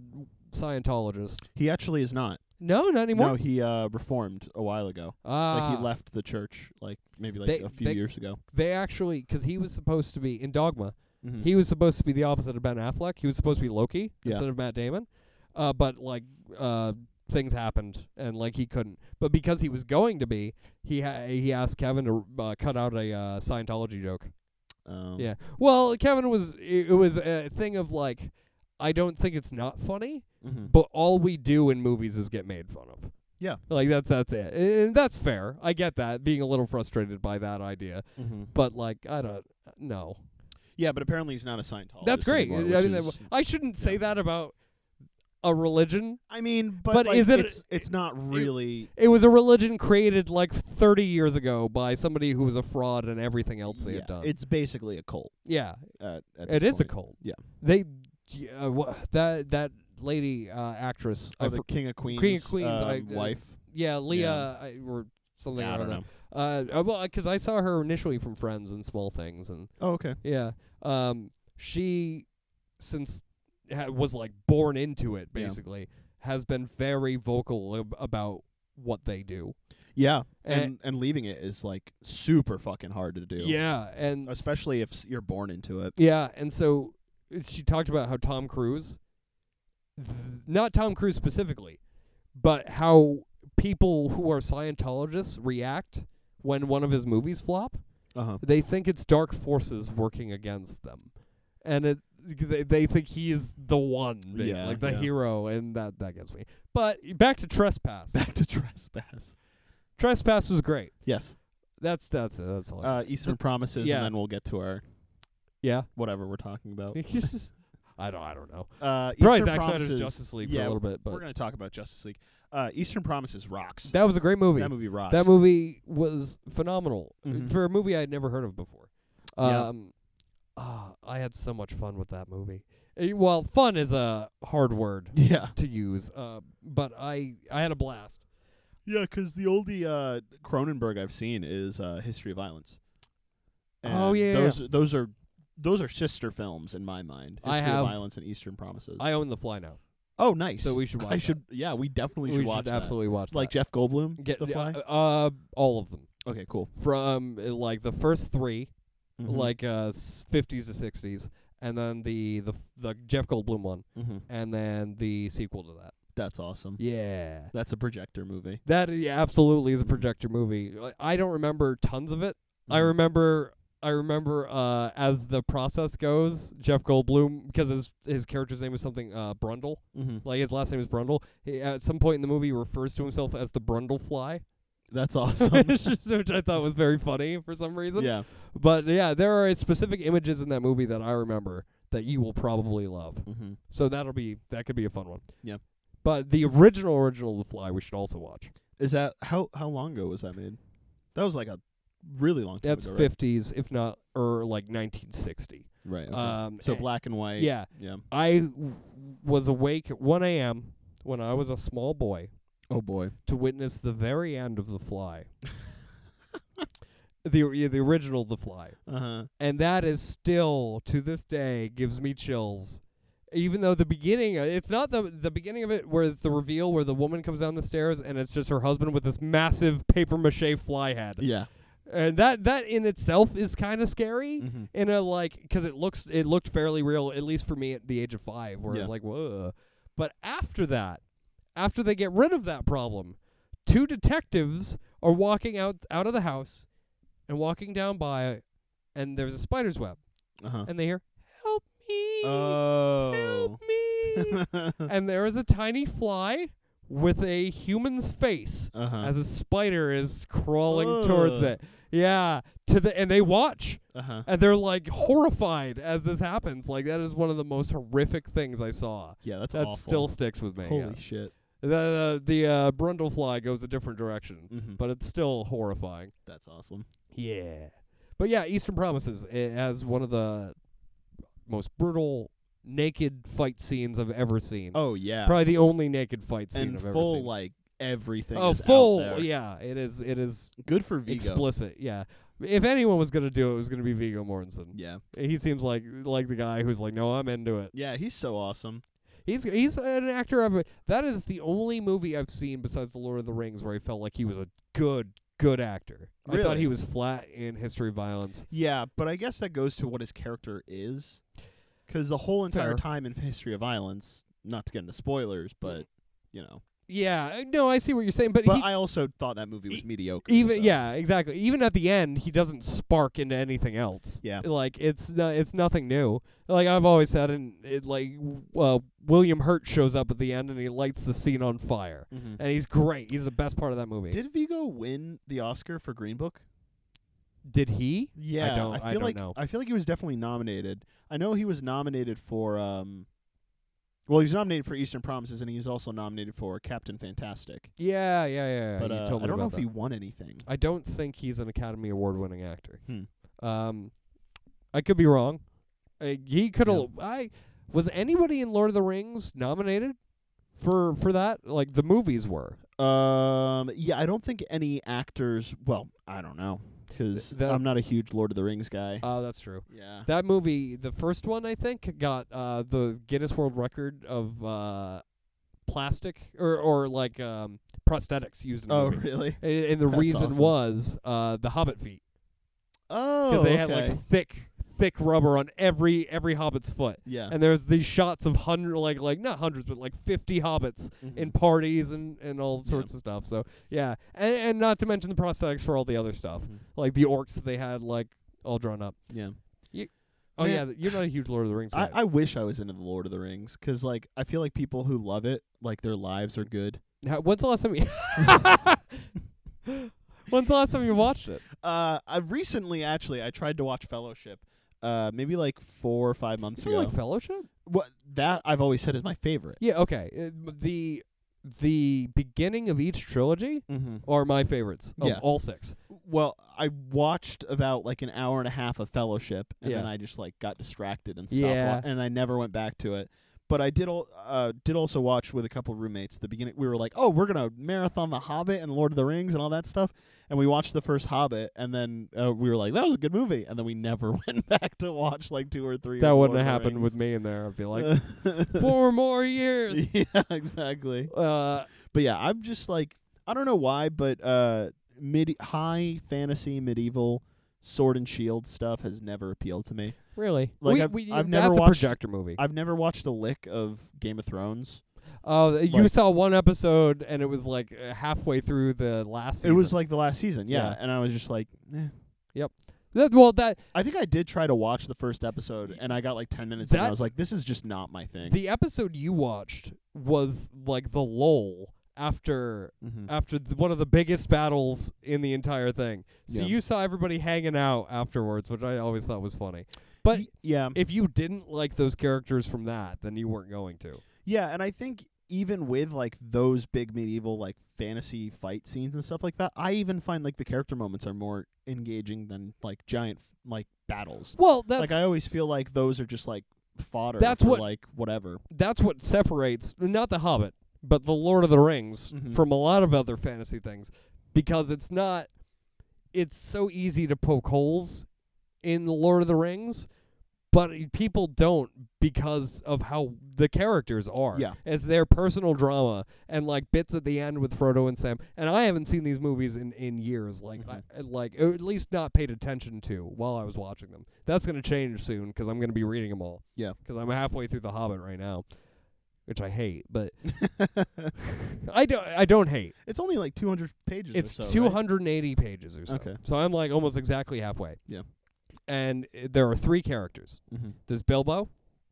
[SPEAKER 1] Scientologist.
[SPEAKER 2] He actually is not.
[SPEAKER 1] No, not anymore.
[SPEAKER 2] No, he uh, reformed a while ago.
[SPEAKER 1] Ah.
[SPEAKER 2] like he left the church, like maybe like
[SPEAKER 1] They-
[SPEAKER 2] a few
[SPEAKER 1] they-
[SPEAKER 2] years ago.
[SPEAKER 1] they actually because he was supposed to be in Dogma.
[SPEAKER 2] Mhm.
[SPEAKER 1] He was supposed to be the opposite of Ben Affleck. He was supposed to be Loki
[SPEAKER 2] Yeah.
[SPEAKER 1] instead of Matt Damon. Uh, but like uh, things happened and like he couldn't. But because he was going to be, he ha- he asked Kevin to uh, cut out a uh, Scientology joke.
[SPEAKER 2] Um,
[SPEAKER 1] Yeah. Well, Kevin was it, it was a thing of like I don't think it's not funny,
[SPEAKER 2] mhm.
[SPEAKER 1] but all we do in movies is get made fun of.
[SPEAKER 2] Yeah.
[SPEAKER 1] Like that's that's it. And that's fair. I get that being a little frustrated by that idea,
[SPEAKER 2] Mhm.
[SPEAKER 1] but like I don't no.
[SPEAKER 2] Yeah, but apparently he's not a Scientologist.
[SPEAKER 1] That's great.
[SPEAKER 2] anymore,
[SPEAKER 1] I
[SPEAKER 2] which
[SPEAKER 1] mean, that-
[SPEAKER 2] is-
[SPEAKER 1] I shouldn't say
[SPEAKER 2] yeah.
[SPEAKER 1] that about a religion.
[SPEAKER 2] I mean, but,
[SPEAKER 1] But
[SPEAKER 2] like,
[SPEAKER 1] is it-
[SPEAKER 2] It's, it's not really.
[SPEAKER 1] It was a religion created like 30 years ago by somebody who was a fraud and everything else they
[SPEAKER 2] yeah,
[SPEAKER 1] had done.
[SPEAKER 2] It's basically a cult.
[SPEAKER 1] yeah,
[SPEAKER 2] At, at
[SPEAKER 1] it
[SPEAKER 2] this
[SPEAKER 1] is a
[SPEAKER 2] point.
[SPEAKER 1] cult.
[SPEAKER 2] Yeah.
[SPEAKER 1] They y- uh, wha that that lady uh, actress, I
[SPEAKER 2] Oh, the
[SPEAKER 1] for-
[SPEAKER 2] King of Queens,
[SPEAKER 1] Queens, uh,
[SPEAKER 2] um,
[SPEAKER 1] I-
[SPEAKER 2] wife.
[SPEAKER 1] yeah, Leah I, or something
[SPEAKER 2] Yeah, I don't
[SPEAKER 1] don't
[SPEAKER 2] know.
[SPEAKER 1] Uh, uh, well, because I saw her initially from Friends and Small Things, and
[SPEAKER 2] Oh, okay.
[SPEAKER 1] Yeah. Um, she, since ha- was like born into it,
[SPEAKER 2] Yeah.
[SPEAKER 1] basically, has been very vocal ab- about what they do.
[SPEAKER 2] Yeah,
[SPEAKER 1] And-
[SPEAKER 2] and, and leaving it is like super fucking hard to do.
[SPEAKER 1] Yeah, and
[SPEAKER 2] especially if s- you're born into it.
[SPEAKER 1] yeah, and so uh, she talked about how Tom Cruise, th- not Tom Cruise specifically, but how people who are Scientologists react when one of his movies flop.
[SPEAKER 2] Uh huh.
[SPEAKER 1] they think it's dark forces working against them, and it they, they think he is the one, ba-
[SPEAKER 2] Yeah,
[SPEAKER 1] like the
[SPEAKER 2] yeah.
[SPEAKER 1] hero, and that that gets me. But back to trespass.
[SPEAKER 2] Back to trespass.
[SPEAKER 1] trespass was great.
[SPEAKER 2] Yes.
[SPEAKER 1] That's that's it. That's all. I-
[SPEAKER 2] Uh, Eastern Promises,
[SPEAKER 1] yeah.
[SPEAKER 2] and then we'll get to our
[SPEAKER 1] yeah.
[SPEAKER 2] whatever we're talking about.
[SPEAKER 1] I don't. I don't know.
[SPEAKER 2] Uh,
[SPEAKER 1] Probably
[SPEAKER 2] Eastern
[SPEAKER 1] Zack Snyder's
[SPEAKER 2] Promises.
[SPEAKER 1] Justice League
[SPEAKER 2] yeah,
[SPEAKER 1] for a little bit,
[SPEAKER 2] We're
[SPEAKER 1] but
[SPEAKER 2] gonna talk about Justice League. Uh, Eastern Promises rocks.
[SPEAKER 1] that was a great movie.
[SPEAKER 2] That movie rocks.
[SPEAKER 1] That movie was phenomenal uh,
[SPEAKER 2] Mhm.
[SPEAKER 1] for a movie I had never heard of before.
[SPEAKER 2] Yeah.
[SPEAKER 1] Um, ah, I had so much fun with that movie. Eh, well, fun is a hard word.
[SPEAKER 2] Yeah.
[SPEAKER 1] to use. Uh, but I I had a blast.
[SPEAKER 2] Yeah, because the oldie uh, Cronenberg I've seen is uh, History of Violence.
[SPEAKER 1] Oh,
[SPEAKER 2] And
[SPEAKER 1] yeah, yeah,
[SPEAKER 2] those those are those are sister films in my mind.
[SPEAKER 1] I
[SPEAKER 2] History
[SPEAKER 1] have-
[SPEAKER 2] of Violence and Eastern Promises.
[SPEAKER 1] I own the fly now,
[SPEAKER 2] oh, nice.
[SPEAKER 1] so we should watch.
[SPEAKER 2] I
[SPEAKER 1] that.
[SPEAKER 2] should. Yeah, we definitely
[SPEAKER 1] we
[SPEAKER 2] should watch that.
[SPEAKER 1] absolutely watch
[SPEAKER 2] Like
[SPEAKER 1] that.
[SPEAKER 2] Jeff Goldblum,
[SPEAKER 1] get
[SPEAKER 2] The Fly.
[SPEAKER 1] Uh, uh, all of them
[SPEAKER 2] okay, cool.
[SPEAKER 1] from uh, like the first three,
[SPEAKER 2] Mm-hmm.
[SPEAKER 1] like uh fifties to sixties, and then the the f- the Jeff Goldblum one,
[SPEAKER 2] hmm
[SPEAKER 1] and then the sequel to that.
[SPEAKER 2] that's awesome.
[SPEAKER 1] Yeah.
[SPEAKER 2] That's a projector movie.
[SPEAKER 1] That yeah, absolutely is a
[SPEAKER 2] Mhm.
[SPEAKER 1] projector movie. Like, I don't remember tons of it. I
[SPEAKER 2] Mhm.
[SPEAKER 1] remember I remember uh, as the process goes, Jeff Goldblum because his his character's name is something uh, Brundle,
[SPEAKER 2] Mhm.
[SPEAKER 1] like his last name is Brundle. He, at some point in the movie, refers to himself as the Brundle Fly,
[SPEAKER 2] That's awesome.
[SPEAKER 1] which I thought was very funny for some reason.
[SPEAKER 2] yeah.
[SPEAKER 1] But yeah, there are specific images in that movie that I remember that you will probably love.
[SPEAKER 2] Mm-hmm.
[SPEAKER 1] So that'll be that could be a fun one.
[SPEAKER 2] Yeah.
[SPEAKER 1] But the original original of The Fly we should also watch.
[SPEAKER 2] Is that how how long ago was that made? That was like a really long time
[SPEAKER 1] That's
[SPEAKER 2] ago.
[SPEAKER 1] fifties, if not or like nineteen sixty.
[SPEAKER 2] Right. right okay.
[SPEAKER 1] Um,
[SPEAKER 2] so
[SPEAKER 1] eh,
[SPEAKER 2] black and white.
[SPEAKER 1] yeah.
[SPEAKER 2] Yeah.
[SPEAKER 1] I w- was awake at 1 a.m. when I was a small boy
[SPEAKER 2] Oh boy.
[SPEAKER 1] to witness the very end of The Fly. the yeah, the original The Fly.
[SPEAKER 2] Uh huh.
[SPEAKER 1] And that is still to this day gives me chills. Even though the beginning, uh, it's not the the beginning of it where it's the reveal where the woman comes down the stairs and it's just her husband with this massive paper mache fly head,
[SPEAKER 2] Yeah.
[SPEAKER 1] and that that in itself is kind of scary
[SPEAKER 2] Mm-hmm.
[SPEAKER 1] in a like because it looks it looked fairly real at least for me at the age of five where it's
[SPEAKER 2] Yeah.
[SPEAKER 1] like whoa but after that after they get rid of that problem two detectives are walking out out of the house and walking down by and there's a spider's web
[SPEAKER 2] Uh huh.
[SPEAKER 1] and they hear help me
[SPEAKER 2] Oh.
[SPEAKER 1] help me and there is a tiny fly with a human's face
[SPEAKER 2] uh-huh.
[SPEAKER 1] as a spider is crawling towards
[SPEAKER 2] Ugh.
[SPEAKER 1] it yeah to the and they watch
[SPEAKER 2] Uh-huh.
[SPEAKER 1] and they're like horrified as this happens. Like that is one of the most horrific things I saw.
[SPEAKER 2] Yeah, that's
[SPEAKER 1] That
[SPEAKER 2] awful.
[SPEAKER 1] still sticks with me.
[SPEAKER 2] holy
[SPEAKER 1] yeah.
[SPEAKER 2] shit.
[SPEAKER 1] The the, the uh, Brundlefly goes a different direction,
[SPEAKER 2] Mm-hmm.
[SPEAKER 1] but it's still horrifying.
[SPEAKER 2] that's awesome.
[SPEAKER 1] Yeah. But yeah, Eastern Promises it has one of the most brutal naked fight scenes I've ever seen.
[SPEAKER 2] Oh yeah.
[SPEAKER 1] Probably the only naked fight scene
[SPEAKER 2] and
[SPEAKER 1] I've
[SPEAKER 2] full
[SPEAKER 1] ever seen.
[SPEAKER 2] like everything.
[SPEAKER 1] oh,
[SPEAKER 2] is out
[SPEAKER 1] full.
[SPEAKER 2] there.
[SPEAKER 1] Yeah, it is. It is
[SPEAKER 2] Good for Vigo.
[SPEAKER 1] explicit. Yeah. If anyone was gonna do it, it was gonna be Vigo Mortensen.
[SPEAKER 2] yeah.
[SPEAKER 1] He seems like like the guy who's like, no, I'm into it.
[SPEAKER 2] Yeah, he's so awesome.
[SPEAKER 1] He's he's an actor. I've, that is the only movie I've seen besides The Lord of the Rings where I felt like he was a good good actor. I thought
[SPEAKER 2] Really?
[SPEAKER 1] he was flat in History of Violence.
[SPEAKER 2] Yeah, but I guess that goes to what his character is. Because the whole entire
[SPEAKER 1] Fair.
[SPEAKER 2] time in History of Violence, not to get into spoilers, but, you know.
[SPEAKER 1] Yeah, uh, no, I see what you're saying, Mm. but,
[SPEAKER 2] But
[SPEAKER 1] he,
[SPEAKER 2] I also thought that movie was
[SPEAKER 1] e-
[SPEAKER 2] mediocre.
[SPEAKER 1] even
[SPEAKER 2] so-
[SPEAKER 1] yeah, exactly. Even at the end, he doesn't spark into anything else.
[SPEAKER 2] Yeah.
[SPEAKER 1] like it's no, it's nothing new. Like I've always said, and it, like uh, William Hurt shows up at the end and he lights the scene on fire,
[SPEAKER 2] Mhm.
[SPEAKER 1] and he's great. He's the best part of that movie.
[SPEAKER 2] Did Vigo win the Oscar for Green Book?
[SPEAKER 1] Did he?
[SPEAKER 2] Yeah,
[SPEAKER 1] don't-
[SPEAKER 2] feel
[SPEAKER 1] I don't
[SPEAKER 2] like
[SPEAKER 1] know.
[SPEAKER 2] I feel like he was definitely nominated. I know he was nominated for um well, he was nominated for Eastern Promises and he was also nominated for Captain Fantastic.
[SPEAKER 1] Yeah, yeah, yeah. yeah.
[SPEAKER 2] But
[SPEAKER 1] you
[SPEAKER 2] uh,
[SPEAKER 1] told me
[SPEAKER 2] I don't know
[SPEAKER 1] about that.
[SPEAKER 2] if he won anything.
[SPEAKER 1] I don't think he's an Academy Award winning actor.
[SPEAKER 2] Hmm.
[SPEAKER 1] Um, I could be wrong. Uh, he could have. I was anybody in Lord of the Rings nominated for for that? Like the movies were.
[SPEAKER 2] Um yeah, I don't think any actors, well, I don't know cuz
[SPEAKER 1] Th- that-
[SPEAKER 2] I'm not a huge Lord of the Rings guy.
[SPEAKER 1] Oh, that's true.
[SPEAKER 2] yeah.
[SPEAKER 1] That movie, the first one, I think, got uh, the Guinness World Record of uh, plastic or or like um, prosthetics used in. a
[SPEAKER 2] Oh,
[SPEAKER 1] movie.
[SPEAKER 2] really?
[SPEAKER 1] A- And, the
[SPEAKER 2] That's
[SPEAKER 1] reason
[SPEAKER 2] awesome.
[SPEAKER 1] was uh, the Hobbit feet
[SPEAKER 2] Oh,
[SPEAKER 1] because they
[SPEAKER 2] okay.
[SPEAKER 1] had like thick thick rubber on every every Hobbit's foot.
[SPEAKER 2] yeah.
[SPEAKER 1] and there's these shots of hundred like like not hundreds but like 50 hobbits
[SPEAKER 2] Mhm.
[SPEAKER 1] in parties and and all
[SPEAKER 2] Yeah.
[SPEAKER 1] sorts of stuff so yeah and, and not to mention the prosthetics for all the other stuff
[SPEAKER 2] Mhm.
[SPEAKER 1] like the orcs that they had like all drawn up
[SPEAKER 2] Yeah.
[SPEAKER 1] oh
[SPEAKER 2] Man.
[SPEAKER 1] yeah th- you're not a huge lord of the rings
[SPEAKER 2] I,
[SPEAKER 1] guy.
[SPEAKER 2] I wish I was into the Lord of the Rings cuz like I feel like people who love it like their lives are good.
[SPEAKER 1] How- when's the last time you when's the last time you watched it
[SPEAKER 2] Uh, I recently actually I tried to watch Fellowship. Uh, maybe like four or five months
[SPEAKER 1] Isn't it
[SPEAKER 2] ago.
[SPEAKER 1] like fellowship
[SPEAKER 2] what that I've always said is my favorite.
[SPEAKER 1] yeah okay Uh, m- the the beginning of each trilogy
[SPEAKER 2] Mm-hmm.
[SPEAKER 1] are my favorites of
[SPEAKER 2] Yeah.
[SPEAKER 1] all six
[SPEAKER 2] Well, I watched about like an hour and a half of Fellowship, and then
[SPEAKER 1] Yeah.
[SPEAKER 2] I just like got distracted and stopped, wa-
[SPEAKER 1] Yeah.
[SPEAKER 2] and I never went back to it. But I did al- uh, did also watch with a couple roommates the beginning. We were like, oh, we're gonna marathon The Hobbit and Lord of the Rings and all that stuff, and we watched the first Hobbit, and then uh, we were like, that was a good movie, and then we never went back to watch like two or three.
[SPEAKER 1] that
[SPEAKER 2] of
[SPEAKER 1] wouldn't
[SPEAKER 2] Lord
[SPEAKER 1] have
[SPEAKER 2] of the
[SPEAKER 1] happened
[SPEAKER 2] Rings.
[SPEAKER 1] with me in there i'd be like
[SPEAKER 2] like
[SPEAKER 1] four more years
[SPEAKER 2] yeah exactly
[SPEAKER 1] uh
[SPEAKER 2] but yeah i'm just like i don't know why but uh mid high fantasy medieval sword and shield stuff has never appealed to me
[SPEAKER 1] Really?
[SPEAKER 2] Like,
[SPEAKER 1] we,
[SPEAKER 2] I've-
[SPEAKER 1] we,
[SPEAKER 2] I've
[SPEAKER 1] that's
[SPEAKER 2] never
[SPEAKER 1] a
[SPEAKER 2] watched-
[SPEAKER 1] projector movie.
[SPEAKER 2] i've never watched a lick of game of thrones
[SPEAKER 1] Oh, th- you
[SPEAKER 2] like-
[SPEAKER 1] saw one episode and it was like uh, halfway through the last. Season.
[SPEAKER 2] it was like the last season yeah,
[SPEAKER 1] Yeah.
[SPEAKER 2] and i was just like eh.
[SPEAKER 1] that, well that
[SPEAKER 2] i think i did try to watch the first episode and i got like 10 minutes in, and
[SPEAKER 1] That-
[SPEAKER 2] i was like this is just not my thing
[SPEAKER 1] the episode you watched was like the lull after
[SPEAKER 2] Mhm.
[SPEAKER 1] after th- one of the biggest battles in the entire thing. So
[SPEAKER 2] Yeah.
[SPEAKER 1] you saw everybody hanging out afterwards, which I always thought was funny. But
[SPEAKER 2] Y- yeah
[SPEAKER 1] if you didn't like those characters from that, then you weren't going to.
[SPEAKER 2] Yeah, and I think even with like those big medieval like fantasy fight scenes and stuff like that, I even find like the character moments are more engaging than like giant like battles.
[SPEAKER 1] Well, that's
[SPEAKER 2] like I always feel like those are just like fodder
[SPEAKER 1] That's
[SPEAKER 2] for
[SPEAKER 1] what-
[SPEAKER 2] like whatever.
[SPEAKER 1] that's what separates not the Hobbit, but the Lord of the Rings
[SPEAKER 2] Mhm.
[SPEAKER 1] from a lot of other fantasy things because it's not it's so easy to poke holes in the Lord of the Rings but i- people don't because of how the characters are
[SPEAKER 2] Yeah.
[SPEAKER 1] as their personal drama and like bits at the end with Frodo and Sam and I haven't seen these movies in in years like
[SPEAKER 2] Mhm.
[SPEAKER 1] I, like or at least not paid attention to while I was watching them that's going to change soon cuz I'm going to be reading them all
[SPEAKER 2] Yeah.
[SPEAKER 1] cuz I'm halfway through the Hobbit right now which I hate but I don't. I don't hate.
[SPEAKER 2] it's only like 200 pages. or
[SPEAKER 1] It's
[SPEAKER 2] so, right?
[SPEAKER 1] 280 pages or so.
[SPEAKER 2] Okay.
[SPEAKER 1] So I'm like almost exactly halfway.
[SPEAKER 2] Yeah.
[SPEAKER 1] And uh, there are three characters.
[SPEAKER 2] Mhm.
[SPEAKER 1] There's Bilbo.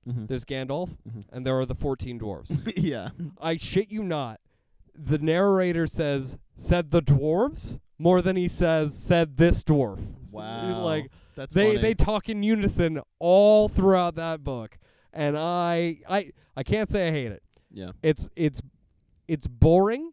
[SPEAKER 2] Mhm.
[SPEAKER 1] There's Gandalf.
[SPEAKER 2] Mhm.
[SPEAKER 1] And there are the 14 dwarves.
[SPEAKER 2] yeah.
[SPEAKER 1] I shit you not. The narrator says said the dwarves more than he says said this dwarf. S-
[SPEAKER 2] Wow.
[SPEAKER 1] Like
[SPEAKER 2] That's
[SPEAKER 1] they
[SPEAKER 2] funny.
[SPEAKER 1] they talk in unison all throughout that book, and I I I can't say I hate it.
[SPEAKER 2] yeah.
[SPEAKER 1] it's it's it's boring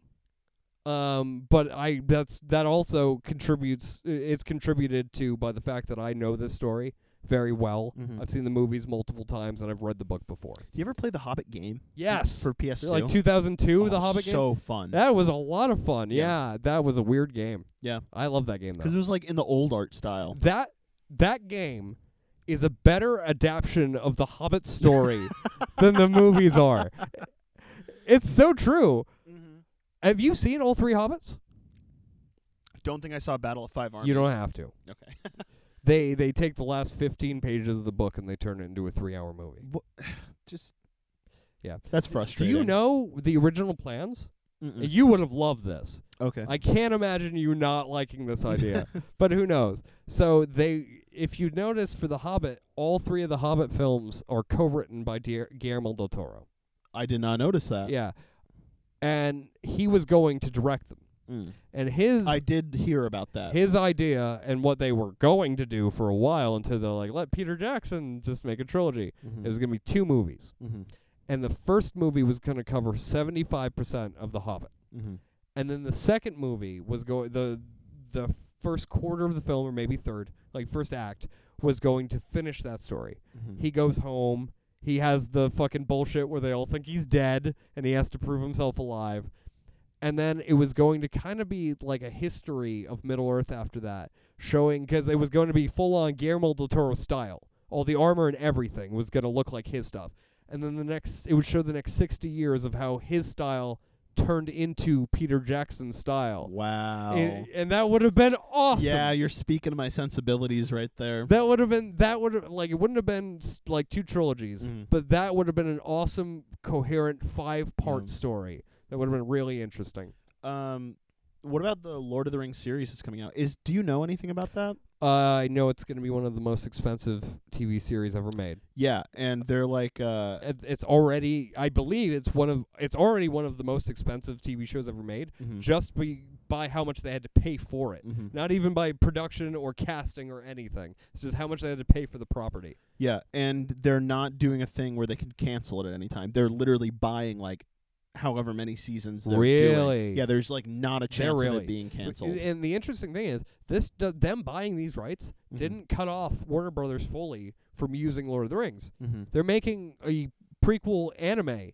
[SPEAKER 1] um but i that's that also contributes it's contributed to by the fact that i know this story very well
[SPEAKER 2] Mhm.
[SPEAKER 1] i've seen the movies multiple times and i've read the book before
[SPEAKER 2] Do you ever play the Hobbit game?
[SPEAKER 1] yes
[SPEAKER 2] For PS2.
[SPEAKER 1] like 2002 the
[SPEAKER 2] Oh,
[SPEAKER 1] hobbit game
[SPEAKER 2] So fun.
[SPEAKER 1] that was a lot of fun yeah.
[SPEAKER 2] Yeah.
[SPEAKER 1] that was a weird game
[SPEAKER 2] Yeah.
[SPEAKER 1] i love that game
[SPEAKER 2] Because
[SPEAKER 1] though
[SPEAKER 2] it was like in the old art style.
[SPEAKER 1] that that game is a better adaptation of the hobbit story than the movies are it's so true
[SPEAKER 2] Mm-hmm.
[SPEAKER 1] have you seen all three hobbits
[SPEAKER 2] Don't think I saw Battle of Five Armies.
[SPEAKER 1] You don't have to.
[SPEAKER 2] Okay.
[SPEAKER 1] They they take the last 15 pages of the book and they turn it into a 3-hour movie.
[SPEAKER 2] Just.
[SPEAKER 1] Yeah.
[SPEAKER 2] That's
[SPEAKER 1] Do
[SPEAKER 2] frustrating.
[SPEAKER 1] you know the original plans?
[SPEAKER 2] Mm-mm.
[SPEAKER 1] You would have loved this.
[SPEAKER 2] Okay.
[SPEAKER 1] I can't imagine you not liking this idea. but who knows? So they if you notice for The Hobbit, all three of the Hobbit films are co-written by Dier- Guillermo del Toro.
[SPEAKER 2] I did not notice that.
[SPEAKER 1] yeah. And he was going to direct them.
[SPEAKER 2] Mm.
[SPEAKER 1] And his
[SPEAKER 2] I did hear about that.
[SPEAKER 1] his idea and what they were going to do for a while until they're like let Peter Jackson just make a trilogy.
[SPEAKER 2] Mhm.
[SPEAKER 1] It was going to be two movies.
[SPEAKER 2] Mhm.
[SPEAKER 1] And the first movie was going to cover 75% of The Hobbit.
[SPEAKER 2] Mhm.
[SPEAKER 1] And then the second movie was going the the first quarter of the film or maybe third, like first act was going to finish that story.
[SPEAKER 2] Mhm.
[SPEAKER 1] He goes home, he has the fucking bullshit where they all think he's dead and he has to prove himself alive. And then it was going to kind of be like a history of Middle Earth after that, showing because it was going to be full on Guillermo del Toro style. All the armor and everything was going to look like his stuff. And then the next, it would show the next 60 years of how his style turned into Peter Jackson's style.
[SPEAKER 2] Wow.
[SPEAKER 1] And, and that would have been awesome.
[SPEAKER 2] Yeah, you're speaking to my sensibilities right there.
[SPEAKER 1] That would have been that would have like it wouldn't have been s- like two trilogies,
[SPEAKER 2] Mhm.
[SPEAKER 1] but that would have been an awesome coherent five part
[SPEAKER 2] Yeah.
[SPEAKER 1] story. That would have been really interesting.
[SPEAKER 2] Um, what about the Lord of the Rings series that's coming out? Is do you know anything about that?
[SPEAKER 1] Uh, I know it's going to be one of the most expensive TV series ever made.
[SPEAKER 2] Yeah, and they're like, uh,
[SPEAKER 1] It, it's already, I believe, it's one of it's already one of the most expensive TV shows ever made,
[SPEAKER 2] mhm.
[SPEAKER 1] just be, by how much they had to pay for it.
[SPEAKER 2] Mhm.
[SPEAKER 1] Not even by production or casting or anything. It's just how much they had to pay for the property.
[SPEAKER 2] yeah, and they're not doing a thing where they can cancel it at any time. They're literally buying like however many seasons. They're doing.
[SPEAKER 1] Really?
[SPEAKER 2] Yeah, there's like not a chance of
[SPEAKER 1] really-
[SPEAKER 2] it being
[SPEAKER 1] W-
[SPEAKER 2] canceled.
[SPEAKER 1] And the interesting thing is, this do- them buying these rights
[SPEAKER 2] Mhm.
[SPEAKER 1] didn't cut off Warner Brothers fully from using Lord of the Rings.
[SPEAKER 2] Mhm.
[SPEAKER 1] They're making a prequel anime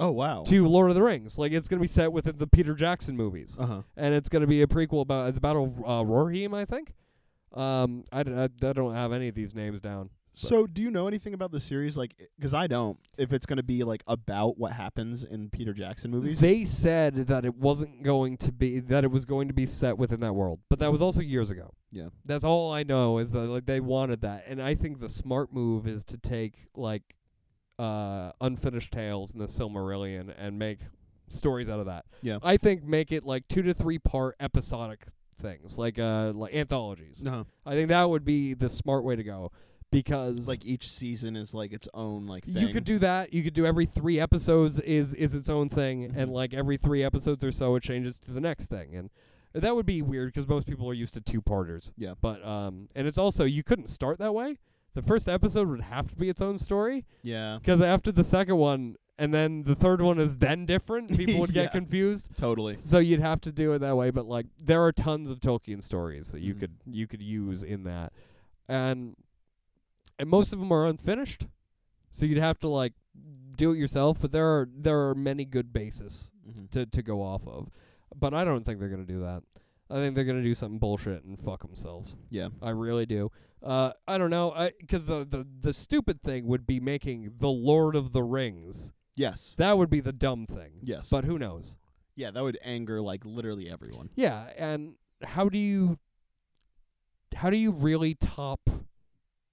[SPEAKER 2] Oh wow.
[SPEAKER 1] to Lord of the Rings. Like it's gonna be set within the Peter Jackson movies,
[SPEAKER 2] Uh huh.
[SPEAKER 1] and it's gonna be a prequel about the Battle of uh, Rohirrim, I think. Um, I, d- I, I don't have any of these names down.
[SPEAKER 2] So do you know anything about the series? Like, because I don't. If it's gonna be like about what happens in Peter Jackson movies.
[SPEAKER 1] They said that it wasn't going to be that it was going to be set within that world, but that was also years ago.
[SPEAKER 2] Yeah.
[SPEAKER 1] That's all I know is that like they wanted that, and I think the smart move is to take like uh, unfinished tales and the Silmarillion and make stories out of that.
[SPEAKER 2] Yeah.
[SPEAKER 1] I think make it like two to three part episodic things, like uh like anthologies.
[SPEAKER 2] No.
[SPEAKER 1] I think that would be the smart way to go because
[SPEAKER 2] Like each season is like its own like thing.
[SPEAKER 1] you could do that. You could do every three episodes is is its own thing, and
[SPEAKER 2] Mhm.
[SPEAKER 1] like every three episodes or so, it changes to the next thing, and that would be weird because most people are used to two parters.
[SPEAKER 2] Yeah.
[SPEAKER 1] But um, and it's also you couldn't start that way. The first episode would have to be its own story
[SPEAKER 2] Yeah.
[SPEAKER 1] because after the second one, and then the third one is then different. People would
[SPEAKER 2] Yeah.
[SPEAKER 1] get confused,
[SPEAKER 2] Totally.
[SPEAKER 1] so you'd have to do it that way. But like there are tons of Tolkien stories that you
[SPEAKER 2] Mhm.
[SPEAKER 1] could you could use in that, and and most of them are unfinished, so you'd have to like do it yourself, but there are there are many good bases
[SPEAKER 2] Mhm.
[SPEAKER 1] to to go off of. But I don't think they're gonna do that. I think they're gonna do something bullshit and fuck themselves.
[SPEAKER 2] Yeah.
[SPEAKER 1] I really do. Uh, I don't know, I because the, the the stupid thing would be making the Lord of the Rings.
[SPEAKER 2] Yes.
[SPEAKER 1] That would be the dumb thing.
[SPEAKER 2] Yes.
[SPEAKER 1] But who knows?
[SPEAKER 2] yeah, that would anger like literally everyone.
[SPEAKER 1] Yeah, and how do you how do you really top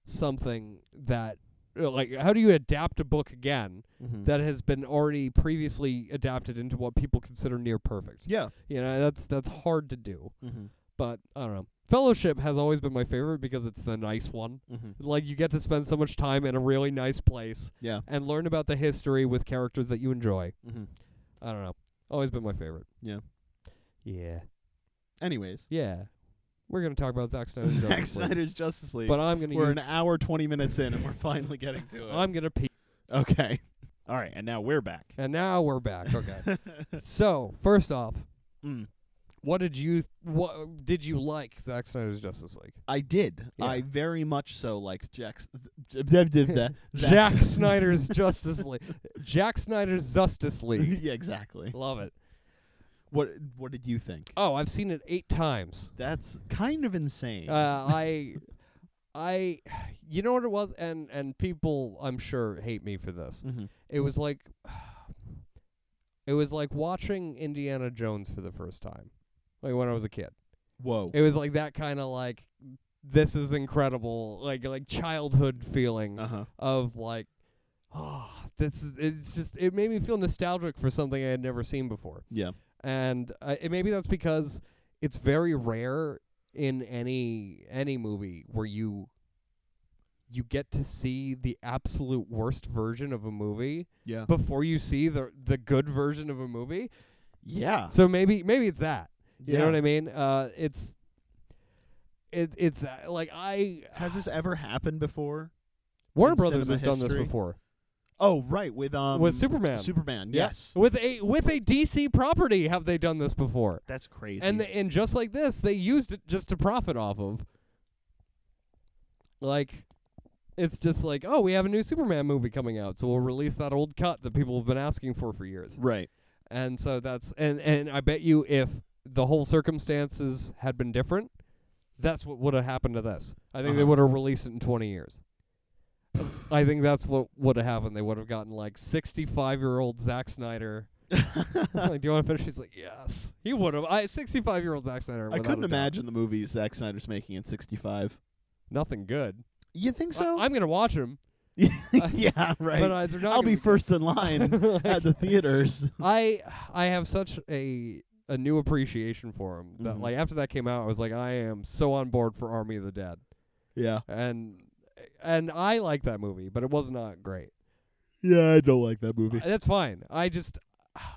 [SPEAKER 1] something that uh, like how do you adapt a book again
[SPEAKER 2] Mm-hmm.
[SPEAKER 1] that has been already previously adapted into what people consider near perfect?
[SPEAKER 2] yeah.
[SPEAKER 1] You know, that's that's hard to do.
[SPEAKER 2] Mm-hmm.
[SPEAKER 1] But I don't know. Fellowship has always been my favorite because it's the nice one.
[SPEAKER 2] Mm-hmm.
[SPEAKER 1] Like you get to spend so much time in a really nice place
[SPEAKER 2] Yeah.
[SPEAKER 1] and learn about the history with characters that you enjoy.
[SPEAKER 2] Mm-hmm.
[SPEAKER 1] I don't know. Always been my favorite.
[SPEAKER 2] Yeah.
[SPEAKER 1] Yeah.
[SPEAKER 2] Anyways,
[SPEAKER 1] Yeah. We're gonna talk about Zack Snyder's
[SPEAKER 2] Zack
[SPEAKER 1] Justice League,
[SPEAKER 2] Snyder's Justice League.
[SPEAKER 1] But I'm gonna
[SPEAKER 2] we're
[SPEAKER 1] use,
[SPEAKER 2] an hour twenty minutes in, and we're finally getting to it.
[SPEAKER 1] I'm gonna pee.
[SPEAKER 2] okay. All right, and now we're back.
[SPEAKER 1] And now we're back. Okay. so first off,
[SPEAKER 2] Mm.
[SPEAKER 1] what did you what did you like Zack Snyder's Justice League?
[SPEAKER 2] I did.
[SPEAKER 1] Yeah.
[SPEAKER 2] I very much so liked Jack's. Zack
[SPEAKER 1] Jack Snyder's Justice League. Jack Snyder's Justice League.
[SPEAKER 2] yeah, exactly.
[SPEAKER 1] Love it.
[SPEAKER 2] What What did you think?
[SPEAKER 1] Oh, I've seen it eight times.
[SPEAKER 2] That's kind of insane.
[SPEAKER 1] Uh, I, I, you know what it was, and and people I'm sure hate me for this.
[SPEAKER 2] mm-hmm.
[SPEAKER 1] It was like, it was like watching Indiana Jones for the first time, like when I was a kid.
[SPEAKER 2] Whoa.
[SPEAKER 1] It was like that kind of like, this is incredible, like like childhood feeling
[SPEAKER 2] Uh huh.
[SPEAKER 1] of like. Oh, this is it's just it made me feel nostalgic for something I had never seen before.
[SPEAKER 2] Yeah.
[SPEAKER 1] and uh, it, maybe that's because it's very rare in any any movie where you you get to see the absolute worst version of a movie
[SPEAKER 2] Yeah.
[SPEAKER 1] before you see the the good version of a movie.
[SPEAKER 2] Yeah.
[SPEAKER 1] So maybe maybe it's that. You
[SPEAKER 2] Ah. yeah.
[SPEAKER 1] know what I mean? Uh, it's it, it's that like I
[SPEAKER 2] Has this ever happened before?
[SPEAKER 1] Warner
[SPEAKER 2] in
[SPEAKER 1] Brothers
[SPEAKER 2] cinema
[SPEAKER 1] has done
[SPEAKER 2] history?
[SPEAKER 1] this before
[SPEAKER 2] Oh, right, with um
[SPEAKER 1] with Superman.
[SPEAKER 2] Superman.
[SPEAKER 1] Yeah.
[SPEAKER 2] Yes.
[SPEAKER 1] With a with a DC property have they done this before?
[SPEAKER 2] That's crazy.
[SPEAKER 1] and the, and just like this, they used it just to profit off of. Like, it's just like, oh, we have a new Superman movie coming out, so we'll release that old cut that people have been asking for for years.
[SPEAKER 2] right.
[SPEAKER 1] And so that's and and I bet you if the whole circumstances had been different, that's what would have happened to this. I think they
[SPEAKER 2] Uh-huh.
[SPEAKER 1] would have released it in twenty years. I think that's what would have happened. They would have gotten like sixty-five-year-old Zack Snyder. like, do you want to finish? He's like, yes. He would have. I sixty-five-year-old Zack Snyder.
[SPEAKER 2] I
[SPEAKER 1] without
[SPEAKER 2] couldn't
[SPEAKER 1] a doubt.
[SPEAKER 2] imagine the movies Zack Snyder's making in 65.
[SPEAKER 1] nothing good.
[SPEAKER 2] You think so?
[SPEAKER 1] I, am gonna watch him,
[SPEAKER 2] yeah, right.
[SPEAKER 1] but I, they're not.
[SPEAKER 2] I'll
[SPEAKER 1] gonna
[SPEAKER 2] be first in line
[SPEAKER 1] good.
[SPEAKER 2] at the theaters.
[SPEAKER 1] I I have such a a new appreciation for him that
[SPEAKER 2] Mhm.
[SPEAKER 1] like after that came out, I was like, I am so on board for Army of the Dead,
[SPEAKER 2] Yeah.
[SPEAKER 1] and and I like that movie, but it was not great.
[SPEAKER 2] Yeah, I don't like that movie.
[SPEAKER 1] That's fine. I just.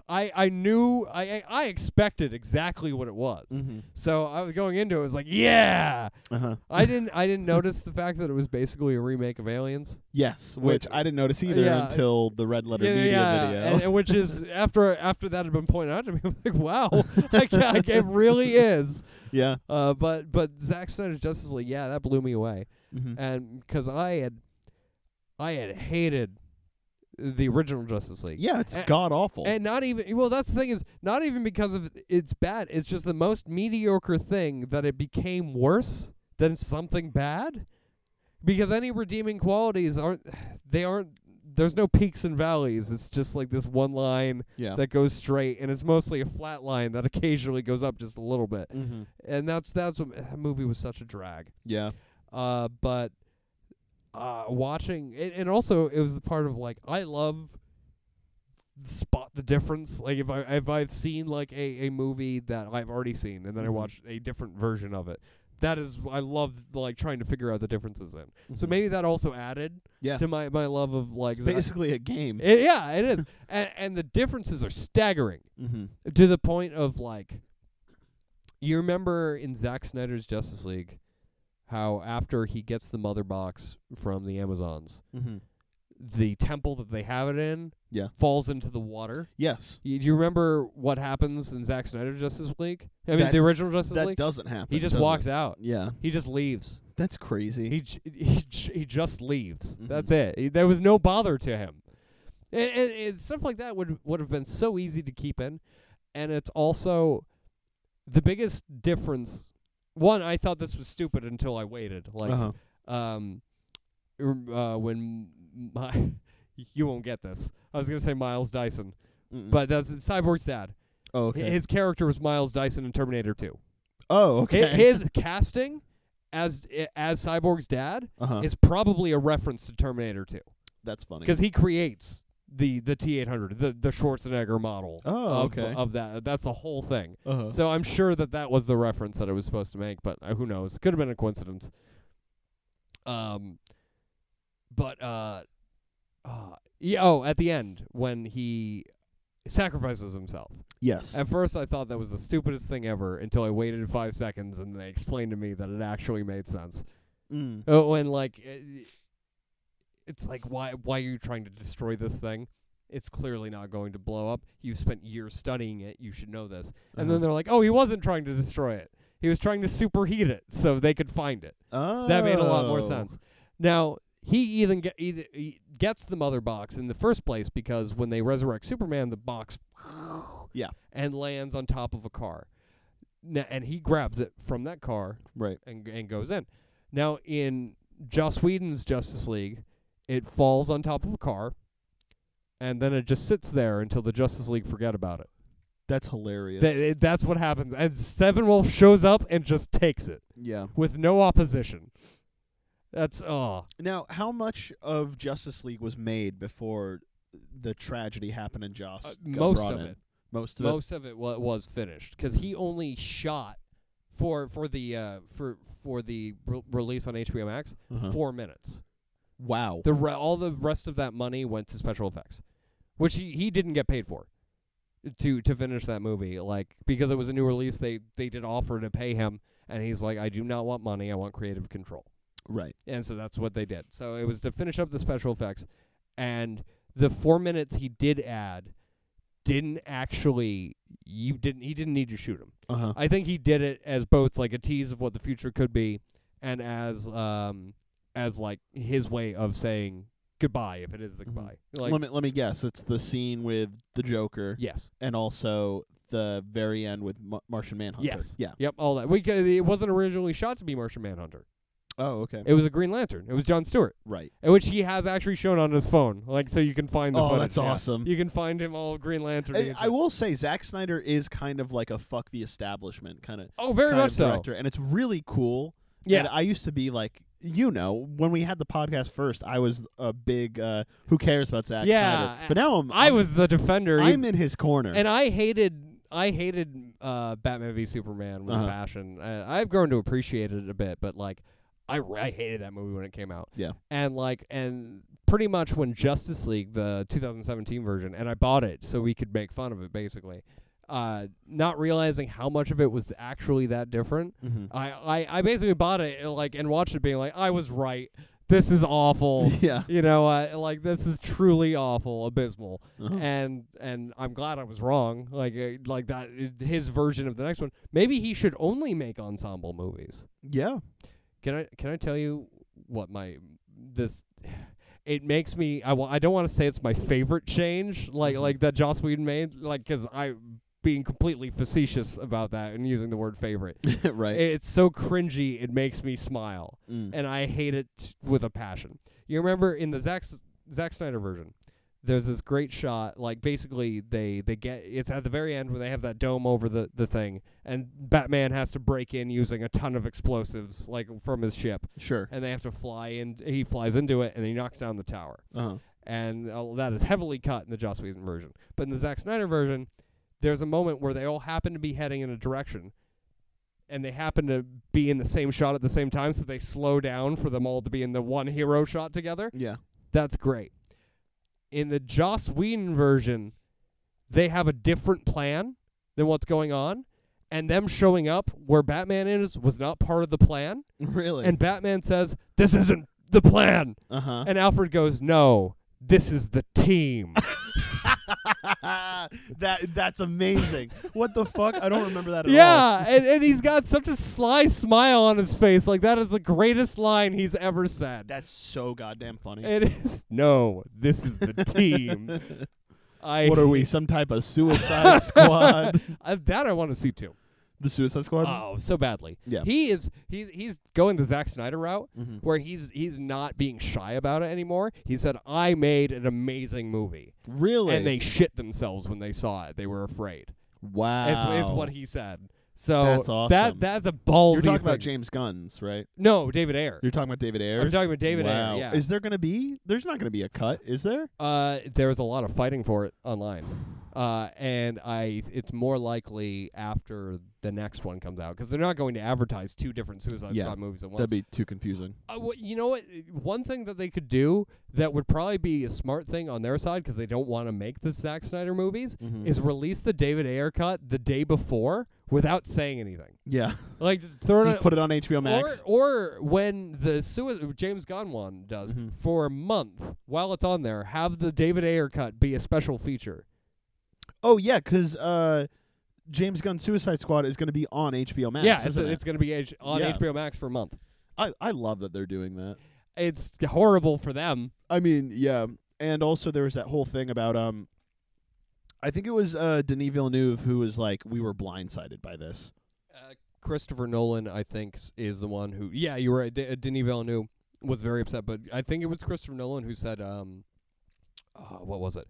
[SPEAKER 1] I, I knew I, I I expected exactly what it was,
[SPEAKER 2] Mm-hmm.
[SPEAKER 1] so I was going into it I was like yeah,
[SPEAKER 2] Uh-huh.
[SPEAKER 1] I didn't I didn't notice the fact that it was basically a remake of Aliens.
[SPEAKER 2] Yes, which I didn't notice either
[SPEAKER 1] uh, yeah.
[SPEAKER 2] until the Red Letter
[SPEAKER 1] yeah,
[SPEAKER 2] Media
[SPEAKER 1] yeah,
[SPEAKER 2] video.
[SPEAKER 1] And, and which is after after that had been pointed out to me, I'm like, wow, like, like, it really is.
[SPEAKER 2] yeah.
[SPEAKER 1] Uh, but but Zack Snyder's Justice League, yeah, that blew me away,
[SPEAKER 2] Mm-hmm.
[SPEAKER 1] and because I had I had hated the original Justice League.
[SPEAKER 2] Yeah, it's
[SPEAKER 1] and-
[SPEAKER 2] god awful.
[SPEAKER 1] And not even well. That's the thing is not even because of it's bad. It's just the most mediocre thing that it became worse than something bad, because any redeeming qualities aren't. They aren't. There's no peaks and valleys. It's just like this one line
[SPEAKER 2] yeah.
[SPEAKER 1] that goes straight, and it's mostly a flat line that occasionally goes up just a little bit.
[SPEAKER 2] mm-hmm.
[SPEAKER 1] And that's that's what that movie was such a drag.
[SPEAKER 2] Yeah.
[SPEAKER 1] Uh, but uh, watching it, and also it was the part of like I love spot the difference. Like if I if I've seen like a, a movie that I've already seen and then I
[SPEAKER 2] Mhm.
[SPEAKER 1] watched a different version of it, that is I love like trying to figure out the differences in. So
[SPEAKER 2] Mhm.
[SPEAKER 1] maybe that also added
[SPEAKER 2] Yeah.
[SPEAKER 1] to my my love of like
[SPEAKER 2] it's
[SPEAKER 1] Zack-
[SPEAKER 2] basically a game.
[SPEAKER 1] It- yeah, it is, and, and the differences are staggering
[SPEAKER 2] Mm-hmm.
[SPEAKER 1] to the point of like you remember in Zack Snyder's Justice League how after he gets the mother box from the Amazons,
[SPEAKER 2] Mm-hmm.
[SPEAKER 1] the temple that they have it in
[SPEAKER 2] Yeah.
[SPEAKER 1] falls into the water.
[SPEAKER 2] Yes.
[SPEAKER 1] You, do you remember what happens in Zack Snyder's Justice League? I mean,
[SPEAKER 2] That-
[SPEAKER 1] the original Justice
[SPEAKER 2] that
[SPEAKER 1] League.
[SPEAKER 2] doesn't happen.
[SPEAKER 1] He just
[SPEAKER 2] does
[SPEAKER 1] walks
[SPEAKER 2] it?
[SPEAKER 1] out.
[SPEAKER 2] Yeah.
[SPEAKER 1] He just leaves.
[SPEAKER 2] That's crazy.
[SPEAKER 1] He j- he j- he just leaves.
[SPEAKER 2] Mhm.
[SPEAKER 1] That's it. He, there was no bother to him. And, and, and stuff like that would would have been so easy to keep in, and it's also the biggest difference. One, I thought this was stupid until I waited. Like,
[SPEAKER 2] uh-huh.
[SPEAKER 1] um, rem- uh, when my you won't get this. I was gonna say Miles Dyson,
[SPEAKER 2] Mm-mm.
[SPEAKER 1] but that's Cyborg's dad.
[SPEAKER 2] oh,
[SPEAKER 1] Hi-
[SPEAKER 2] Mm. okay.
[SPEAKER 1] His character was Miles Dyson in Terminator Two.
[SPEAKER 2] oh,
[SPEAKER 1] Hi-
[SPEAKER 2] okay.
[SPEAKER 1] His casting as i- as Cyborg's dad
[SPEAKER 2] uh-huh.
[SPEAKER 1] is probably a reference to Terminator Two
[SPEAKER 2] That's funny.
[SPEAKER 1] because he creates the the T eight hundred, the the Schwarzenegger model.
[SPEAKER 2] Oh,
[SPEAKER 1] of,
[SPEAKER 2] okay.
[SPEAKER 1] of that, that's the whole thing.
[SPEAKER 2] Uh-huh.
[SPEAKER 1] So I'm sure that that was the reference that it was supposed to make, but uh, who knows? Could have been a coincidence. Um, but uh, uh, yeah. Oh, at the end when he sacrifices himself.
[SPEAKER 2] yes.
[SPEAKER 1] At first, I thought that was the stupidest thing ever until I waited five seconds and they explained to me that it actually made sense.
[SPEAKER 2] Mm.
[SPEAKER 1] Oh, and like, it- it's like, why, why are you trying to destroy this thing? It's clearly not going to blow up. You've spent years studying it. You should know this. And then
[SPEAKER 2] Uh-huh.
[SPEAKER 1] they're like, oh, he wasn't trying to destroy it. He was trying to superheat it so they could find it.
[SPEAKER 2] oh.
[SPEAKER 1] That made a lot more sense. Now, he even get, either, he gets the mother box in the first place because when they resurrect Superman, the box
[SPEAKER 2] Yeah.
[SPEAKER 1] and lands on top of a car. Now, and he grabs it from that car
[SPEAKER 2] Right.
[SPEAKER 1] and, and goes in. Now, in Joss Whedon's Justice League, it falls on top of a car and then it just sits there until the Justice League forget about it.
[SPEAKER 2] That's hilarious.
[SPEAKER 1] That, it- that's what happens. And Steppenwolf shows up and just takes it
[SPEAKER 2] yeah.
[SPEAKER 1] with no opposition. That's oh,
[SPEAKER 2] Now, how much of Justice League was made before the tragedy happened in Joss?
[SPEAKER 1] Uh,
[SPEAKER 2] got
[SPEAKER 1] most
[SPEAKER 2] brought
[SPEAKER 1] of
[SPEAKER 2] in?
[SPEAKER 1] it.
[SPEAKER 2] Most of
[SPEAKER 1] most of it wa- was finished because he only shot for for the uh, for for the re- release on HBO Max
[SPEAKER 2] it. Uh-huh.
[SPEAKER 1] four minutes.
[SPEAKER 2] Wow.
[SPEAKER 1] The re- all the rest of that money went to special effects, which he, he didn't get paid for to to finish that movie. Like because it was a new release, they they did offer to pay him, and he's like, I do not want money. I want creative control.
[SPEAKER 2] Right.
[SPEAKER 1] And so that's what they did. So it was to finish up the special effects, and the four minutes he did add didn't actually you didn't he didn't need to shoot him.
[SPEAKER 2] Uh huh.
[SPEAKER 1] I think he did it as both like a tease of what the future could be, and as um as like his way of saying goodbye if it is the
[SPEAKER 2] Mhm.
[SPEAKER 1] goodbye. Like
[SPEAKER 2] let me let me guess. It's the scene with the Joker
[SPEAKER 1] yes,
[SPEAKER 2] and also the very end with Ma- Martian Manhunter.
[SPEAKER 1] Yes.
[SPEAKER 2] Yeah.
[SPEAKER 1] yep, all that. We ca- it wasn't originally shot to be Martian Manhunter.
[SPEAKER 2] Oh, okay.
[SPEAKER 1] It was a Green Lantern. It was John Stewart,
[SPEAKER 2] right.
[SPEAKER 1] uh, which he has actually shown on his phone. Like so you can find the
[SPEAKER 2] Oh,
[SPEAKER 1] footage,
[SPEAKER 2] that's
[SPEAKER 1] yeah.
[SPEAKER 2] awesome.
[SPEAKER 1] You can find him all Green Lantern.
[SPEAKER 2] I, I will say Zack Snyder is kind of like a fuck the establishment kind of
[SPEAKER 1] Oh, very
[SPEAKER 2] kind
[SPEAKER 1] much
[SPEAKER 2] of
[SPEAKER 1] so.
[SPEAKER 2] director, and it's really cool.
[SPEAKER 1] Yeah.
[SPEAKER 2] And um, I used to be like, you know, when we had the podcast first, I was a big uh, who cares about Zack
[SPEAKER 1] Yeah,
[SPEAKER 2] Snyder, but now I'm
[SPEAKER 1] I
[SPEAKER 2] I'm-
[SPEAKER 1] was the defender.
[SPEAKER 2] I'm in his corner.
[SPEAKER 1] and I hated I hated uh, Batman v Superman with
[SPEAKER 2] Uh-huh.
[SPEAKER 1] a passion. I, I've grown to appreciate it a bit, but like I, re- I hated that movie when it came out.
[SPEAKER 2] Yeah.
[SPEAKER 1] And like and pretty much when Justice League the 2017 version and I bought it so we could make fun of it basically. Uh, not realizing how much of it was actually that different.
[SPEAKER 2] mm-hmm.
[SPEAKER 1] I, I, I basically bought it and, like and watched it being like I was right. This is awful.
[SPEAKER 2] yeah.
[SPEAKER 1] you know uh, like this is truly awful abysmal
[SPEAKER 2] Uh-huh.
[SPEAKER 1] and and i'm glad i was wrong like uh, like that his version of the next one maybe he should only make ensemble movies
[SPEAKER 2] yeah.
[SPEAKER 1] can i can i tell you what my this it makes me i, wa- I don't want to say it's my favorite change like
[SPEAKER 2] Mhm.
[SPEAKER 1] like that joss whedon made like 'cause i being completely facetious about that and using the word favorite
[SPEAKER 2] right.
[SPEAKER 1] it's so cringy it makes me smile
[SPEAKER 2] Mm.
[SPEAKER 1] and I hate it t- with a passion. You remember in the Zack S- Zack Snyder version, there's this great shot. Like basically, they they get it's at the very end where they have that dome over the the thing, and Batman has to break in using a ton of explosives like from his ship,
[SPEAKER 2] Sure.
[SPEAKER 1] and they have to fly in. He flies into it, and he knocks down the tower
[SPEAKER 2] Uh-huh.
[SPEAKER 1] and uh, that is heavily cut in the Joss Whedon version. But in the Zack Snyder version, there's a moment where they all happen to be heading in a direction, and they happen to be in the same shot at the same time, so they slow down for them all to be in the one hero shot together.
[SPEAKER 2] Yeah.
[SPEAKER 1] That's great. In the Joss Whedon version, they have a different plan than what's going on, and them showing up where Batman is was not part of the plan.
[SPEAKER 2] Really.
[SPEAKER 1] And Batman says, "This isn't the plan."
[SPEAKER 2] uh huh.
[SPEAKER 1] And Alfred goes, No, this is the team.
[SPEAKER 2] that that's amazing. What the fuck? I don't remember that at all.
[SPEAKER 1] yeah, and, and he's got such a sly smile on his face. Like that is the greatest line he's ever said.
[SPEAKER 2] That's so goddamn funny.
[SPEAKER 1] it is no, this is the team. I
[SPEAKER 2] what are we? Some type of Suicide Squad?
[SPEAKER 1] Uh, that I want to see too.
[SPEAKER 2] The Suicide Squad?
[SPEAKER 1] Oh, so badly.
[SPEAKER 2] Um, Yeah.
[SPEAKER 1] He is he's he's going the Zack Snyder route
[SPEAKER 2] Mhm.
[SPEAKER 1] where he's he's not being shy about it anymore. He said, I made an amazing movie.
[SPEAKER 2] Really?
[SPEAKER 1] And they shit themselves when they saw it. They were afraid.
[SPEAKER 2] wow.
[SPEAKER 1] Is, is what he said. So
[SPEAKER 2] That's awesome.
[SPEAKER 1] that that's a ballsy
[SPEAKER 2] You're talking
[SPEAKER 1] thing.
[SPEAKER 2] about James Gunn's, right?
[SPEAKER 1] No, David Ayer.
[SPEAKER 2] You're talking about David Ayers.
[SPEAKER 1] talking about David Ayer,
[SPEAKER 2] wow.
[SPEAKER 1] yeah.
[SPEAKER 2] Is there gonna be? There's not gonna be a cut, is there?
[SPEAKER 1] Uh, there was a lot of fighting for it online, uh, and I it's more likely after the next one comes out because they're not going to advertise two different Suicide
[SPEAKER 2] Yeah.
[SPEAKER 1] Squad movies at once.
[SPEAKER 2] That'd be too confusing.
[SPEAKER 1] Uh, wh- you know what? One thing that they could do that would probably be a smart thing on their side because they don't want to make the Zack Snyder movies
[SPEAKER 2] Mhm.
[SPEAKER 1] is release the David Ayer cut the day before without saying anything.
[SPEAKER 2] Yeah.
[SPEAKER 1] Like just throw
[SPEAKER 2] Just
[SPEAKER 1] it.
[SPEAKER 2] put it on HBO Max.
[SPEAKER 1] Or, or when the sui- James Gunn one does
[SPEAKER 2] Mhm.
[SPEAKER 1] for a month while it's on there, have the David Ayer cut be a special feature.
[SPEAKER 2] oh yeah, because uh, James Gunn's Suicide Squad is gonna be on HBO Max.
[SPEAKER 1] yeah, it's,
[SPEAKER 2] isn't it?
[SPEAKER 1] it's going to be H- on
[SPEAKER 2] Yeah.
[SPEAKER 1] HBO Max for a month.
[SPEAKER 2] I I love that they're doing that.
[SPEAKER 1] It's horrible for them.
[SPEAKER 2] I mean, yeah, and also there was that whole thing about um, I think it was uh Denis Villeneuve who was like, we were blindsided by this.
[SPEAKER 1] Uh, Christopher Nolan, I think, s- is the one who. Yeah, you were right. D- uh, Denis Villeneuve was very upset, but I think it was Christopher Nolan who said, um, uh, "What was it?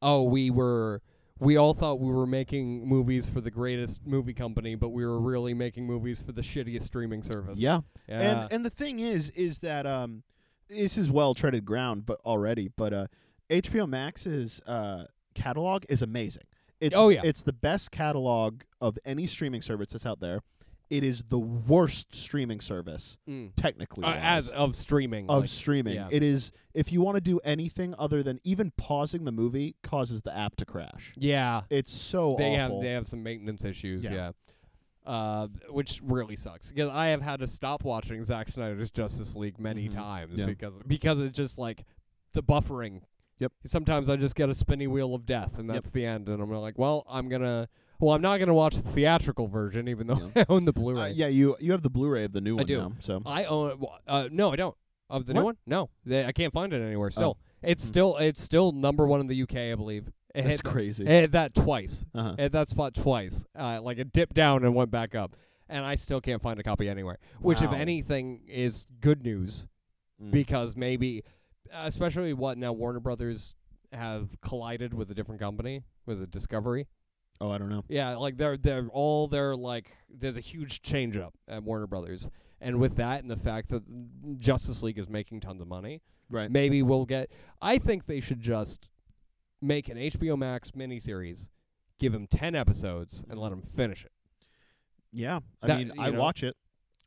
[SPEAKER 1] Oh, we were." We all thought we were making movies for the greatest movie company, but we were really making movies for the shittiest streaming service.
[SPEAKER 2] Yeah,
[SPEAKER 1] Yeah.
[SPEAKER 2] and and the thing is, is that um, this is well treaded ground, but already, but uh, HBO Max's uh catalog is amazing. It's,
[SPEAKER 1] Oh, yeah.
[SPEAKER 2] it's the best catalog of any streaming service that's out there. It is the worst streaming service
[SPEAKER 1] Mm.
[SPEAKER 2] technically
[SPEAKER 1] Uh,
[SPEAKER 2] wise,
[SPEAKER 1] as of streaming.
[SPEAKER 2] of
[SPEAKER 1] like-
[SPEAKER 2] streaming.
[SPEAKER 1] yeah.
[SPEAKER 2] It is if you want to do anything other than even pausing the movie causes the app to crash.
[SPEAKER 1] yeah.
[SPEAKER 2] It's so
[SPEAKER 1] They
[SPEAKER 2] awful. Uh,
[SPEAKER 1] have they have some maintenance issues, yeah.
[SPEAKER 2] Yeah.
[SPEAKER 1] Uh, which really sucks because I have had to stop watching Zack Snyder's Justice League many
[SPEAKER 2] Mhm.
[SPEAKER 1] times
[SPEAKER 2] Yeah.
[SPEAKER 1] because because it's just like the buffering.
[SPEAKER 2] Yep.
[SPEAKER 1] Sometimes I just get a spinny wheel of death and that's the end, and I'm like, well, I'm gonna, well, I'm not gonna watch the theatrical version even though I own the
[SPEAKER 2] Uh,
[SPEAKER 1] Blu-ray.
[SPEAKER 2] yeah, you you have the Blu-ray of the new one
[SPEAKER 1] do.
[SPEAKER 2] now, so
[SPEAKER 1] I own. it. Wha- Uh, no, I don't. Of the new
[SPEAKER 2] What?
[SPEAKER 1] one, no, they, I can't find it anywhere. Still, it's
[SPEAKER 2] Hmm.
[SPEAKER 1] still it's still number one in the UK, I believe. It
[SPEAKER 2] that's
[SPEAKER 1] hit,
[SPEAKER 2] crazy.
[SPEAKER 1] it hit that twice.
[SPEAKER 2] uh-huh.
[SPEAKER 1] It hit that spot twice. Uh, like it dipped down and went back up, and I still can't find a copy anywhere. Which, if
[SPEAKER 2] Wow.
[SPEAKER 1] anything, is good news
[SPEAKER 2] Mm.
[SPEAKER 1] because maybe, especially what now Warner Brothers have collided with a different company. Was it Discovery?
[SPEAKER 2] oh, I don't know.
[SPEAKER 1] Yeah, like they're they're all they're like there's a huge change up at Warner Brothers. And with that and the fact that Justice League is making tons of money,
[SPEAKER 2] Right.
[SPEAKER 1] maybe we'll get I think they should just make an HBO Max miniseries, give him 10 episodes and let him finish it.
[SPEAKER 2] Yeah, I
[SPEAKER 1] That-
[SPEAKER 2] mean,
[SPEAKER 1] you
[SPEAKER 2] I
[SPEAKER 1] know.
[SPEAKER 2] watch it.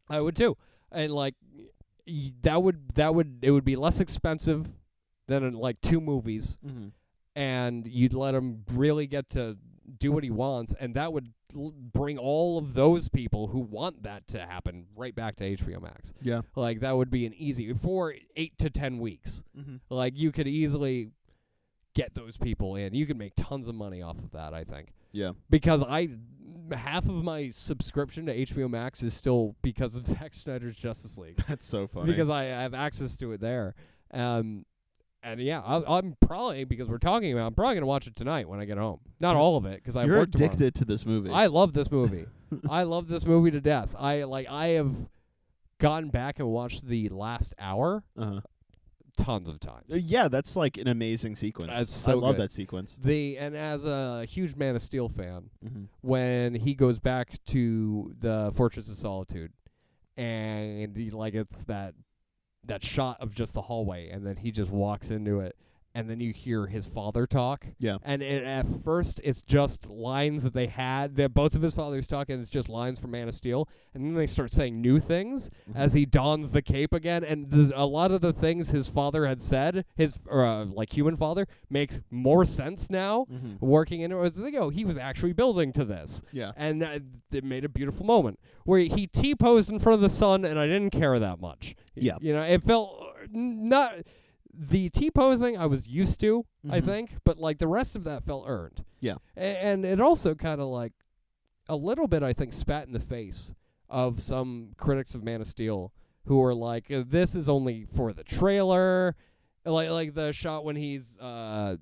[SPEAKER 1] I would too. And like y- that would that would it would be less expensive than uh, like two movies
[SPEAKER 2] Mm-hmm.
[SPEAKER 1] and you'd let him really get to do what he wants, and that would l- bring all of those people who want that to happen right back to HBO Max.
[SPEAKER 2] Yeah.
[SPEAKER 1] Like that would be an easy for eight to ten weeks.
[SPEAKER 2] Mm-hmm.
[SPEAKER 1] Like you could easily get those people in. You could make tons of money off of that. I think
[SPEAKER 2] Yeah.
[SPEAKER 1] because I half of my subscription to HBO Max is still because of Zack Snyder's Justice League.
[SPEAKER 2] That's so
[SPEAKER 1] It's
[SPEAKER 2] funny.
[SPEAKER 1] because I have access to it there. Um, and yeah, I, I'm probably because we're talking about. I'm probably gonna watch it tonight when I get home. Not all of it because I
[SPEAKER 2] you're
[SPEAKER 1] work tomorrow.
[SPEAKER 2] addicted to this movie.
[SPEAKER 1] I love this movie. I love this movie to death. I like. I have gotten back and watched the last hour
[SPEAKER 2] uh-huh.
[SPEAKER 1] tons of times.
[SPEAKER 2] Uh, Yeah, that's like an amazing sequence.
[SPEAKER 1] That's
[SPEAKER 2] I
[SPEAKER 1] so
[SPEAKER 2] love
[SPEAKER 1] good.
[SPEAKER 2] that sequence.
[SPEAKER 1] The and as a huge Man of Steel fan,
[SPEAKER 2] Mm-hmm.
[SPEAKER 1] when he goes back to the Fortress of Solitude, and he, like it's that that shot of just the hallway, and then he just walks into it, and then you hear his father talk.
[SPEAKER 2] Yeah.
[SPEAKER 1] And it, at first, it's just lines that they had. That both of his fathers talk, and it's just lines from Man of Steel. And then they start saying new things
[SPEAKER 2] Mm-hmm.
[SPEAKER 1] as he dons the cape again. And th- a lot of the things his father had said, his or, uh, like human father, makes more sense now
[SPEAKER 2] hmm
[SPEAKER 1] working in it. It's like, oh, he was actually building to this.
[SPEAKER 2] Yeah.
[SPEAKER 1] And uh, it made a beautiful moment where he T posed in front of the sun, and I didn't care that much. Y-
[SPEAKER 2] Yeah.
[SPEAKER 1] You know, it felt uh, n- not. the T posing I was used to, I
[SPEAKER 2] Mhm.
[SPEAKER 1] think, but like the rest of that felt earned.
[SPEAKER 2] Yeah.
[SPEAKER 1] A- and it also kind of like a little bit, I think, spat in the face of some critics of Man of Steel who are like, "Uh, "This is only for the trailer," like like the shot when he's uh,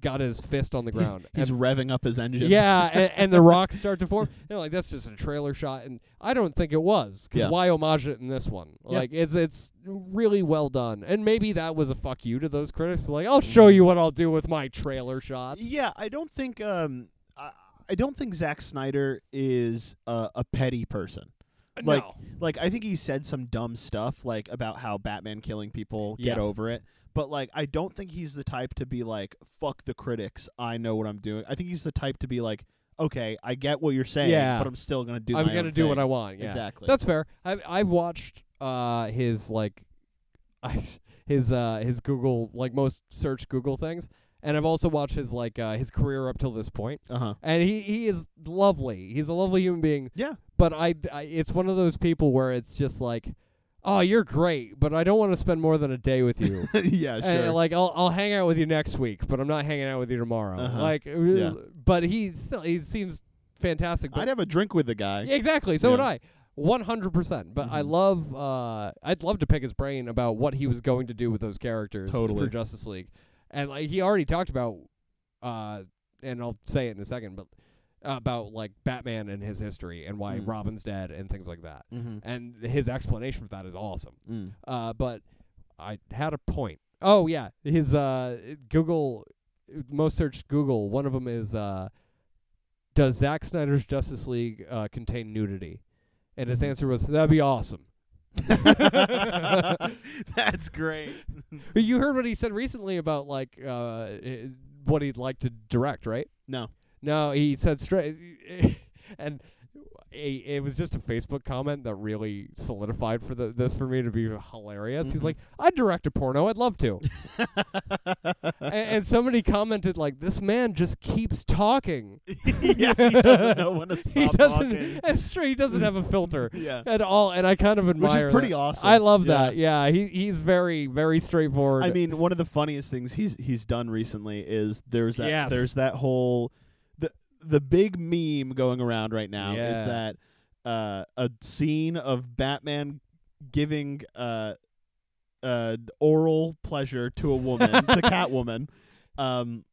[SPEAKER 1] got his fist on the
[SPEAKER 2] He-
[SPEAKER 1] ground.
[SPEAKER 2] He's revving up his engine.
[SPEAKER 1] Yeah, and, and the rocks start to form. They're like, that's just a trailer shot, and I don't think it was. 'cause
[SPEAKER 2] Yeah.
[SPEAKER 1] why homage it in this one?
[SPEAKER 2] Yeah.
[SPEAKER 1] Like, it's it's really well done, and maybe that was a fuck you to those critics. Like, I'll show you what I'll do with my trailer shots.
[SPEAKER 2] Mm-hmm. Yeah, I don't think um, I, I don't think Zack Snyder is uh, a petty person. Like,
[SPEAKER 1] no,
[SPEAKER 2] Like I think he said some dumb stuff like about how Batman killing people,
[SPEAKER 1] Yes.
[SPEAKER 2] get over it. But like I don't think he's the type to be like fuck the critics, I know what I'm doing. I think he's the type to be like okay, I get what you're saying,
[SPEAKER 1] Yeah.
[SPEAKER 2] but I'm still going to do
[SPEAKER 1] I'm
[SPEAKER 2] my own
[SPEAKER 1] gonna do what
[SPEAKER 2] thing."
[SPEAKER 1] I want. Yeah,
[SPEAKER 2] Exactly.
[SPEAKER 1] that's fair. I've I've watched uh his like, I his uh his Google like most search Google things, and I've also watched his like uh, his career up till this point,
[SPEAKER 2] uh-huh.
[SPEAKER 1] and he he is lovely. He's a lovely human being.
[SPEAKER 2] Yeah.
[SPEAKER 1] but I, I it's one of those people where it's just like oh you're great but i don't want to spend more than a day with you
[SPEAKER 2] yeah,
[SPEAKER 1] And,
[SPEAKER 2] sure.
[SPEAKER 1] like I'll, I'll hang out with you next week but i'm not hanging out with you tomorrow
[SPEAKER 2] Uh-huh.
[SPEAKER 1] like uh,
[SPEAKER 2] Yeah.
[SPEAKER 1] but he still he seems fantastic but
[SPEAKER 2] I'd have a drink with the guy.
[SPEAKER 1] Yeah, exactly so
[SPEAKER 2] Yeah.
[SPEAKER 1] would i 100% but i
[SPEAKER 2] Mhm.
[SPEAKER 1] love uh i'd love to pick his brain about what he was going to do with those characters for
[SPEAKER 2] Totally.
[SPEAKER 1] justice league and like he already talked about uh and i'll say it in a second but about like batman and his history and why
[SPEAKER 2] Mm.
[SPEAKER 1] robin's dead and things like that
[SPEAKER 2] Mm-hmm.
[SPEAKER 1] and his explanation for that is awesome.
[SPEAKER 2] Mm.
[SPEAKER 1] Uh, but I had a point. Oh yeah, his uh, Google most searched Google. One of them is uh, does Zack Snyder's Justice League uh, contain nudity? And his answer was that'd be awesome.
[SPEAKER 2] Mm. That's great.
[SPEAKER 1] But you heard what he said recently about like uh, i- what he'd like to direct, right?
[SPEAKER 2] No.
[SPEAKER 1] No, he said straight, and a, it was just a Facebook comment that really solidified for the, this for me to be hilarious. He's
[SPEAKER 2] Mhm.
[SPEAKER 1] like, "I'd direct a porno. I'd love to." and, and somebody commented like, "This man just keeps talking.
[SPEAKER 2] yeah, he doesn't know when to stop
[SPEAKER 1] he doesn't.
[SPEAKER 2] talking.
[SPEAKER 1] It's true. He doesn't have a filter
[SPEAKER 2] Yeah,
[SPEAKER 1] at all." And I kind of
[SPEAKER 2] which
[SPEAKER 1] admire.
[SPEAKER 2] is pretty
[SPEAKER 1] that.
[SPEAKER 2] awesome.
[SPEAKER 1] I love
[SPEAKER 2] Yeah.
[SPEAKER 1] that. Yeah, he he's very very straightforward.
[SPEAKER 2] I mean, one of the funniest things he's he's done recently is there's that
[SPEAKER 1] Yes.
[SPEAKER 2] there's that whole the the big meme going around right now
[SPEAKER 1] Yeah.
[SPEAKER 2] is that uh, a scene of Batman giving uh, uh, oral pleasure to a woman to Catwoman. Um,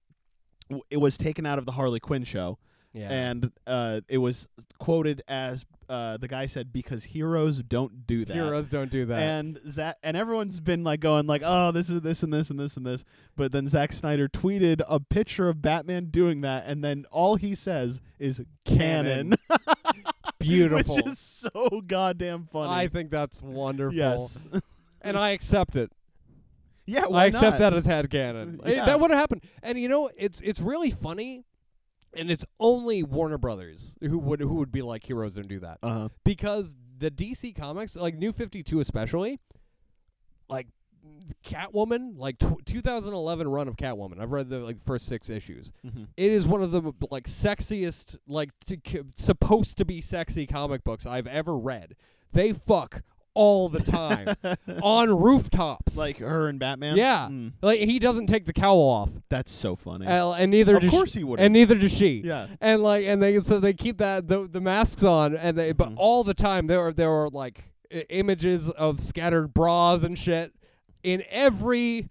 [SPEAKER 2] w- it was taken out of the Harley Quinn show,
[SPEAKER 1] yeah.
[SPEAKER 2] and uh, it was quoted as uh, the guy said, "Because heroes don't do that."
[SPEAKER 1] heroes don't do that.
[SPEAKER 2] And Zach, and everyone's been like going like, "Oh, this is this and this and this and this." But then Zack Snyder tweeted a picture of Batman doing that, and then all he says is "canon,"
[SPEAKER 1] Beautiful.
[SPEAKER 2] which is so goddamn funny.
[SPEAKER 1] I think that's wonderful.
[SPEAKER 2] yes,
[SPEAKER 1] And I accept it.
[SPEAKER 2] yeah, why
[SPEAKER 1] I accept that
[SPEAKER 2] not? Mm,
[SPEAKER 1] as headcanon. It-
[SPEAKER 2] Yeah.
[SPEAKER 1] That would have happened. And you know, it's it's really funny and it's only Warner Brothers who would who would be like heroes don't do that.
[SPEAKER 2] Uh-huh.
[SPEAKER 1] Because the DC comics, like New 52 especially, like Catwoman, like tw 2011 run of Catwoman. I've read the like first 6 issues.
[SPEAKER 2] Mm-hmm.
[SPEAKER 1] It is one of the like sexiest like t- c- supposed to be sexy comic books I've ever read. They fuck all the time on rooftops.
[SPEAKER 2] like her and Batman.
[SPEAKER 1] Yeah.
[SPEAKER 2] Mm,
[SPEAKER 1] Like he doesn't take the cowl off,
[SPEAKER 2] that's so funny.
[SPEAKER 1] and, and neither
[SPEAKER 2] of
[SPEAKER 1] does
[SPEAKER 2] course
[SPEAKER 1] she,
[SPEAKER 2] he would.
[SPEAKER 1] and neither does she.
[SPEAKER 2] yeah,
[SPEAKER 1] And like, and they so they keep that the, the masks on, and they but
[SPEAKER 2] Mhm.
[SPEAKER 1] all the time there are there are like I- images of scattered bras and shit in every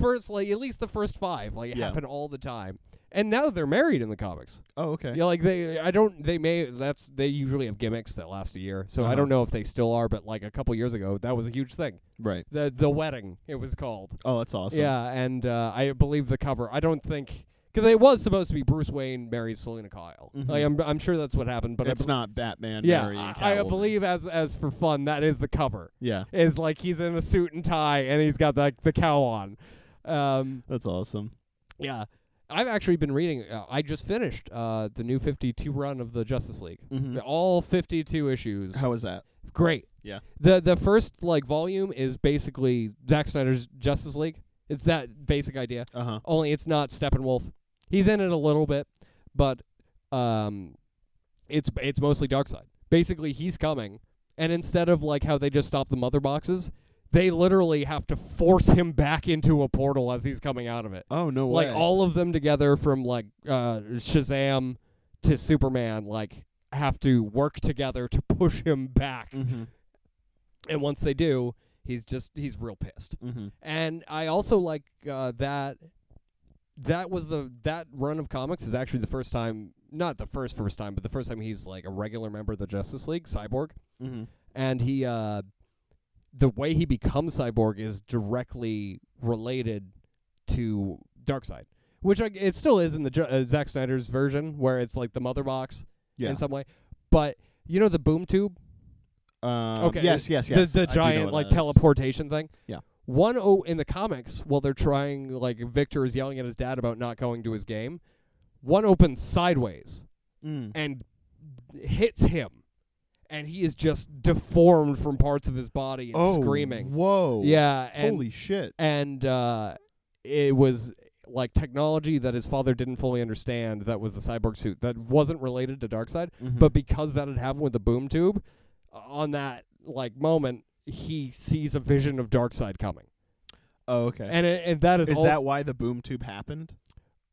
[SPEAKER 1] first like at least the first five like
[SPEAKER 2] Yeah.
[SPEAKER 1] happen all the time. And now they're married in the comics.
[SPEAKER 2] oh okay.
[SPEAKER 1] Yeah, like they I don't they may that's they usually have gimmicks that last a year, so I
[SPEAKER 2] Uh-huh.
[SPEAKER 1] don't know if they still are. But like a couple years ago, that was a huge thing.
[SPEAKER 2] Right.
[SPEAKER 1] The the wedding it was called.
[SPEAKER 2] Oh, that's awesome.
[SPEAKER 1] Yeah, and uh, I believe the cover. I don't think because it was supposed to be Bruce Wayne marries Selena Kyle.
[SPEAKER 2] Mhm.
[SPEAKER 1] Like, I'm I'm sure that's what happened, but
[SPEAKER 2] but it's
[SPEAKER 1] I
[SPEAKER 2] not Batman.
[SPEAKER 1] bel-
[SPEAKER 2] marrying
[SPEAKER 1] yeah, I, I
[SPEAKER 2] Catwoman.
[SPEAKER 1] believe as as for fun that is the cover.
[SPEAKER 2] Yeah,
[SPEAKER 1] Is like he's in a suit and tie and he's got like the cow on. Um,
[SPEAKER 2] that's awesome.
[SPEAKER 1] yeah, I've actually been reading. Uh, I just finished uh, the new 52 run of the Justice League.
[SPEAKER 2] Mhm.
[SPEAKER 1] All 52 issues.
[SPEAKER 2] How was that?
[SPEAKER 1] Great.
[SPEAKER 2] Yeah.
[SPEAKER 1] The the first like volume is basically Zack Snyder's Justice League. It's that basic idea
[SPEAKER 2] Uh huh.
[SPEAKER 1] only it's not Steppenwolf. He's in it a little bit, but um, it's it's mostly Darkseid. Basically, he's coming, and instead of like how they just stop the mother boxes, they literally have to force him back into a portal as he's coming out of it.
[SPEAKER 3] Oh no
[SPEAKER 1] Like
[SPEAKER 3] way!
[SPEAKER 1] all of them together from like uh, Shazam to Superman, like have to work together to push him back.
[SPEAKER 3] mm-hmm.
[SPEAKER 1] And once they do, he's just he's real pissed.
[SPEAKER 3] Mm-hmm.
[SPEAKER 1] And I also like uh, that that was the that run of comics is actually the first time not the first first time, but the first time he's like a regular member of the Justice League, Cyborg.
[SPEAKER 3] Mm-hmm.
[SPEAKER 1] And he uh the way he becomes Cyborg is directly related to Darkseid. Which I, it still is in the Ju- uh, Zack Snyder's version, where it's like the mother box
[SPEAKER 3] Yeah.
[SPEAKER 1] in some way. But you know the boom tube?
[SPEAKER 3] Um,
[SPEAKER 1] Okay,
[SPEAKER 3] Yes.
[SPEAKER 1] the-
[SPEAKER 3] Yes. Yes. I
[SPEAKER 1] The, the
[SPEAKER 3] do know
[SPEAKER 1] giant
[SPEAKER 3] what
[SPEAKER 1] like
[SPEAKER 3] that is.
[SPEAKER 1] teleportation thing.
[SPEAKER 3] Yeah.
[SPEAKER 1] One oh in the comics while they're trying like Victor is yelling at his dad about not going to his game. One opens sideways
[SPEAKER 3] Mm.
[SPEAKER 1] and hits him, and he is just deformed from parts of his body and
[SPEAKER 3] Oh,
[SPEAKER 1] screaming.
[SPEAKER 3] Whoa!
[SPEAKER 1] Yeah. And,
[SPEAKER 3] Holy shit!
[SPEAKER 1] And uh, it was like technology that his father didn't fully understand. That was the cyborg suit that wasn't related to Darkseid
[SPEAKER 3] Mhm.
[SPEAKER 1] but because that had happened with the boom tube uh, on that like moment he sees a vision of dark side coming
[SPEAKER 3] oh, okay.
[SPEAKER 1] and it, and that is,
[SPEAKER 3] is
[SPEAKER 1] all,
[SPEAKER 3] that why the boom tube happened?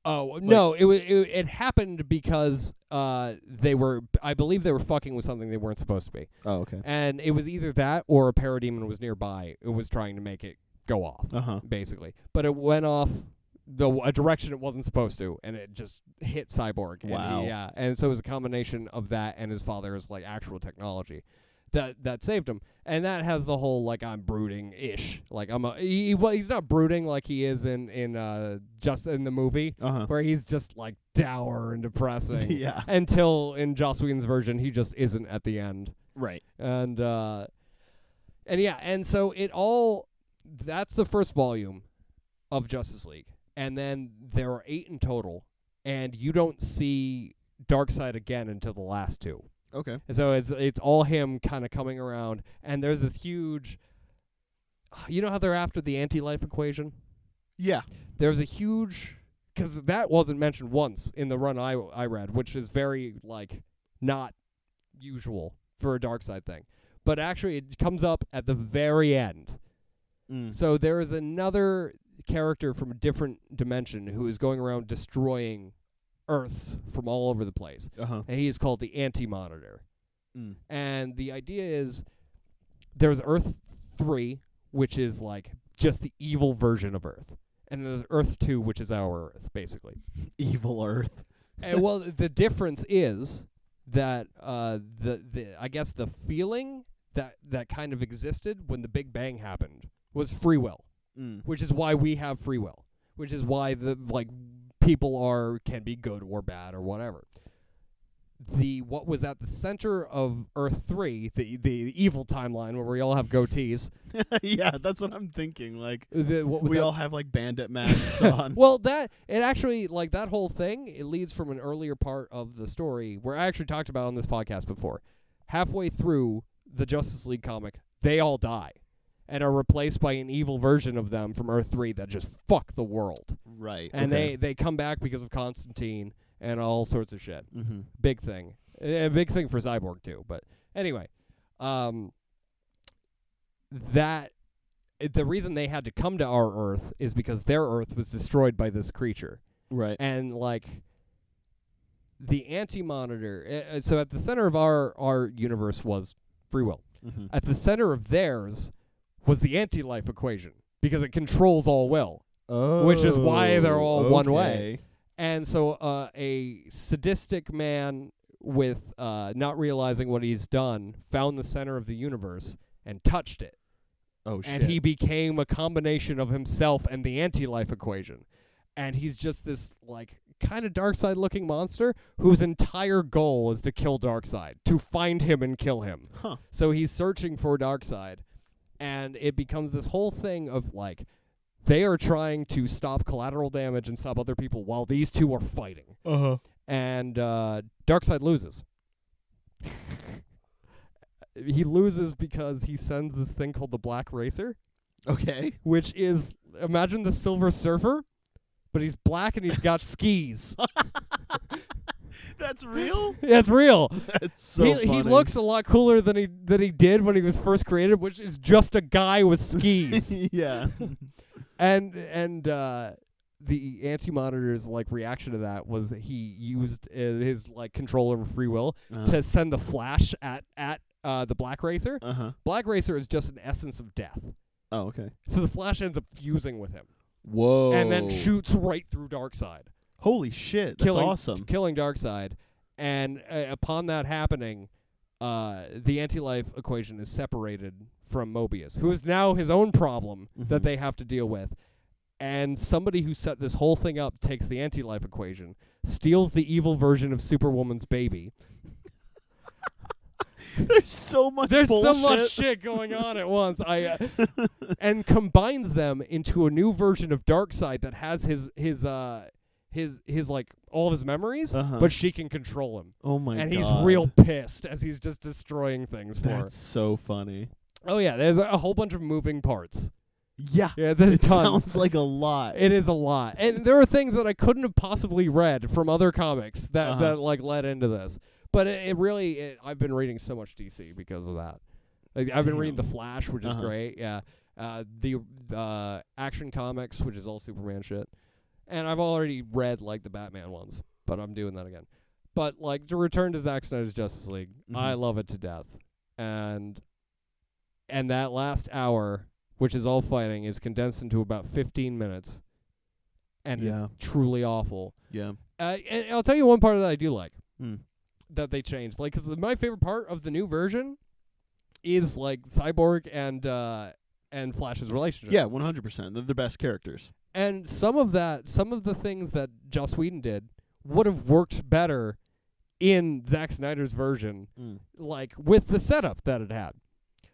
[SPEAKER 1] oh no it, wa- it it happened because uh they were i believe they were fucking with something they weren't supposed to be
[SPEAKER 3] Oh, okay.
[SPEAKER 1] and it was either that or a parademon was nearby who was trying to make it go off
[SPEAKER 3] Uh huh.
[SPEAKER 1] basically but it went off the a direction it wasn't supposed to and it just hit cyborg and he-
[SPEAKER 3] Wow.
[SPEAKER 1] yeah and so it was a combination of that and his father's like actual technology that that saved him and that has the whole like i'm brooding ish like i'm a he, he- well, he's not brooding like he is in in uh just in the movie
[SPEAKER 3] Uh huh.
[SPEAKER 1] where he's just like dour and depressing
[SPEAKER 3] yeah.
[SPEAKER 1] until in joss whedon's version he just isn't at the end
[SPEAKER 3] Right.
[SPEAKER 1] and uh and yeah and so it all that's the first volume of justice league and then there are eight in total and you don't see dark side again until the last two
[SPEAKER 3] Okay.
[SPEAKER 1] and so it's it's all him kind of coming around and there's this huge you know how they're after the anti-life equation
[SPEAKER 3] Yeah.
[SPEAKER 1] there's a huge because that wasn't mentioned once in the run I, I read, which is very like not usual for a dark side thing. But actually, it comes up at the very end.
[SPEAKER 2] Hmm.
[SPEAKER 3] Mm.
[SPEAKER 1] So there is another character from a different dimension who is going around destroying Earths from all over the place,
[SPEAKER 3] Uh huh.
[SPEAKER 1] and he is called the Anti Monitor.
[SPEAKER 3] Mm.
[SPEAKER 1] And the idea is there's Earth 3, which is like just the evil version of Earth. And there's Earth 2, which is our Earth, basically.
[SPEAKER 3] Evil Earth.
[SPEAKER 1] and well, the difference is that uh, the, the I guess the feeling that, that kind of existed when the Big Bang happened was free will,
[SPEAKER 3] Mm.
[SPEAKER 1] which is why we have free will, which is why the like people are can be good or bad or whatever the what was at the center of Earth Three, the the evil timeline where we all have goatees.
[SPEAKER 3] yeah, that's what I'm thinking. Like
[SPEAKER 1] The, what was
[SPEAKER 3] we
[SPEAKER 1] that-
[SPEAKER 3] all have like bandit masks on.
[SPEAKER 1] well, that it actually like that whole thing. It leads from an earlier part of the story where I actually talked about on this podcast before. Halfway through the Justice League comic, they all die and are replaced by an evil version of them from Earth Three that just fuck the world.
[SPEAKER 3] Right.
[SPEAKER 1] And they they come back because of Constantine and all sorts of shit.
[SPEAKER 3] they. Mm-hmm.
[SPEAKER 1] big thing. A a big thing for Cyborg too. But anyway, um, that it- the reason they had to come to our Earth is because their Earth was destroyed by this creature,
[SPEAKER 3] Right.
[SPEAKER 1] and like the Anti Monitor. Uh, so at the center of our our universe was free will.
[SPEAKER 3] Mm-hmm.
[SPEAKER 1] At the center of theirs was the anti life equation because it controls all will.
[SPEAKER 3] Oh.
[SPEAKER 1] Which is why they're all one way.
[SPEAKER 3] okay.
[SPEAKER 1] And so uh, a sadistic man with uh, not realizing what he's done found the center of the universe and touched it.
[SPEAKER 3] Oh shit.
[SPEAKER 1] and he became a combination of himself and the anti-life equation. And he's just this like kind of dark side looking monster whose entire goal is to kill Darkseid, to find him and kill him.
[SPEAKER 3] Huh.
[SPEAKER 1] So he's searching for Darkseid, and it becomes this whole thing of like they are trying to stop collateral damage and stop other people while these two are fighting,
[SPEAKER 3] Uh huh.
[SPEAKER 1] and uh, Darkseid loses. he loses because he sends this thing called the Black Racer,
[SPEAKER 3] Okay.
[SPEAKER 1] which is imagine the Silver Surfer, but he's black and he's got skis.
[SPEAKER 3] That's real.
[SPEAKER 1] That's real.
[SPEAKER 3] That's so
[SPEAKER 1] he,
[SPEAKER 3] funny.
[SPEAKER 1] he looks a lot cooler than he than he did when he was first created, which is just a guy with skis.
[SPEAKER 3] yeah.
[SPEAKER 1] and and uh, the anti monitor's like reaction to that was that he used uh, his like control over free will
[SPEAKER 3] Uh-huh.
[SPEAKER 1] to send the flash at at uh, the Black Racer.
[SPEAKER 3] Uh huh.
[SPEAKER 1] Black Racer is just an essence of death.
[SPEAKER 3] Oh okay.
[SPEAKER 1] So the Flash ends up fusing with him,
[SPEAKER 3] Whoa.
[SPEAKER 1] and then shoots right through Darkseid.
[SPEAKER 2] Holy
[SPEAKER 3] Oh.
[SPEAKER 2] shit.
[SPEAKER 3] That's
[SPEAKER 1] killing-
[SPEAKER 3] awesome.
[SPEAKER 1] killing Darkseid. And uh, upon that happening, uh, the anti-life equation is separated from Mobius, who is now his own problem that
[SPEAKER 3] Mhm.
[SPEAKER 1] they have to deal with. And somebody who set this whole thing up takes the anti-life equation, steals the evil version of Superwoman's baby.
[SPEAKER 3] There's so much.
[SPEAKER 1] There's
[SPEAKER 3] bullshit.
[SPEAKER 1] so much shit going on at once. I uh, and combines them into a new version of Darkseid that has his his uh his his like all of his memories,
[SPEAKER 3] Uh-huh.
[SPEAKER 1] but she can control him.
[SPEAKER 3] Oh my
[SPEAKER 1] and
[SPEAKER 3] god.
[SPEAKER 1] he's real pissed as he's just destroying things for her.
[SPEAKER 3] That's so funny.
[SPEAKER 1] Oh yeah, there's a whole bunch of moving parts.
[SPEAKER 3] Yeah.
[SPEAKER 1] Yeah, there's
[SPEAKER 3] It
[SPEAKER 1] tons.
[SPEAKER 3] sounds like a lot.
[SPEAKER 1] it is a lot, and there are things that I couldn't have possibly read from other comics that
[SPEAKER 3] Uh-huh.
[SPEAKER 1] that like led into this. But it, it really, it, I've been reading so much DC because of that. Like, I've been reading The
[SPEAKER 3] Damn.
[SPEAKER 1] Flash, which is
[SPEAKER 3] Uh-huh.
[SPEAKER 1] great. Yeah, uh, the uh, Action Comics, which is all Superman shit, and I've already read like the Batman ones, but I'm doing that again. But like to return to Zack Snyder's Justice League, I
[SPEAKER 3] Mhm.
[SPEAKER 1] love it to death, and and that last hour, which is all fighting, is condensed into about 15 minutes, and
[SPEAKER 3] Yeah.
[SPEAKER 1] it's truly awful.
[SPEAKER 3] yeah.
[SPEAKER 1] Uh, and I'll tell you one part that I do like
[SPEAKER 3] Mm.
[SPEAKER 1] that they changed. Like, 'cause my favorite part of the new version is like Cyborg and uh, and Flash's relationship.
[SPEAKER 3] Yeah. One hundred percent. They're the best characters.
[SPEAKER 1] And some of that, some of the things that Joss Whedon did would have worked better in Zack Snyder's version,
[SPEAKER 3] Mm.
[SPEAKER 1] like with the setup that it had.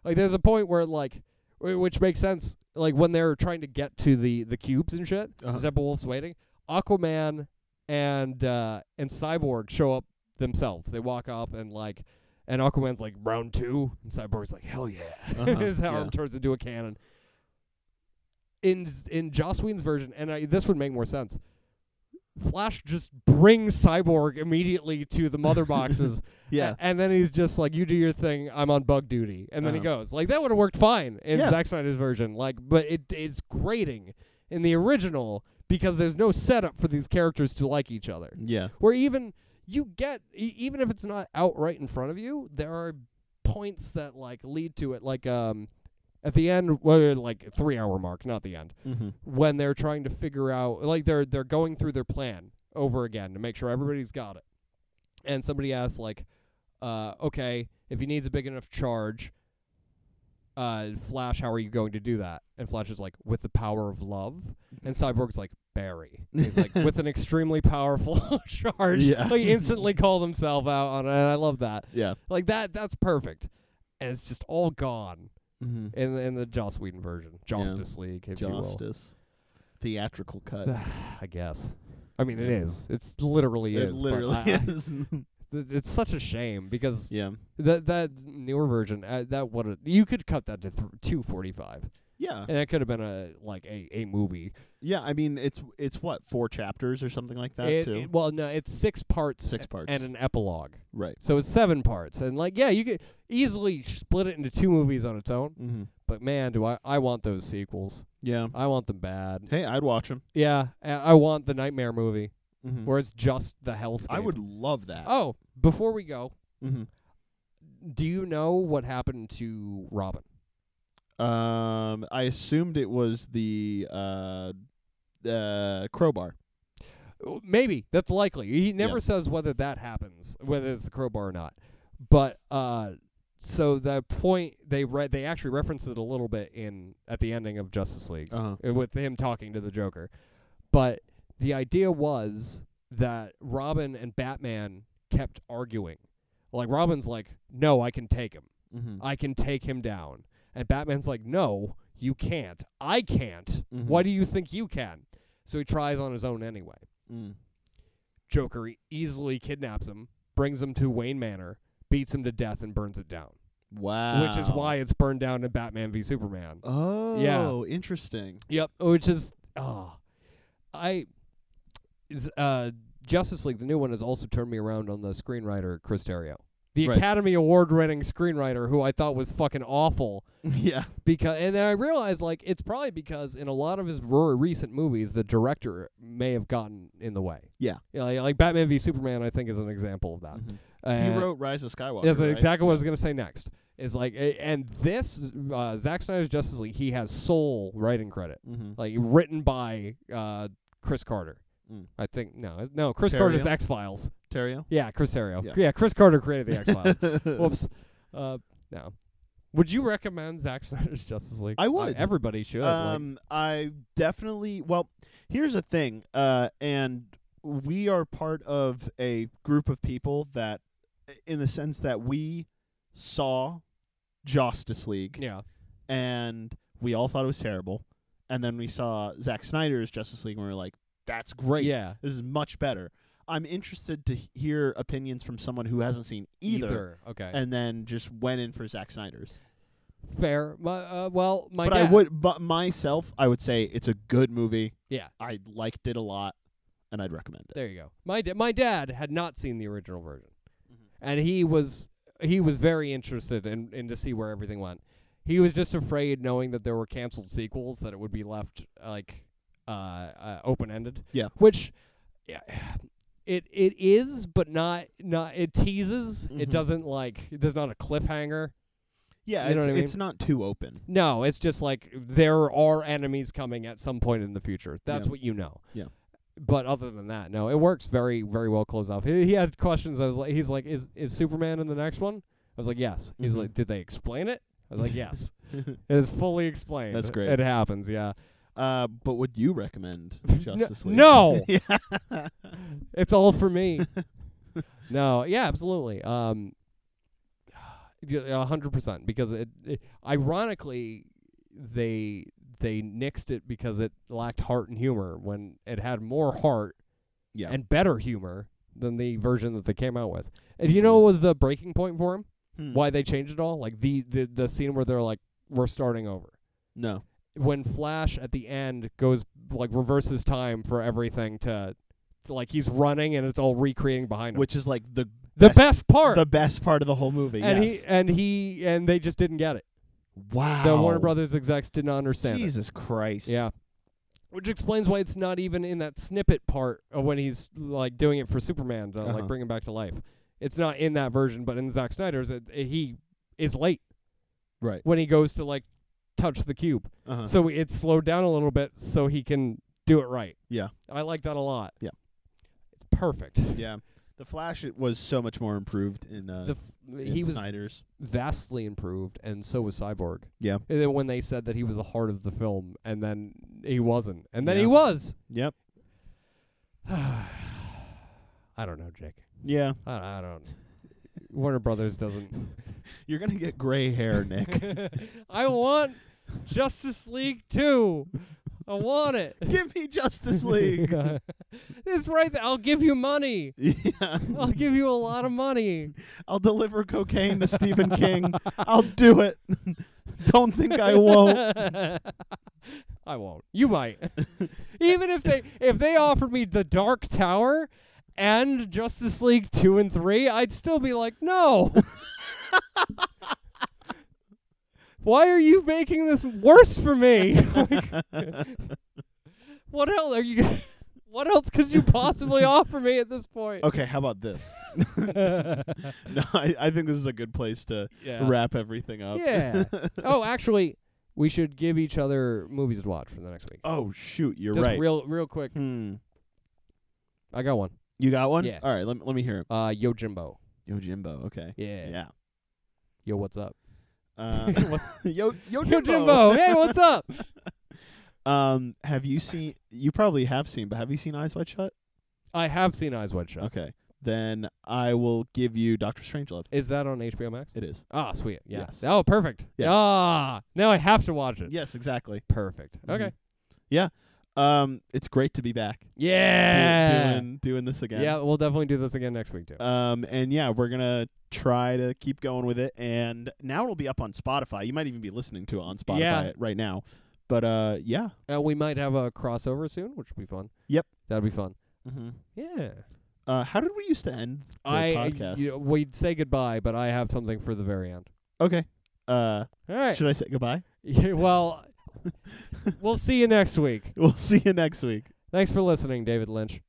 [SPEAKER 1] Like, there's a point where like, wh- which makes sense, like when they're trying to get to the the cubes and shit.
[SPEAKER 3] Uh-huh.
[SPEAKER 1] Zebulwulf's waiting. Aquaman and uh, and Cyborg show up themselves. They walk up and like, and Aquaman's like round two, and Cyborg's like hell yeah.
[SPEAKER 3] Uh-huh,
[SPEAKER 1] His arm
[SPEAKER 3] yeah.
[SPEAKER 1] turns into a cannon. In in Joss Whedon's version, and I, this would make more sense. Flash just brings Cyborg immediately to the mother boxes, a-
[SPEAKER 3] Yeah.
[SPEAKER 1] and then he's just like, "You do your thing. I'm on bug duty," and then he
[SPEAKER 3] Uh-huh.
[SPEAKER 1] goes. Like that would have worked fine in
[SPEAKER 3] Yeah.
[SPEAKER 1] Zack Snyder's version. Like, but it it's grating in the original because there's no setup for these characters to like each other.
[SPEAKER 3] Yeah.
[SPEAKER 1] Where even you get, e- even if it's not outright in front of you, there are points that like lead to it. Like um, at the end, well, like three hour mark, not the end
[SPEAKER 3] Mm-hmm.
[SPEAKER 1] when they're trying to figure out like they're they're going through their plan over again to make sure everybody's got it. And somebody asks like, uh, okay, if he needs a big enough charge, uh, Flash, how are you going to do that? And Flash is like, with the power of love. And Cyborg's like, Barry. And He's like, with an extremely powerful charge.
[SPEAKER 3] Yeah.
[SPEAKER 1] Like instantly called himself out on it. And I love that.
[SPEAKER 3] Yeah.
[SPEAKER 1] Like that that's perfect. And it's just all gone
[SPEAKER 3] Mm-hmm.
[SPEAKER 1] in in the Joss Whedon version. Justice League, if you will.
[SPEAKER 3] Justice. Theatrical cut.
[SPEAKER 1] I guess. I mean, it is. It's literally
[SPEAKER 3] it
[SPEAKER 1] is. but
[SPEAKER 3] literally
[SPEAKER 1] I- I-
[SPEAKER 3] is.
[SPEAKER 1] th- it's such a shame because
[SPEAKER 3] yeah.
[SPEAKER 1] that that newer version uh, that would have you could cut that to th- two forty five,
[SPEAKER 3] Yeah.
[SPEAKER 1] and that could have been a like a a movie.
[SPEAKER 3] Yeah. I mean, it's it's what four chapters or something like that
[SPEAKER 1] It-
[SPEAKER 3] too.
[SPEAKER 1] it- well, no, it's six parts,
[SPEAKER 3] Six
[SPEAKER 1] a-
[SPEAKER 3] parts.
[SPEAKER 1] and an epilogue,
[SPEAKER 3] right.
[SPEAKER 1] so it's seven parts. And like, yeah, you could easily split it into two movies on its own.
[SPEAKER 3] Mm-hmm.
[SPEAKER 1] But man, do I I want those sequels?
[SPEAKER 3] Yeah.
[SPEAKER 1] I want them bad.
[SPEAKER 3] Hey, I'd watch them.
[SPEAKER 1] Yeah, I, I want the Nightmare movie
[SPEAKER 3] Mm-hmm.
[SPEAKER 1] where it's just the hellscape.
[SPEAKER 3] I would love that.
[SPEAKER 1] Oh, before we go,
[SPEAKER 3] Mm-hmm.
[SPEAKER 1] do you know what happened to Robin?
[SPEAKER 3] Um, I assumed it was the uh, uh, crowbar.
[SPEAKER 1] Oh, Maybe that's likely. He never
[SPEAKER 3] Yeah.
[SPEAKER 1] says whether that happens, whether it's the crowbar or not. But uh, so the point they re- they actually reference it a little bit in at the ending of Justice League
[SPEAKER 3] Uh-huh.
[SPEAKER 1] uh, with him talking to the Joker. But the idea was that Robin and Batman kept arguing. Like Robin's like, "No, I can take him.
[SPEAKER 3] Mm-hmm.
[SPEAKER 2] Mm.
[SPEAKER 1] I can take him down." And Batman's like, "No, you can't. I can't."
[SPEAKER 3] Mhm.
[SPEAKER 2] Mm-hmm.
[SPEAKER 1] Why do you think you can? So he tries on his own anyway.
[SPEAKER 3] Mm.
[SPEAKER 1] Joker e- easily kidnaps him, brings him to Wayne Manor, beats him to death, and burns it down.
[SPEAKER 3] Wow.
[SPEAKER 1] Which is why it's burned down in Batman v Superman.
[SPEAKER 3] Oh.
[SPEAKER 1] Yeah.
[SPEAKER 3] Interesting.
[SPEAKER 1] Yep. Which ah. is oh, I, it's, uh, Justice League, the new one, has also turned me around on the screenwriter Chris Terrio, the
[SPEAKER 2] Right.
[SPEAKER 1] Academy Award-winning screenwriter who I thought was fucking awful.
[SPEAKER 2] yeah.
[SPEAKER 1] Because and then I realized like it's probably because in a lot of his r- recent movies, the director may have gotten in the way.
[SPEAKER 2] Yeah.
[SPEAKER 1] like, like Batman v Superman, I think is an example of that.
[SPEAKER 3] Mm-hmm.
[SPEAKER 2] Mm-hmm. He
[SPEAKER 1] Uh,
[SPEAKER 2] wrote Rise of Skywalker.
[SPEAKER 1] That's
[SPEAKER 2] right?
[SPEAKER 1] exactly what I was gonna say next. Is like, a- and this uh, Zack Snyder's Justice League, he has sole writing credit,
[SPEAKER 2] Mm-hmm.
[SPEAKER 1] like written by uh, Chris Carter.
[SPEAKER 2] Mm.
[SPEAKER 1] I think no, it's- no, Chris Carter's
[SPEAKER 2] Terrio?
[SPEAKER 1] X Files.
[SPEAKER 2] Terrio.
[SPEAKER 1] Yeah, Chris Terrio. Yeah.
[SPEAKER 2] Yeah.
[SPEAKER 1] Chris Carter created the X Files. Whoops. Uh, no. Would you recommend Zack Snyder's Justice League?
[SPEAKER 2] I
[SPEAKER 1] Uh,
[SPEAKER 2] would.
[SPEAKER 1] everybody should. like-
[SPEAKER 2] Um, I definitely. Well, here's the thing. Uh, and we are part of a group of people that, in the sense that we saw Justice League,
[SPEAKER 1] yeah.
[SPEAKER 2] and we all thought it was terrible, and then we saw Zack Snyder's Justice League, and we were like, "That's great.
[SPEAKER 1] Yeah.
[SPEAKER 2] This is much better." I'm interested to hear opinions from someone who hasn't seen either,
[SPEAKER 1] Okay.
[SPEAKER 2] and then just went in for Zack Snyder's.
[SPEAKER 1] Fair. My, uh, well, my
[SPEAKER 2] but I
[SPEAKER 1] dad-
[SPEAKER 2] would, but myself, I would say it's a good movie.
[SPEAKER 1] Yeah.
[SPEAKER 2] I liked it a lot, and I'd recommend it.
[SPEAKER 1] There you go. My da- my dad had not seen the original version,
[SPEAKER 2] Mhm.
[SPEAKER 1] and he was he was very interested in, in to see where everything went. He was just afraid, knowing that there were canceled sequels, that it would be left like uh, uh, open ended.
[SPEAKER 2] Yeah.
[SPEAKER 1] Which, yeah, it it is, but not not. It teases. It
[SPEAKER 2] Mhm.
[SPEAKER 1] doesn't like. There's not a cliffhanger.
[SPEAKER 2] Yeah,
[SPEAKER 1] You know
[SPEAKER 2] it's,
[SPEAKER 1] what I mean?
[SPEAKER 2] it's not too open.
[SPEAKER 1] No, it's just like there are enemies coming at some point in the future. That's
[SPEAKER 2] Yeah.
[SPEAKER 1] what you know.
[SPEAKER 2] Yeah.
[SPEAKER 1] But other than that, no, it works very, very well closed off. He, he had questions. I was like, he's like, is is Superman in the next one? I was like, yes. He's
[SPEAKER 2] Mhm.
[SPEAKER 1] like, did they explain it? I was like, yes. It is fully explained.
[SPEAKER 2] That's great.
[SPEAKER 1] It happens. Yeah.
[SPEAKER 2] uh, but would you recommend Justice League?
[SPEAKER 1] no.
[SPEAKER 2] yeah.
[SPEAKER 1] It's all for me. no, yeah, absolutely. Um, y- a hundred percent. Because it, it, ironically, they they nixed it because it lacked heart and humor when it had more heart
[SPEAKER 2] Yeah.
[SPEAKER 1] and better humor than the version that they came out with. And you know the breaking point for him?
[SPEAKER 2] Hmm.
[SPEAKER 1] Why they changed it all? Like the, the the scene where they're like, "We're starting over."
[SPEAKER 2] No.
[SPEAKER 1] when Flash at the end goes like reverses time for everything to, to, like he's running and it's all recreating behind him.
[SPEAKER 2] Which is like the
[SPEAKER 1] the
[SPEAKER 2] best-
[SPEAKER 1] best, part.
[SPEAKER 2] the best part of the whole movie.
[SPEAKER 1] and
[SPEAKER 2] yes.
[SPEAKER 1] he and he and they just didn't get it.
[SPEAKER 2] wow.
[SPEAKER 1] The Warner Brothers execs did not understand it.
[SPEAKER 2] Jesus Christ.
[SPEAKER 1] Yeah. Which explains why it's not even in that snippet part of when he's like doing it for Superman to like
[SPEAKER 2] Uh-huh.
[SPEAKER 1] bring him back to life. It's not in that version, but in Zack Snyder's, it, he is late
[SPEAKER 2] Right.
[SPEAKER 1] when he goes to like touch the cube.
[SPEAKER 2] Uh-huh.
[SPEAKER 1] So it's slowed down a little bit so he can do it right.
[SPEAKER 2] Yeah.
[SPEAKER 1] I like that a lot.
[SPEAKER 2] Yeah.
[SPEAKER 1] Perfect.
[SPEAKER 2] yeah. The Flash it was so much more improved in uh
[SPEAKER 1] The f-
[SPEAKER 2] in
[SPEAKER 1] he was
[SPEAKER 2] Snyder's.
[SPEAKER 1] vastly improved, and so was Cyborg.
[SPEAKER 2] Yeah.
[SPEAKER 1] And then when they said that he was the heart of the film, and then he wasn't, and then he
[SPEAKER 2] Yeah.
[SPEAKER 1] was.
[SPEAKER 2] Yep.
[SPEAKER 1] I don't know, Jake.
[SPEAKER 2] Yeah.
[SPEAKER 1] I, I don't. Warner Brothers doesn't.
[SPEAKER 2] You're gonna get gray hair, Nick.
[SPEAKER 1] I want Justice League 2. I want it.
[SPEAKER 2] Give me Justice League.
[SPEAKER 1] it's right there. I'll give you money.
[SPEAKER 2] yeah.
[SPEAKER 1] I'll give you a lot of money.
[SPEAKER 2] I'll deliver cocaine to Stephen King. I'll do it. Don't think I won't.
[SPEAKER 1] I won't. You might. Even if they if they offered me the Dark Tower and Justice League two and three, I'd still be like, no. Why are you making this worse for me? Like, what else are you? What else could you possibly offer me at this point?
[SPEAKER 2] Okay, how about this? No, I, I think this is a good place to
[SPEAKER 1] yeah.
[SPEAKER 2] wrap everything up.
[SPEAKER 1] Yeah. oh, actually, we should give each other movies to watch for the next week.
[SPEAKER 2] Oh shoot, you're
[SPEAKER 1] Just
[SPEAKER 2] right.
[SPEAKER 1] real, real quick.
[SPEAKER 2] hmm.
[SPEAKER 1] I got one.
[SPEAKER 2] You got one?
[SPEAKER 1] Yeah.
[SPEAKER 2] All right, let me, let me hear it.
[SPEAKER 1] Uh, Yo Jimbo.
[SPEAKER 2] Yo Jimbo, okay.
[SPEAKER 1] Yeah.
[SPEAKER 2] Yeah.
[SPEAKER 1] Yo, what's up?
[SPEAKER 2] Uh, yo, yo,
[SPEAKER 1] Yo Jimbo. hey, what's up?
[SPEAKER 2] Um, have you seen? You probably have seen, but have you seen Eyes Wide Shut?
[SPEAKER 1] I have seen Eyes Wide Shut.
[SPEAKER 2] Okay, then I will give you Doctor Strangelove.
[SPEAKER 1] Is that on HBO Max?
[SPEAKER 2] It is.
[SPEAKER 1] Ah, sweet. Yeah.
[SPEAKER 2] Yes.
[SPEAKER 1] Oh, perfect.
[SPEAKER 2] Yeah.
[SPEAKER 1] Ah, now I have to watch it.
[SPEAKER 2] Yes, exactly.
[SPEAKER 1] Perfect. Okay.
[SPEAKER 2] Mhm. Um, it's great to be back. Do-
[SPEAKER 1] Yeah.
[SPEAKER 2] doing doing this again.
[SPEAKER 1] yeah, we'll definitely do this again next week too.
[SPEAKER 2] Um, and yeah, we're gonna try to keep going with it. And now it'll be up on Spotify. You might even be listening to it on Spotify
[SPEAKER 1] Yeah.
[SPEAKER 2] right now. But uh, yeah.
[SPEAKER 1] Uh, we might have a crossover soon, which will be fun.
[SPEAKER 2] Yep.
[SPEAKER 1] That'll be fun.
[SPEAKER 2] Mm-hmm.
[SPEAKER 1] Yeah.
[SPEAKER 2] Uh, how did we used to end the
[SPEAKER 1] I
[SPEAKER 2] podcast?
[SPEAKER 1] you know, we'd say goodbye, but I have something for the very end.
[SPEAKER 2] okay. Uh,
[SPEAKER 1] All right.
[SPEAKER 2] should I say goodbye?
[SPEAKER 1] Yeah, well, we'll see you next week.
[SPEAKER 2] We'll see you next week.
[SPEAKER 1] Thanks for listening, David Lynch.